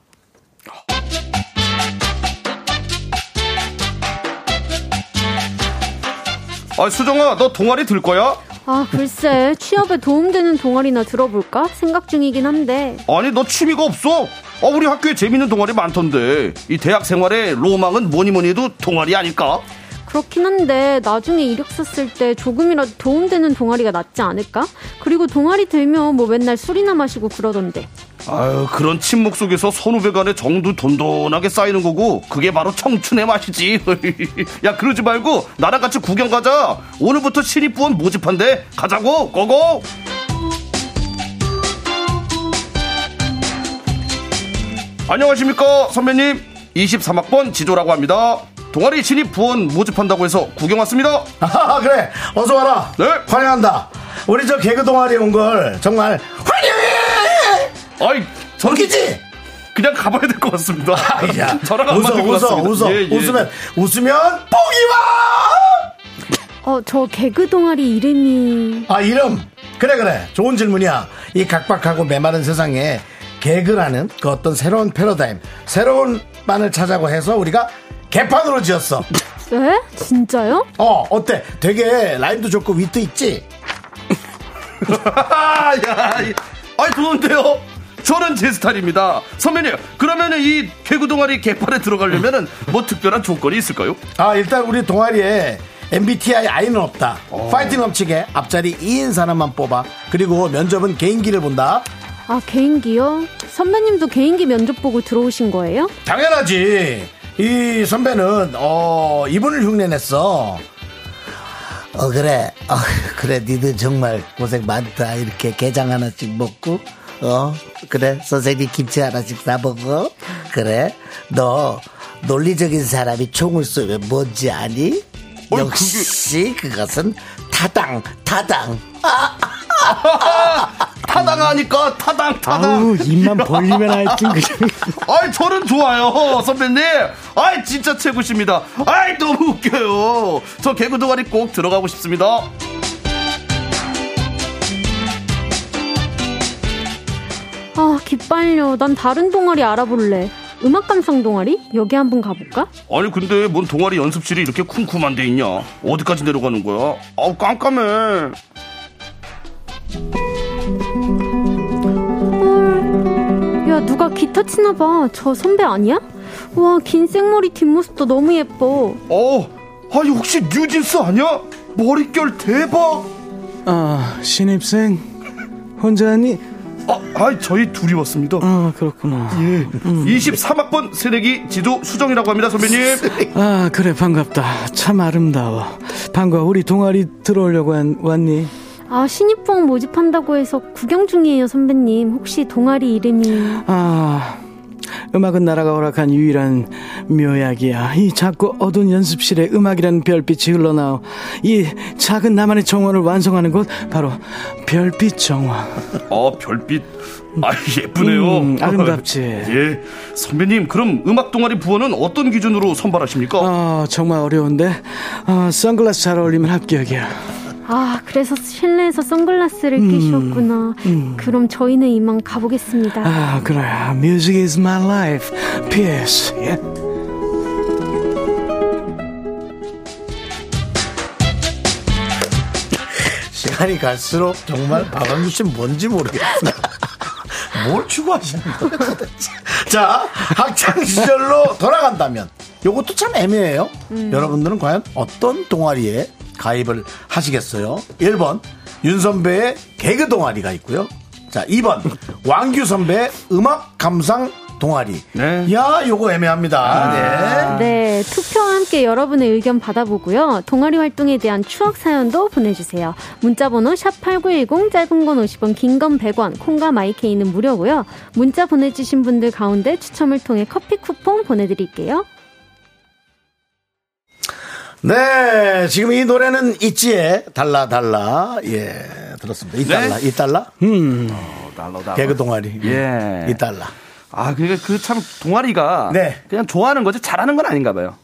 Speaker 8: 아, 수정아, 너 동아리 들 거야?
Speaker 4: 아, 글쎄, 취업에 도움되는 동아리나 들어볼까? 생각 중이긴 한데.
Speaker 8: 아니, 너 취미가 없어? 아, 우리 학교에 재밌는 동아리 많던데. 이 대학 생활의 로망은 뭐니 뭐니 해도 동아리 아닐까?
Speaker 4: 그렇긴 한데, 나중에 이력서 쓸 때 조금이라도 도움되는 동아리가 낫지 않을까? 그리고 동아리 들면 뭐 맨날 술이나 마시고 그러던데.
Speaker 8: 아유, 그런 침묵 속에서 선후배 간의 정도 돈돈하게 쌓이는 거고, 그게 바로 청춘의 맛이지. [LAUGHS] 야, 그러지 말고, 나랑 같이 구경 가자. 오늘부터 신입부원 모집한대. 가자고, 고고! 안녕하십니까, 선배님. 23학번 지조라고 합니다. 동아리 신입부원 모집한다고 해서 구경 왔습니다.
Speaker 1: 아, 그래. 어서 와라.
Speaker 8: 네.
Speaker 1: 환영한다. 우리 저 개그 동아리 온 걸 정말 환영해!
Speaker 8: 아이, 저는
Speaker 1: 웃기지?
Speaker 8: 그냥 가봐야 될 것 같습니다.
Speaker 1: 아, 야,
Speaker 8: [LAUGHS] 저랑 안
Speaker 1: 웃어,
Speaker 8: 맞을 것
Speaker 1: 웃어,
Speaker 8: 같습니다.
Speaker 1: 웃어.
Speaker 8: 예, 예.
Speaker 1: 웃으면, 웃으면, 뽕이
Speaker 4: 어, 저 개그 동아리 이름이.
Speaker 1: 와! 아, 이름. 그래, 그래. 좋은 질문이야. 이 각박하고 메마른 세상에 개그라는 그 어떤 새로운 패러다임, 새로운 반을 찾아고 해서 우리가 개판으로 지었어.
Speaker 4: 에? 네? 진짜요?
Speaker 1: 어, 어때? 되게 라임도 좋고 위트 있지?
Speaker 8: 아, 야, 이- 아이 좋은데요. 저는 제 스타일입니다. 선배님, 그러면은 이 개구 동아리 개판에 들어가려면은
Speaker 2: 음.
Speaker 8: 뭐 특별한 조건이 있을까요?
Speaker 1: 아, 일단 우리 동아리에 MBTI 아이는 없다. 파이팅 넘치게 앞자리 2인 사람만 뽑아. 그리고 면접은 개인기를 본다.
Speaker 4: 아, 개인기요? 선배님도 개인기 면접 보고 들어오신 거예요?
Speaker 1: 당연하지. 이 선배는 어 이분을 흉내냈어. 어 그래, 어, [LAUGHS] 그래 니들 정말 고생 많다. 이렇게 게장 하나씩 먹고, 어 그래 선생님 김치 하나씩 싸 먹어. 그래 너 논리적인 사람이 총을 쏘면 뭔지 아니? 역시 그것은 타당, 타당.
Speaker 8: 타당하니까 타당 타당.
Speaker 2: 아우, 입만 벌리면 하여튼 그냥.
Speaker 8: 아이 저는 좋아요 선배님 아이 진짜 최고십니다 아이 너무 웃겨요 저 개그 동아리 꼭 들어가고 싶습니다
Speaker 4: 아, 기빨려. 난 다른 동아리 알아볼래. 음악 감상 동아리? 여기 한번 가볼까?
Speaker 8: 아니 근데 뭔 동아리 연습실이 이렇게 쿵쿵한 데 있냐 어디까지 내려가는 거야 아우 깜깜해
Speaker 4: 야, 아, 누가 기타 치나 봐. 저 선배 아니야? 와, 긴 생머리 뒷모습도 너무 예뻐.
Speaker 8: 어 아니 혹시 뉴진스 아니야 머릿결 대박
Speaker 2: 아, 신입생. 혼자니?
Speaker 8: 아, 아이 저희 둘이 왔습니다
Speaker 2: 아, 그렇구나.
Speaker 8: 23학번 새내기 지도 수정이라고 합니다 선배님
Speaker 2: 아, 그래, 반갑다. 참 아름다워. 반가워. 우리 동아리 들어오려고 한- 왔니?
Speaker 4: 아, 신입부학 모집한다고 해서 구경 중이에요, 선배님. 혹시 동아리 이름이.
Speaker 2: 아, 음악은 나라가 허락한 유일한 묘약이야. 이 작고 어두운 연습실에 음악이라는 별빛이 흘러나오. 이 작은 나만의 정원을 완성하는 곳, 바로 별빛 정원.
Speaker 8: 아 별빛 아 예쁘네요
Speaker 2: 음, 아름답지.
Speaker 8: 예 선배님 그럼 음악 동아리 부원은 어떤 기준으로 선발하십니까
Speaker 2: 아, 정말 어려운데. 아, 선글라스 잘 어울리면 합격이야.
Speaker 4: 아, 그래서 실내에서 선글라스를 끼셨구나. 그럼 저희는 이만 가보겠습니다.
Speaker 2: 아, 그래. Music is my life. P.S. 예?
Speaker 1: 시간이 갈수록 정말 박완규 씨 뭔지 모르겠어. [LAUGHS] 뭘 추구하시는 거예요 도대체. 자, 학창 시절로 돌아간다면 요것도 참 애매해요. 여러분들은 과연 어떤 동아리에 가입을 하시겠어요? 1번 윤 선배의 개그 동아리가 있고요. 자, 2번 왕규 선배의 음악 감상 동아리.
Speaker 8: 네.
Speaker 1: 야, 요거 애매합니다. 네.
Speaker 4: 네, 투표와 함께 여러분의 의견 받아보고요. 동아리 활동에 대한 추억 사연도 보내주세요. 문자번호 샵8910, 짧은 건 50원, 긴 건 100원, 콩과 마이케이는 무료고요. 문자 보내주신 분들 가운데 추첨을 통해 커피 쿠폰 보내드릴게요.
Speaker 1: 네, 지금 이 노래는 있지의 달라 달라 예 들었습니다. 이 달라 이 달라 어, 개그 동아리
Speaker 8: 예.
Speaker 1: 이 달라
Speaker 8: 아, 그러니까 그 참 동아리가
Speaker 1: 네.
Speaker 8: 그냥 좋아하는 거지 잘하는 건 아닌가 봐요.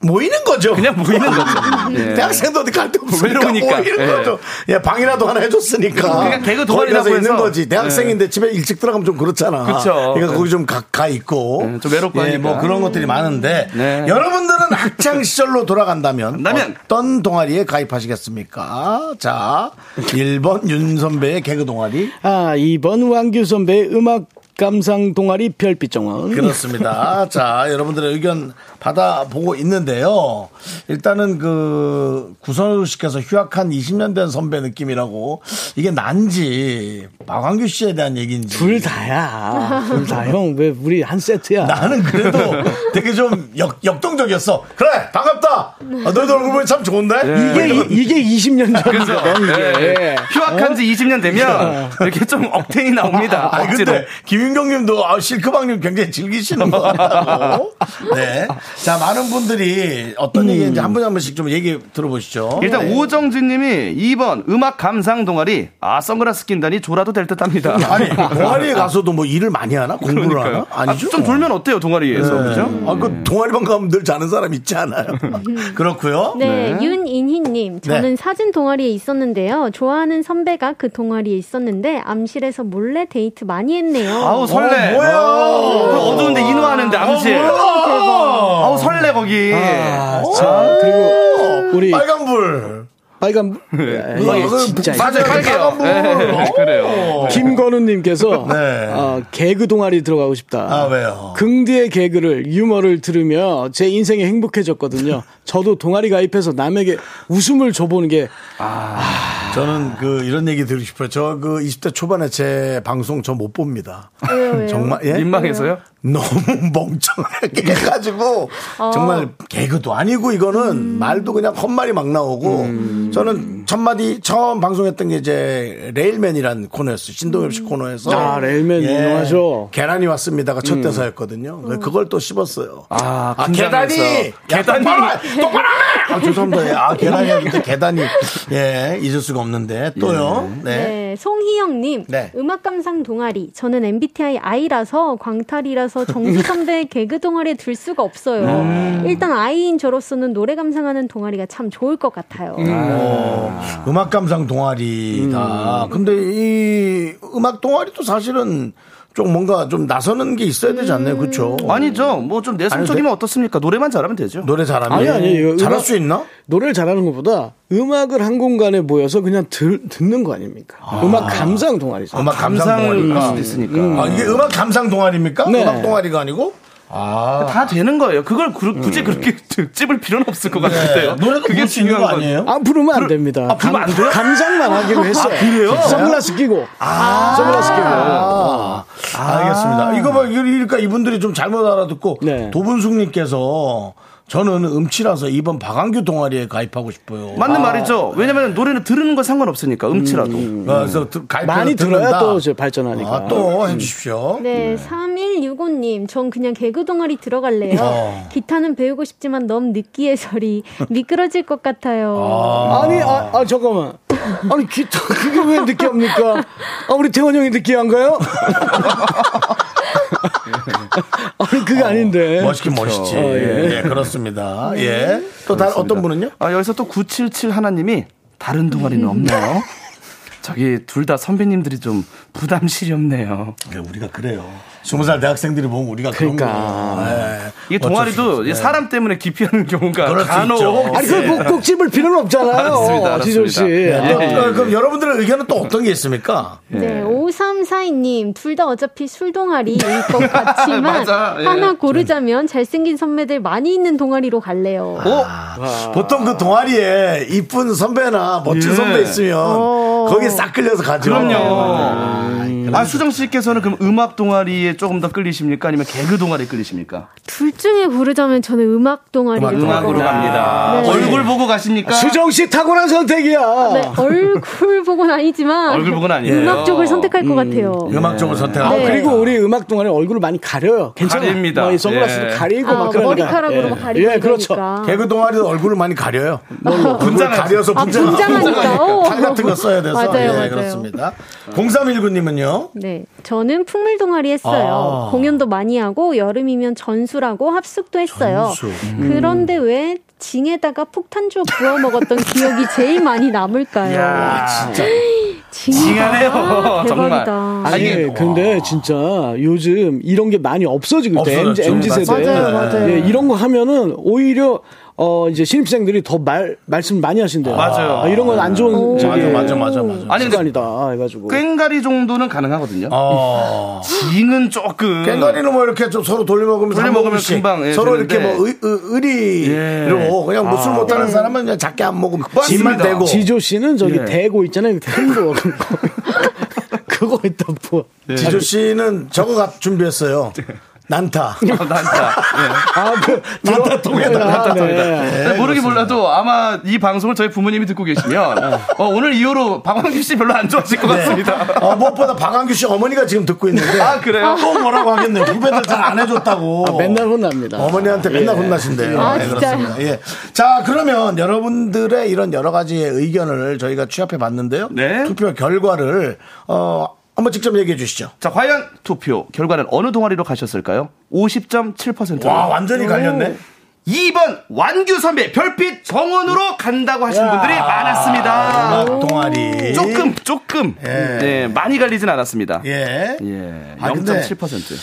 Speaker 1: 모이는 거죠.
Speaker 8: 그냥 모이는 거죠.
Speaker 1: [LAUGHS]
Speaker 8: 예.
Speaker 1: 대학생도 어디 갈데 없으니까
Speaker 8: 외로우니까.
Speaker 1: 모이는
Speaker 8: 예.
Speaker 1: 거죠. 예, 방이라도 하나 해줬으니까.
Speaker 8: 그러니까 개그
Speaker 1: 거기
Speaker 8: 동아리라고
Speaker 1: 가서 있는
Speaker 8: 해서. 예.
Speaker 1: 거지. 대학생인데 집에 일찍 들어가면 좀 그렇잖아.
Speaker 8: 그쵸.
Speaker 1: 그러니까 거기 좀 가, 가 있고.
Speaker 8: 예, 좀 외롭고
Speaker 1: 예, 뭐
Speaker 8: 하니까.
Speaker 1: 그런 것들이 많은데
Speaker 8: 네.
Speaker 1: 여러분들은 학창 시절로 돌아간다면
Speaker 8: 간다면.
Speaker 1: 어떤 동아리에 가입하시겠습니까? 자, 1번 윤 선배의 개그 동아리.
Speaker 2: 아, 2번 왕규 선배의 음악 감상 동아리 별빛 정원.
Speaker 1: 그렇습니다. 자, 여러분들의 의견 받아보고 있는데요. 일단은 그 구선우 씨께서 휴학한 20년 된 선배 느낌이라고 이게 난지 박완규 씨에 대한 얘기인지
Speaker 2: 둘 다야. 둘 다, 형. 왜 우리 한 세트야?
Speaker 1: 나는 그래도 되게 좀 역, 역동적이었어. 그래, 반갑다. 아, 너희들 얼굴 보니 참 좋은데?
Speaker 8: 네.
Speaker 2: 이게, 이- 이게 20년 네,
Speaker 8: 아, 예,
Speaker 1: 네,
Speaker 2: 전이거든, 이게.
Speaker 8: 어? 휴학한 지 20년 되면 이렇게 좀 억텐이 나옵니다.
Speaker 1: 아,
Speaker 8: 억지로.
Speaker 1: 근데 김희 윤경님도 아, 실크방님 굉장히 즐기시는 것 같다고. 네. 자, 많은 분들이 어떤 얘기인지 한 분 한 분씩 좀 얘기 들어보시죠.
Speaker 8: 음. 일단
Speaker 1: 네.
Speaker 8: 오정진 님이 2번 음악 감상 동아리 아 선글라스 낀다니 졸아도 될 듯 합니다.
Speaker 1: 아니, 동아리에 가서도 뭐 일을 많이 하나? 공부를
Speaker 8: [LAUGHS] 그러니까요.
Speaker 1: 하나? 아니죠.
Speaker 8: 아, 좀 돌면 그렇죠? 어때요, 동아리에서?
Speaker 1: 네.
Speaker 8: 그죠? 음.
Speaker 1: 아, 그 동아리방 가면 늘 자는 사람 있지 않아요? 그렇고요
Speaker 4: 음. 네, 윤인희님. 저는
Speaker 1: 네.
Speaker 4: 사진 동아리에 있었는데요. 좋아하는 선배가 그 동아리에 있었는데 암실에서 몰래 데이트 많이 했네요.
Speaker 8: 아우 설레.
Speaker 1: 어, 뭐야?
Speaker 8: 그 어두운데 인화하는데
Speaker 1: 네.
Speaker 8: 암실. 아우 설레 거기.
Speaker 2: 아, 자, 그리고 우리
Speaker 1: 빨간 불.
Speaker 2: 빨간 예,
Speaker 1: 그
Speaker 2: 진짜
Speaker 1: 맞아요, 빨간 불. 어.
Speaker 8: 네, 그래요.
Speaker 2: 김건우님께서
Speaker 1: 네.
Speaker 2: 어, 개그 동아리 들어가고 싶다.
Speaker 1: 아, 왜요?
Speaker 2: 긍디의 개그를 유머를 들으며 제 인생이 행복해졌거든요. 저도 동아리 가입해서 남에게 웃음을 줘보는 게
Speaker 1: 저는 그 이런 얘기 드리고 싶어요. 저 그 20대 초반에 제 방송 저 못 봅니다.
Speaker 4: 왜요, 왜요?
Speaker 1: 정말 예?
Speaker 8: 민망해서요?
Speaker 1: 너무 [LAUGHS] 멍청하게 해가지고
Speaker 4: 어.
Speaker 1: 정말 개그도 아니고 이거는 말도 그냥 헛말이 막 나오고 저는 첫 마디 처음 방송했던 게 이제 레일맨이란 코너였어요 신동엽 씨 코너에서 예.
Speaker 2: 아, 레일맨 유명하죠.
Speaker 1: 계란이 왔습니다가 첫 대사였거든요 그걸 또 씹었어요
Speaker 8: 아,
Speaker 1: 계단이 계단이 똑바로 해! 아 죄송합니다 예, 아 계단이 아니라 계단이 예 잊을 수가 없는데 또요 네.
Speaker 4: 네, 송희영님
Speaker 1: 네.
Speaker 4: 음악 감상 동아리. 저는 MBTI I라서 광탈이라서
Speaker 8: [LAUGHS]
Speaker 4: 정수 선배 개그 동아리에 들 수가 없어요.
Speaker 8: 음.
Speaker 4: 일단 I인 저로서는 노래 감상하는 동아리가 참 좋을 것 같아요.
Speaker 1: 뭐, 음악 감상 동아리다. 근데 이 음악 동아리도 사실은 좀 뭔가 좀 나서는 게 있어야 되지 않나요? 그렇죠.
Speaker 8: 아니죠. 뭐 좀 내성적이면 어떻습니까? 노래만 잘하면 되죠.
Speaker 1: 노래 잘하면
Speaker 2: 아니, 아니, 이거
Speaker 1: 잘할
Speaker 2: 음악-
Speaker 1: 수 있나?
Speaker 2: 노래를 잘하는 것보다 음악을 한 공간에 모여서 그냥 들, 듣는 거 아닙니까? 음악 감상 동아리죠.
Speaker 1: 음악 감상
Speaker 8: 감상을 할
Speaker 1: 동아리가.
Speaker 8: 수도 있으니까.
Speaker 1: 아, 이게 음악 감상 동아리입니까?
Speaker 2: 네.
Speaker 1: 음악 동아리가 아니고?
Speaker 8: 다 되는 거예요. 그걸 구- 굳이 그렇게 [LAUGHS] 찝을 필요는 없을 것 같은데요.
Speaker 1: 음. 네. 노래도 그게 수 있는 거
Speaker 8: 건.
Speaker 1: 아니에요?
Speaker 2: 안 부르면 안 됩니다.
Speaker 8: 아, 부르면 안 돼요? 아,
Speaker 2: 감상만 하기로 했어요. 선글라스 끼고. 선글라스 끼고.
Speaker 1: 아, 알겠습니다. 이거 봐, 그러니까 이분들이 좀 잘못 알아듣고
Speaker 2: 네.
Speaker 1: 도분숙님께서 저는 음치라서 이번 박완규 동아리에 가입하고 싶어요.
Speaker 8: 맞는 말이죠. 왜냐면 노래는 들으는 건 상관없으니까 음치라도.
Speaker 1: 어, 그래서 들- 가입해서
Speaker 2: 많이 들어야
Speaker 1: 듣는다.
Speaker 2: 또 이제 음. 발전하니까.
Speaker 1: 아, 또 해주십시오.
Speaker 4: 네, 3165님, 전 그냥 개그 동아리 들어갈래요.
Speaker 1: 어.
Speaker 4: 기타는 배우고 싶지만 너무 [LAUGHS] 느끼해서리 미끄러질 것 같아요.
Speaker 2: 아니, 아, 아, 잠깐만. 아니, 기타, 그게 왜 느끼합니까? 아, 우리 태원 형이 느끼한가요? [LAUGHS] 아니,
Speaker 8: 어,
Speaker 2: 그게 아닌데.
Speaker 1: 멋있긴 멋있지.
Speaker 2: 어, 예. 네.
Speaker 1: 예. 그렇습니다. 예. 또 다른 어떤 분은요?
Speaker 8: 아, 여기서 또 977 하나님이 다른 동아리는
Speaker 1: 음.
Speaker 8: 없나요? 저기 둘 다 선배님들이 좀 부담스럽네요.
Speaker 1: 우리가 그래요. 스무 살 대학생들이 보면 우리가 그런
Speaker 2: 예, 그러니까.
Speaker 1: 거. 예.
Speaker 8: 이게
Speaker 1: 어쩔 수
Speaker 8: 동아리도
Speaker 1: 없어요.
Speaker 8: 이 사람 때문에 기피하는 경우가
Speaker 1: 그럴 수 있죠.
Speaker 8: 간혹
Speaker 2: 아니, 그걸 꼭, 꼭 찝을 필요는
Speaker 8: 알았습니다,
Speaker 2: 없잖아요.
Speaker 8: 알았습니다.
Speaker 2: 지조 씨.
Speaker 8: 예,
Speaker 1: 예. 또, 어, 그럼 여러분들의 의견은 또 어떤 게 있습니까?
Speaker 4: 네, 5342님, 둘 다 어차피 술 동아리일 것 [LAUGHS] 같지만,
Speaker 8: 맞아, 예.
Speaker 4: 하나 고르자면 잘생긴 선배들 많이 있는 동아리로 갈래요.
Speaker 8: 어,
Speaker 2: 아.
Speaker 1: 보통 그 동아리에 이쁜 선배나 멋진
Speaker 8: 예.
Speaker 1: 선배 있으면
Speaker 2: 어.
Speaker 1: 거기에 싹 끌려서 가죠. 예.
Speaker 2: 음.
Speaker 8: 그럼요. 아, 수정 씨께서는 그럼 음악 동아리에 조금 더 끌리십니까? 아니면 개그 동아리에 끌리십니까?
Speaker 4: 둘 중에 고르자면 저는 음악 동아리를
Speaker 8: 음악으로
Speaker 4: 갈
Speaker 8: 갑니다.
Speaker 4: 네.
Speaker 8: 얼굴 보고
Speaker 1: 아,
Speaker 8: 가십니까?
Speaker 2: 수정 씨 탁월한 선택이야.
Speaker 4: 거예요. 네, 얼굴 보고는 아니지만,
Speaker 8: 얼굴 보고는 아니에요.
Speaker 4: 음악 쪽을 선택할 것 같아요.
Speaker 1: 음악 쪽을 선택하고.
Speaker 4: 네.
Speaker 2: 그리고 우리 음악 동안에 얼굴을 많이 가려요. 괜찮아요.
Speaker 8: 가립니다.
Speaker 2: 뭐이 선글라스도
Speaker 8: 예.
Speaker 2: 가리고
Speaker 4: 아,
Speaker 2: 막 그러니까.
Speaker 4: 머리카락으로
Speaker 2: 예.
Speaker 4: 막 가리고
Speaker 2: 예, 그렇죠.
Speaker 4: 이러니까.
Speaker 1: 개그 동아리도 얼굴을 많이 가려요. 얼굴
Speaker 8: 분장하죠.
Speaker 1: 가려서
Speaker 4: 아,
Speaker 1: 분장하고.
Speaker 4: 분장하니까. 오.
Speaker 1: 팔 같은 거 써야 돼서.
Speaker 4: 맞아요,
Speaker 1: 예,
Speaker 4: 맞아요.
Speaker 1: 그렇습니다. 0319님은요?
Speaker 4: 네, 저는 풍물 동아리 했어요.
Speaker 1: 아.
Speaker 4: 공연도 많이 하고 여름이면 전수라고 합숙도 했어요.
Speaker 1: 전수.
Speaker 4: 그런데 왜 징에다가 폭탄주 부어 먹었던 기억이 제일 많이 남을까요?
Speaker 8: 진짜
Speaker 4: [GASPS] 징하네요. 아,
Speaker 8: 징하네요. 정말.
Speaker 4: 대박이다.
Speaker 2: 아니, 예,
Speaker 8: 이게-
Speaker 2: 근데 진짜 요즘 이런 게 많이 없어지고 있대. MZ,
Speaker 1: 없어졌죠.
Speaker 2: MZ 세대.
Speaker 4: 맞아요, 맞아요.
Speaker 2: 예, 이런 거 하면은 오히려 어 이제 신입생들이 더 말 말씀 많이 하신대요.
Speaker 8: 맞아요.
Speaker 2: 아, 이런 건 안 좋은 저기
Speaker 1: 맞아, 맞아, 맞아, 맞아.
Speaker 8: 어. 아니 그 근데
Speaker 2: 습관이다 해가지고.
Speaker 8: 꽹가리 정도는 가능하거든요.
Speaker 1: 어.
Speaker 8: 징은 조금
Speaker 1: 꽹가리는 뭐 이렇게 좀 서로
Speaker 8: 음.
Speaker 1: 돌려먹으면서
Speaker 8: 돌려
Speaker 1: 한
Speaker 8: 먹으면
Speaker 1: 모금씩
Speaker 8: 금방, 예,
Speaker 1: 서로
Speaker 8: 되는데.
Speaker 1: 이렇게 뭐 의, 의, 의리로 그냥 무술 못하는 사람은 그냥 작게 안 먹으면 집만
Speaker 8: 맞습니다.
Speaker 1: 대고
Speaker 2: 지조 씨는 저기
Speaker 8: 예.
Speaker 2: 대고 있잖아요. 큰거 그거 있다 뭐.
Speaker 1: 예. 지조 씨는 저거 가- 준비했어요. 난타.
Speaker 8: 난타.
Speaker 2: 아, 그,
Speaker 1: 난타 통이다.
Speaker 8: 난타 통이다.
Speaker 1: 네,
Speaker 8: 근데 모르긴
Speaker 1: 그렇습니다.
Speaker 8: 몰라도 아마 이 방송을 저희 부모님이 듣고 계시면 어, 오늘 이후로 박광규 씨 별로 안 좋아하실 것
Speaker 1: 네.
Speaker 8: 같습니다.
Speaker 1: 어, 무엇보다 박한규 씨 어머니가 지금 듣고 있는데.
Speaker 8: 아, 그래요?
Speaker 1: 또 뭐라고 하겠네요. 후배들 잘 안 해줬다고.
Speaker 2: 맨날 혼납니다.
Speaker 1: 어머니한테 맨날 혼나신대요.
Speaker 4: 아,
Speaker 1: 네,
Speaker 4: 진짜요?
Speaker 1: 그렇습니다. 예. 자, 그러면 여러분들의 이런 여러 가지의 의견을 저희가 취합해 봤는데요.
Speaker 8: 네.
Speaker 1: 투표 결과를, 어, 한번 직접 얘기해 주시죠.
Speaker 8: 자, 과연 투표 결과는 어느 동아리로 가셨을까요? 50.7%.
Speaker 1: 와, 완전히 갈렸네.
Speaker 8: 2번 완규 선배 별빛 정원으로 간다고 하신 분들이 많았습니다.
Speaker 1: 음악 동아리.
Speaker 8: 조금 조금
Speaker 1: 예.
Speaker 8: 네, 많이 갈리진 않았습니다.
Speaker 1: 예.
Speaker 8: 예.
Speaker 1: 아, 근데-
Speaker 8: 0.7%.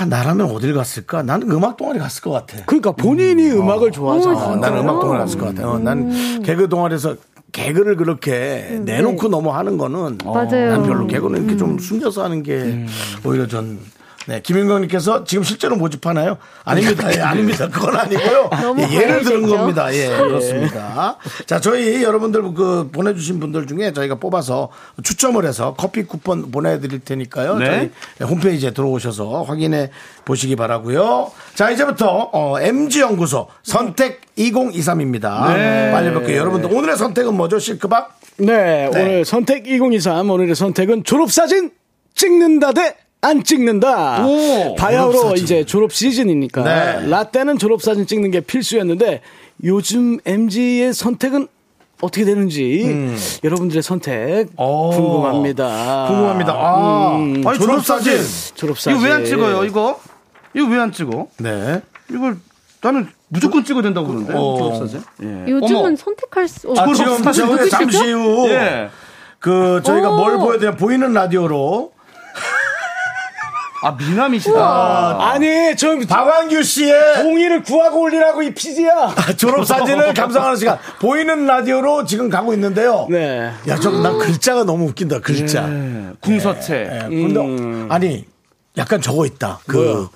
Speaker 1: 아, 나라면 어딜 갔을까? 나는 음악 동아리 갔을 것 같아.
Speaker 2: 그러니까 본인이 음, 악을 좋아하잖아.
Speaker 1: 어, 나는 음악 동아리 갔을 것 같아. 어, 난
Speaker 4: 음.
Speaker 1: 개그 동아리에서 개그를 그렇게 내놓고 너무 하는 거는
Speaker 4: 네. 맞아요. 음.
Speaker 1: 난 별로 개그는 이렇게 좀 숨겨서 하는 게 오히려 전 네, 김윤경님께서 지금 실제로 모집하나요? 아닙니다. 예, 아닙니다. 그건 아니고요.
Speaker 4: [LAUGHS] 너무
Speaker 1: 예, 예를 들은
Speaker 4: 과열됐죠? 네.
Speaker 1: 겁니다. 예, 그렇습니다. 자, 저희 여러분들 그 보내주신 분들 중에 저희가 뽑아서 추첨을 해서 커피 쿠폰 보내드릴 테니까요.
Speaker 8: 네.
Speaker 1: 저희 홈페이지에 들어오셔서 확인해 보시기 바라고요. 자, 이제부터 어, MG 연구소 선택 2023입니다.
Speaker 8: 네.
Speaker 1: 빨리 볼게요. 여러분들 오늘의 선택은 뭐죠? 실크박?
Speaker 2: 네, 오늘 선택 2023 오늘의 선택은 졸업사진 찍는다 대 안 찍는다.
Speaker 8: 오,
Speaker 2: 바야흐로
Speaker 1: 졸업사진.
Speaker 2: 이제 졸업 시즌이니까
Speaker 1: 네.
Speaker 2: 라떼는 졸업사진 찍는 게 필수였는데 요즘 MG의 선택은 어떻게 되는지 여러분들의 선택
Speaker 1: 오,
Speaker 2: 궁금합니다.
Speaker 1: 궁금합니다. 아,
Speaker 2: 음,
Speaker 8: 아니,
Speaker 1: 졸업사진.
Speaker 2: 졸업사진
Speaker 8: 이거 왜 안 찍어요? 이거? 이거 왜 안 찍어?
Speaker 1: 네.
Speaker 8: 이걸 나는 무조건 찍어야 된다고 그러는데.
Speaker 1: 어.
Speaker 8: 졸업사진. 예.
Speaker 4: 요즘은
Speaker 8: 어머.
Speaker 4: 선택할 수
Speaker 1: 아,
Speaker 4: 없어.
Speaker 1: 지금 저희 잠시 후.
Speaker 8: 예.
Speaker 1: 그 저희가
Speaker 4: 오.
Speaker 1: 뭘 보여드려 보이는 라디오로
Speaker 8: 아, 미남이시다.
Speaker 2: 아니, 저
Speaker 1: 박완규 씨의 아,
Speaker 2: 동의를 구하고 올리라고 이 피디야.
Speaker 1: 졸업 사진을
Speaker 2: [LAUGHS]
Speaker 1: 감상하는 시간 보이는 라디오로 지금 가고 있는데요.
Speaker 2: 네.
Speaker 1: 야, 저 난 글자가 너무 웃긴다. 글자.
Speaker 8: 궁서체.
Speaker 1: 예, 근데
Speaker 8: 음.
Speaker 1: 아니 약간 저거 있다. 그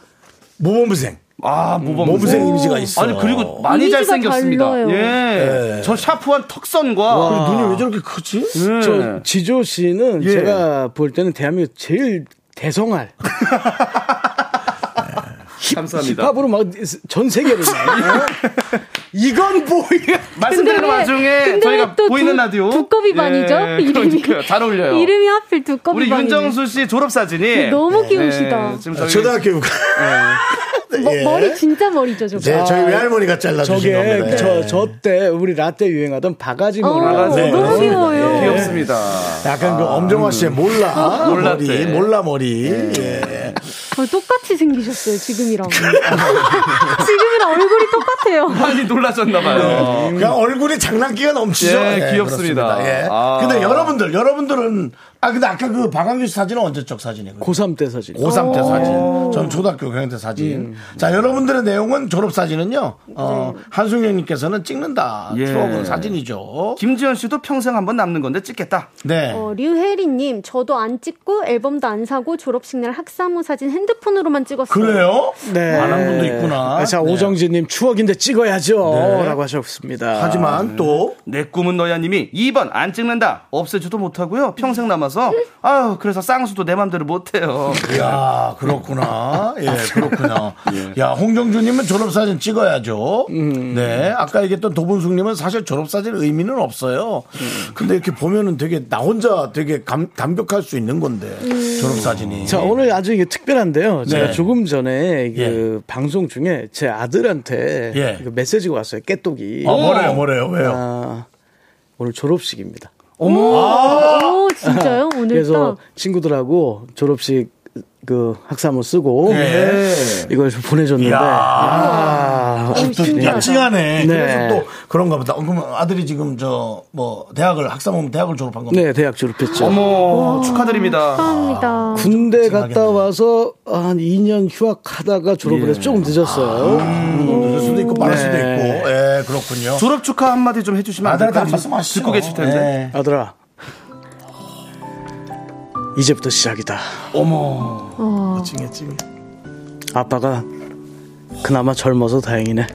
Speaker 1: 모범생.
Speaker 8: 아, 모범.
Speaker 1: 모범생 이미지가 있어.
Speaker 8: 아니 그리고 많이
Speaker 4: 이미지가
Speaker 8: 잘생겼습니다.
Speaker 4: 달라요.
Speaker 8: 예.
Speaker 1: 예.
Speaker 8: 저 샤프한 턱선과
Speaker 1: 그리고 눈이 왜 저렇게 크지?
Speaker 8: 예.
Speaker 2: 저 지조 씨는
Speaker 8: 예.
Speaker 2: 제가 볼 때는 대한민국 제일 대성할
Speaker 8: 감사합니다.
Speaker 2: 힙합으로 막 전 세계를 막, 어? 이건 뭐야?
Speaker 8: 말씀드리는
Speaker 4: 근데 왜-
Speaker 8: 와중에
Speaker 4: 근데
Speaker 8: 저희가
Speaker 4: 왜 또
Speaker 8: 보이는
Speaker 4: 두-
Speaker 8: 라디오
Speaker 4: 두꺼비반이죠?
Speaker 8: 예,
Speaker 4: 이름이.
Speaker 8: 그러니까요. 잘 어울려요.
Speaker 4: 이름이 하필 두꺼비
Speaker 8: 우리 윤정수 씨 졸업 사진이 예,
Speaker 4: 너무 귀여우시다.
Speaker 8: 지금
Speaker 1: 아,
Speaker 8: 저희
Speaker 1: 초등학교 육학 [LAUGHS] 예.
Speaker 4: 머리 진짜 머리죠, 저거.
Speaker 1: 네, 저희 외할머니가 잘라주신
Speaker 2: 저게
Speaker 1: 겁니다. 예.
Speaker 2: 저저 때 우리 라떼 유행하던 바가지
Speaker 4: 어,
Speaker 8: 아,
Speaker 2: 모라.
Speaker 1: 네,
Speaker 4: 너무
Speaker 1: 그렇습니다.
Speaker 4: 귀여워요.
Speaker 8: 예, 귀엽습니다.
Speaker 1: 약간 그 엄정화 씨의 몰라
Speaker 8: 아. 음. 몰랐대.
Speaker 1: 머리, 몰라 머리. 예.
Speaker 4: 거의 똑같이 생기셨어요, 지금이랑. 지금이랑 얼굴이 똑같아요.
Speaker 8: 많이 놀라셨나봐요.
Speaker 1: 그냥 그러니까 얼굴이 장난기가 넘치죠.
Speaker 8: 음. 예, 귀엽습니다.
Speaker 1: 그렇습니다. 예.
Speaker 8: 아.
Speaker 1: 근데 여러분들, 여러분들은 아 근데 아까 그 방광규 씨 사진은 언제적 사진이에요?
Speaker 2: 고3 때 사진.
Speaker 1: 고3 때 사진. 전 초등학교 경영 때 사진. 자, 여러분들의 내용은 졸업 사진은요. 어, 한승현 님께서는 찍는다.
Speaker 8: 예.
Speaker 1: 추억은 사진이죠.
Speaker 8: 김지현 씨도 평생 한번 남는 건데 찍겠다.
Speaker 1: 네.
Speaker 4: 어, 류혜리님, 저도 안 찍고 앨범도 안 사고 졸업식 날 학사모 사진 핸드폰으로만 찍었어요.
Speaker 1: 그래요?
Speaker 2: 네.
Speaker 1: 안 한 분도 있구나.
Speaker 2: 자
Speaker 1: 네.
Speaker 2: 오정진님 추억인데 찍어야죠라고 하셨습니다.
Speaker 1: 하지만 또
Speaker 8: 내 꿈은 너야님이 2번 안 찍는다 없애지도 못하고요 평생 남아서 아유 그래서 쌍수도 내 맘대로 못해요
Speaker 1: 아, 야 그렇구나. 예, 그렇구나. 야, 홍정주님은 졸업사진 찍어야죠. 네. 아까 얘기했던 도분숙님은 사실 졸업사진 의미는 없어요. 근데 이렇게 보면은 되게 나 혼자 되게 감, 감격할 수 있는 건데. 졸업사진이.
Speaker 2: 자 오늘 아주 이게 특별한데요. 제가
Speaker 1: 네.
Speaker 2: 조금 전에 그 방송 중에 제 아들한테
Speaker 1: 예.
Speaker 2: 이거 메시지가 왔어요. 깨똑이.
Speaker 1: 아, 뭐래요, 뭐래요, 왜요?
Speaker 2: 아, 오늘 졸업식입니다.
Speaker 4: 오, 진짜요?
Speaker 5: 네,
Speaker 4: 오늘
Speaker 2: 그래서
Speaker 4: 딱.
Speaker 2: 친구들하고 졸업식 그 학사모 쓰고
Speaker 1: 예.
Speaker 2: 이걸 좀 보내줬는데 아,
Speaker 1: 이야.
Speaker 4: 오,
Speaker 1: 또
Speaker 4: 신기하다.
Speaker 2: 네.
Speaker 1: 야칭하네. 그래서 또 그런가 보다. 어, 그럼 아들이 지금 저, 뭐, 대학을, 학사모 대학을 졸업한 겁니다.
Speaker 2: 네 대학 졸업했죠.
Speaker 8: 어머 축하드립니다
Speaker 4: 감사합니다.
Speaker 2: 군대 갔다
Speaker 1: 생각했네.
Speaker 2: 와서 한 2년 휴학하다가 졸업을 해서 조금 늦었어요.
Speaker 1: 늦을 수도 있고, 빠를 수도 있고. 예, 그렇군요.
Speaker 8: 졸업 축하 한마디 좀 해주시면 안
Speaker 1: 아들한테
Speaker 8: 될까요?
Speaker 1: 한 말씀 하시죠.
Speaker 8: 듣고 계실 텐데
Speaker 1: 예.
Speaker 2: 아들아 이제부터 시작이다.
Speaker 8: 어머
Speaker 2: 아빠가 그나마 젊어서 다행이네.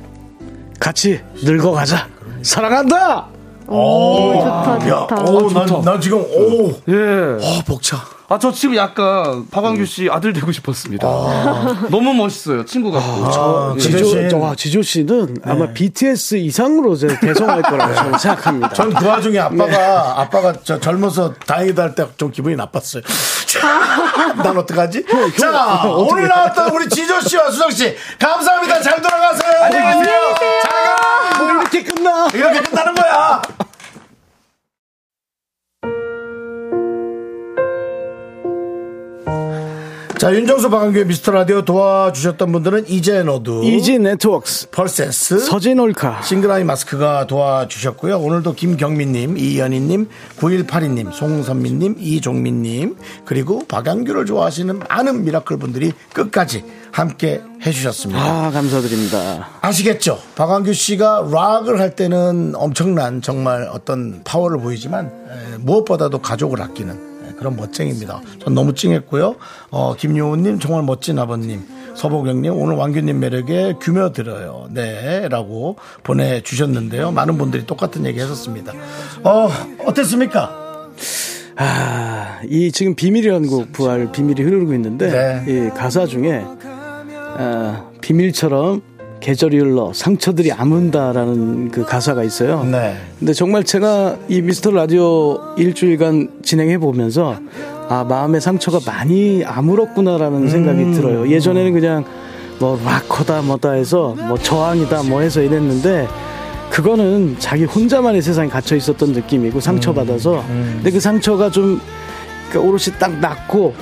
Speaker 2: 같이 늙어가자. 사랑한다.
Speaker 4: 오, 좋다,
Speaker 1: 예. 야,
Speaker 4: 좋다.
Speaker 1: 오, 난, 난 지금, 오,
Speaker 8: 예.
Speaker 1: 어, 벅차.
Speaker 8: 아, 저 지금 약간 박완규 씨 아들 되고 싶었습니다. 너무 멋있어요. 친구 같고.
Speaker 2: 저,
Speaker 8: 예.
Speaker 1: 그
Speaker 2: 지조, 저, 와, 지조 씨는 아마 BTS 이상으로 제가 대성할 거라고 저는 생각합니다.
Speaker 1: 전 그 와중에 아빠가 아빠가 저 젊어서 다행이다 할 때 좀 기분이 나빴어요. [LAUGHS] 난 어떡하지? 자
Speaker 2: 어떻게
Speaker 1: 오늘
Speaker 2: 해?
Speaker 1: 나왔던 우리 지조 씨와 수정 씨 감사합니다. 잘 돌아가세요. 안녕히 계세요. 잘 가.
Speaker 2: 뭐 이렇게 끝나.
Speaker 1: 이렇게 끝나는 거야. 자 윤정수 박한규의 미스터 라디오 도와주셨던 분들은 이제 너도
Speaker 2: 이지 네트워크스,
Speaker 1: 펄세스
Speaker 2: 서진 올카,
Speaker 1: 싱그라이 마스크가 도와주셨고요. 오늘도 김경민님, 이연희님, 9182님, 송선민님, 이종민님, 그리고 박양규를 좋아하시는 많은 미라클 분들이 끝까지 함께 해주셨습니다.
Speaker 2: 아, 감사드립니다.
Speaker 1: 아시겠죠? 박완규 씨가 락을 할 때는 엄청난 정말 어떤 파워를 보이지만 에, 무엇보다도 가족을 아끼는 에, 그런 멋쟁입니다. 전 너무 찡했고요. 어, 김요은님 정말 멋진 아버님. 서보경님 오늘 왕규님 매력에 규며들어요. 네라고 보내주셨는데요. 많은 분들이 똑같은 얘기하셨습니다. 어 어땠습니까?
Speaker 2: 아, 이 지금 비밀이라는 곡 부활 비밀이 흐르고 있는데
Speaker 1: 네.
Speaker 2: 이 가사 중에 아, 비밀처럼 계절이 흘러 상처들이 아문다라는 그 가사가 있어요.
Speaker 1: 네.
Speaker 2: 근데 정말 제가 이 미스터 라디오 일주일간 진행해 보면서 아 마음의 상처가 많이 아물었구나라는 생각이 들어요. 예전에는 그냥 뭐 락커다 뭐다 해서 뭐 저항이다 뭐 해서 이랬는데 그거는 자기 혼자만의 세상에 갇혀 있었던 느낌이고 상처 받아서 근데 그 상처가 좀 그러니까 오롯이 딱 낫고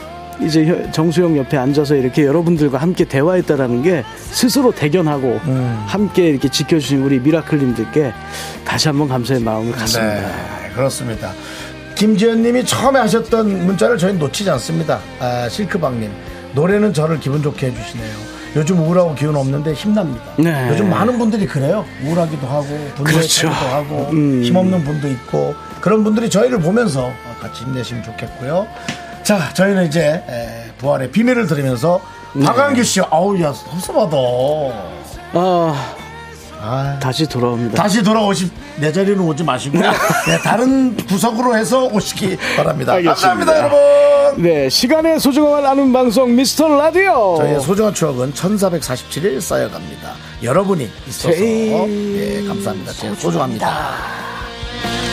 Speaker 2: 이제 혀- 정수영 옆에 앉아서 이렇게 여러분들과 함께 대화했다라는 게 스스로 대견하고 함께 이렇게 지켜주신 우리 미라클님들께 다시 한번 감사의 마음을 갖습니다.
Speaker 1: 네, 그렇습니다. 김지현님이 처음에 하셨던 문자를 저희는 놓치지 않습니다. 아, 실크방님 노래는 저를 기분 좋게 해주시네요. 요즘 우울하고 기운 없는데 힘납니다.
Speaker 2: 네.
Speaker 1: 요즘 많은 분들이 그래요. 우울하기도 하고 분노하기도
Speaker 2: 그렇죠.
Speaker 1: 하고 힘없는 분도 있고 그런 분들이 저희를 보면서 같이 힘내시면 좋겠고요. 자, 저희는 이제 에, 부활의 비밀을 들으면서
Speaker 2: 네.
Speaker 1: 박한규 씨, 아우 야 섭섭하다.
Speaker 2: 아
Speaker 1: 아.
Speaker 2: 다시 돌아옵니다.
Speaker 1: 다시 돌아오십 내 자리로 오지 마시고 네, 다른 구석으로 해서 오시기 바랍니다. 감사합니다, 여러분.
Speaker 2: 네 시간의 소중함을 아는 방송 미스터 라디오.
Speaker 1: 저희의 소중한 추억은 1447일 쌓여갑니다. 여러분이 있어서
Speaker 2: 제일
Speaker 1: 네, 예, 감사합니다. 제일 소중합니다.
Speaker 9: 내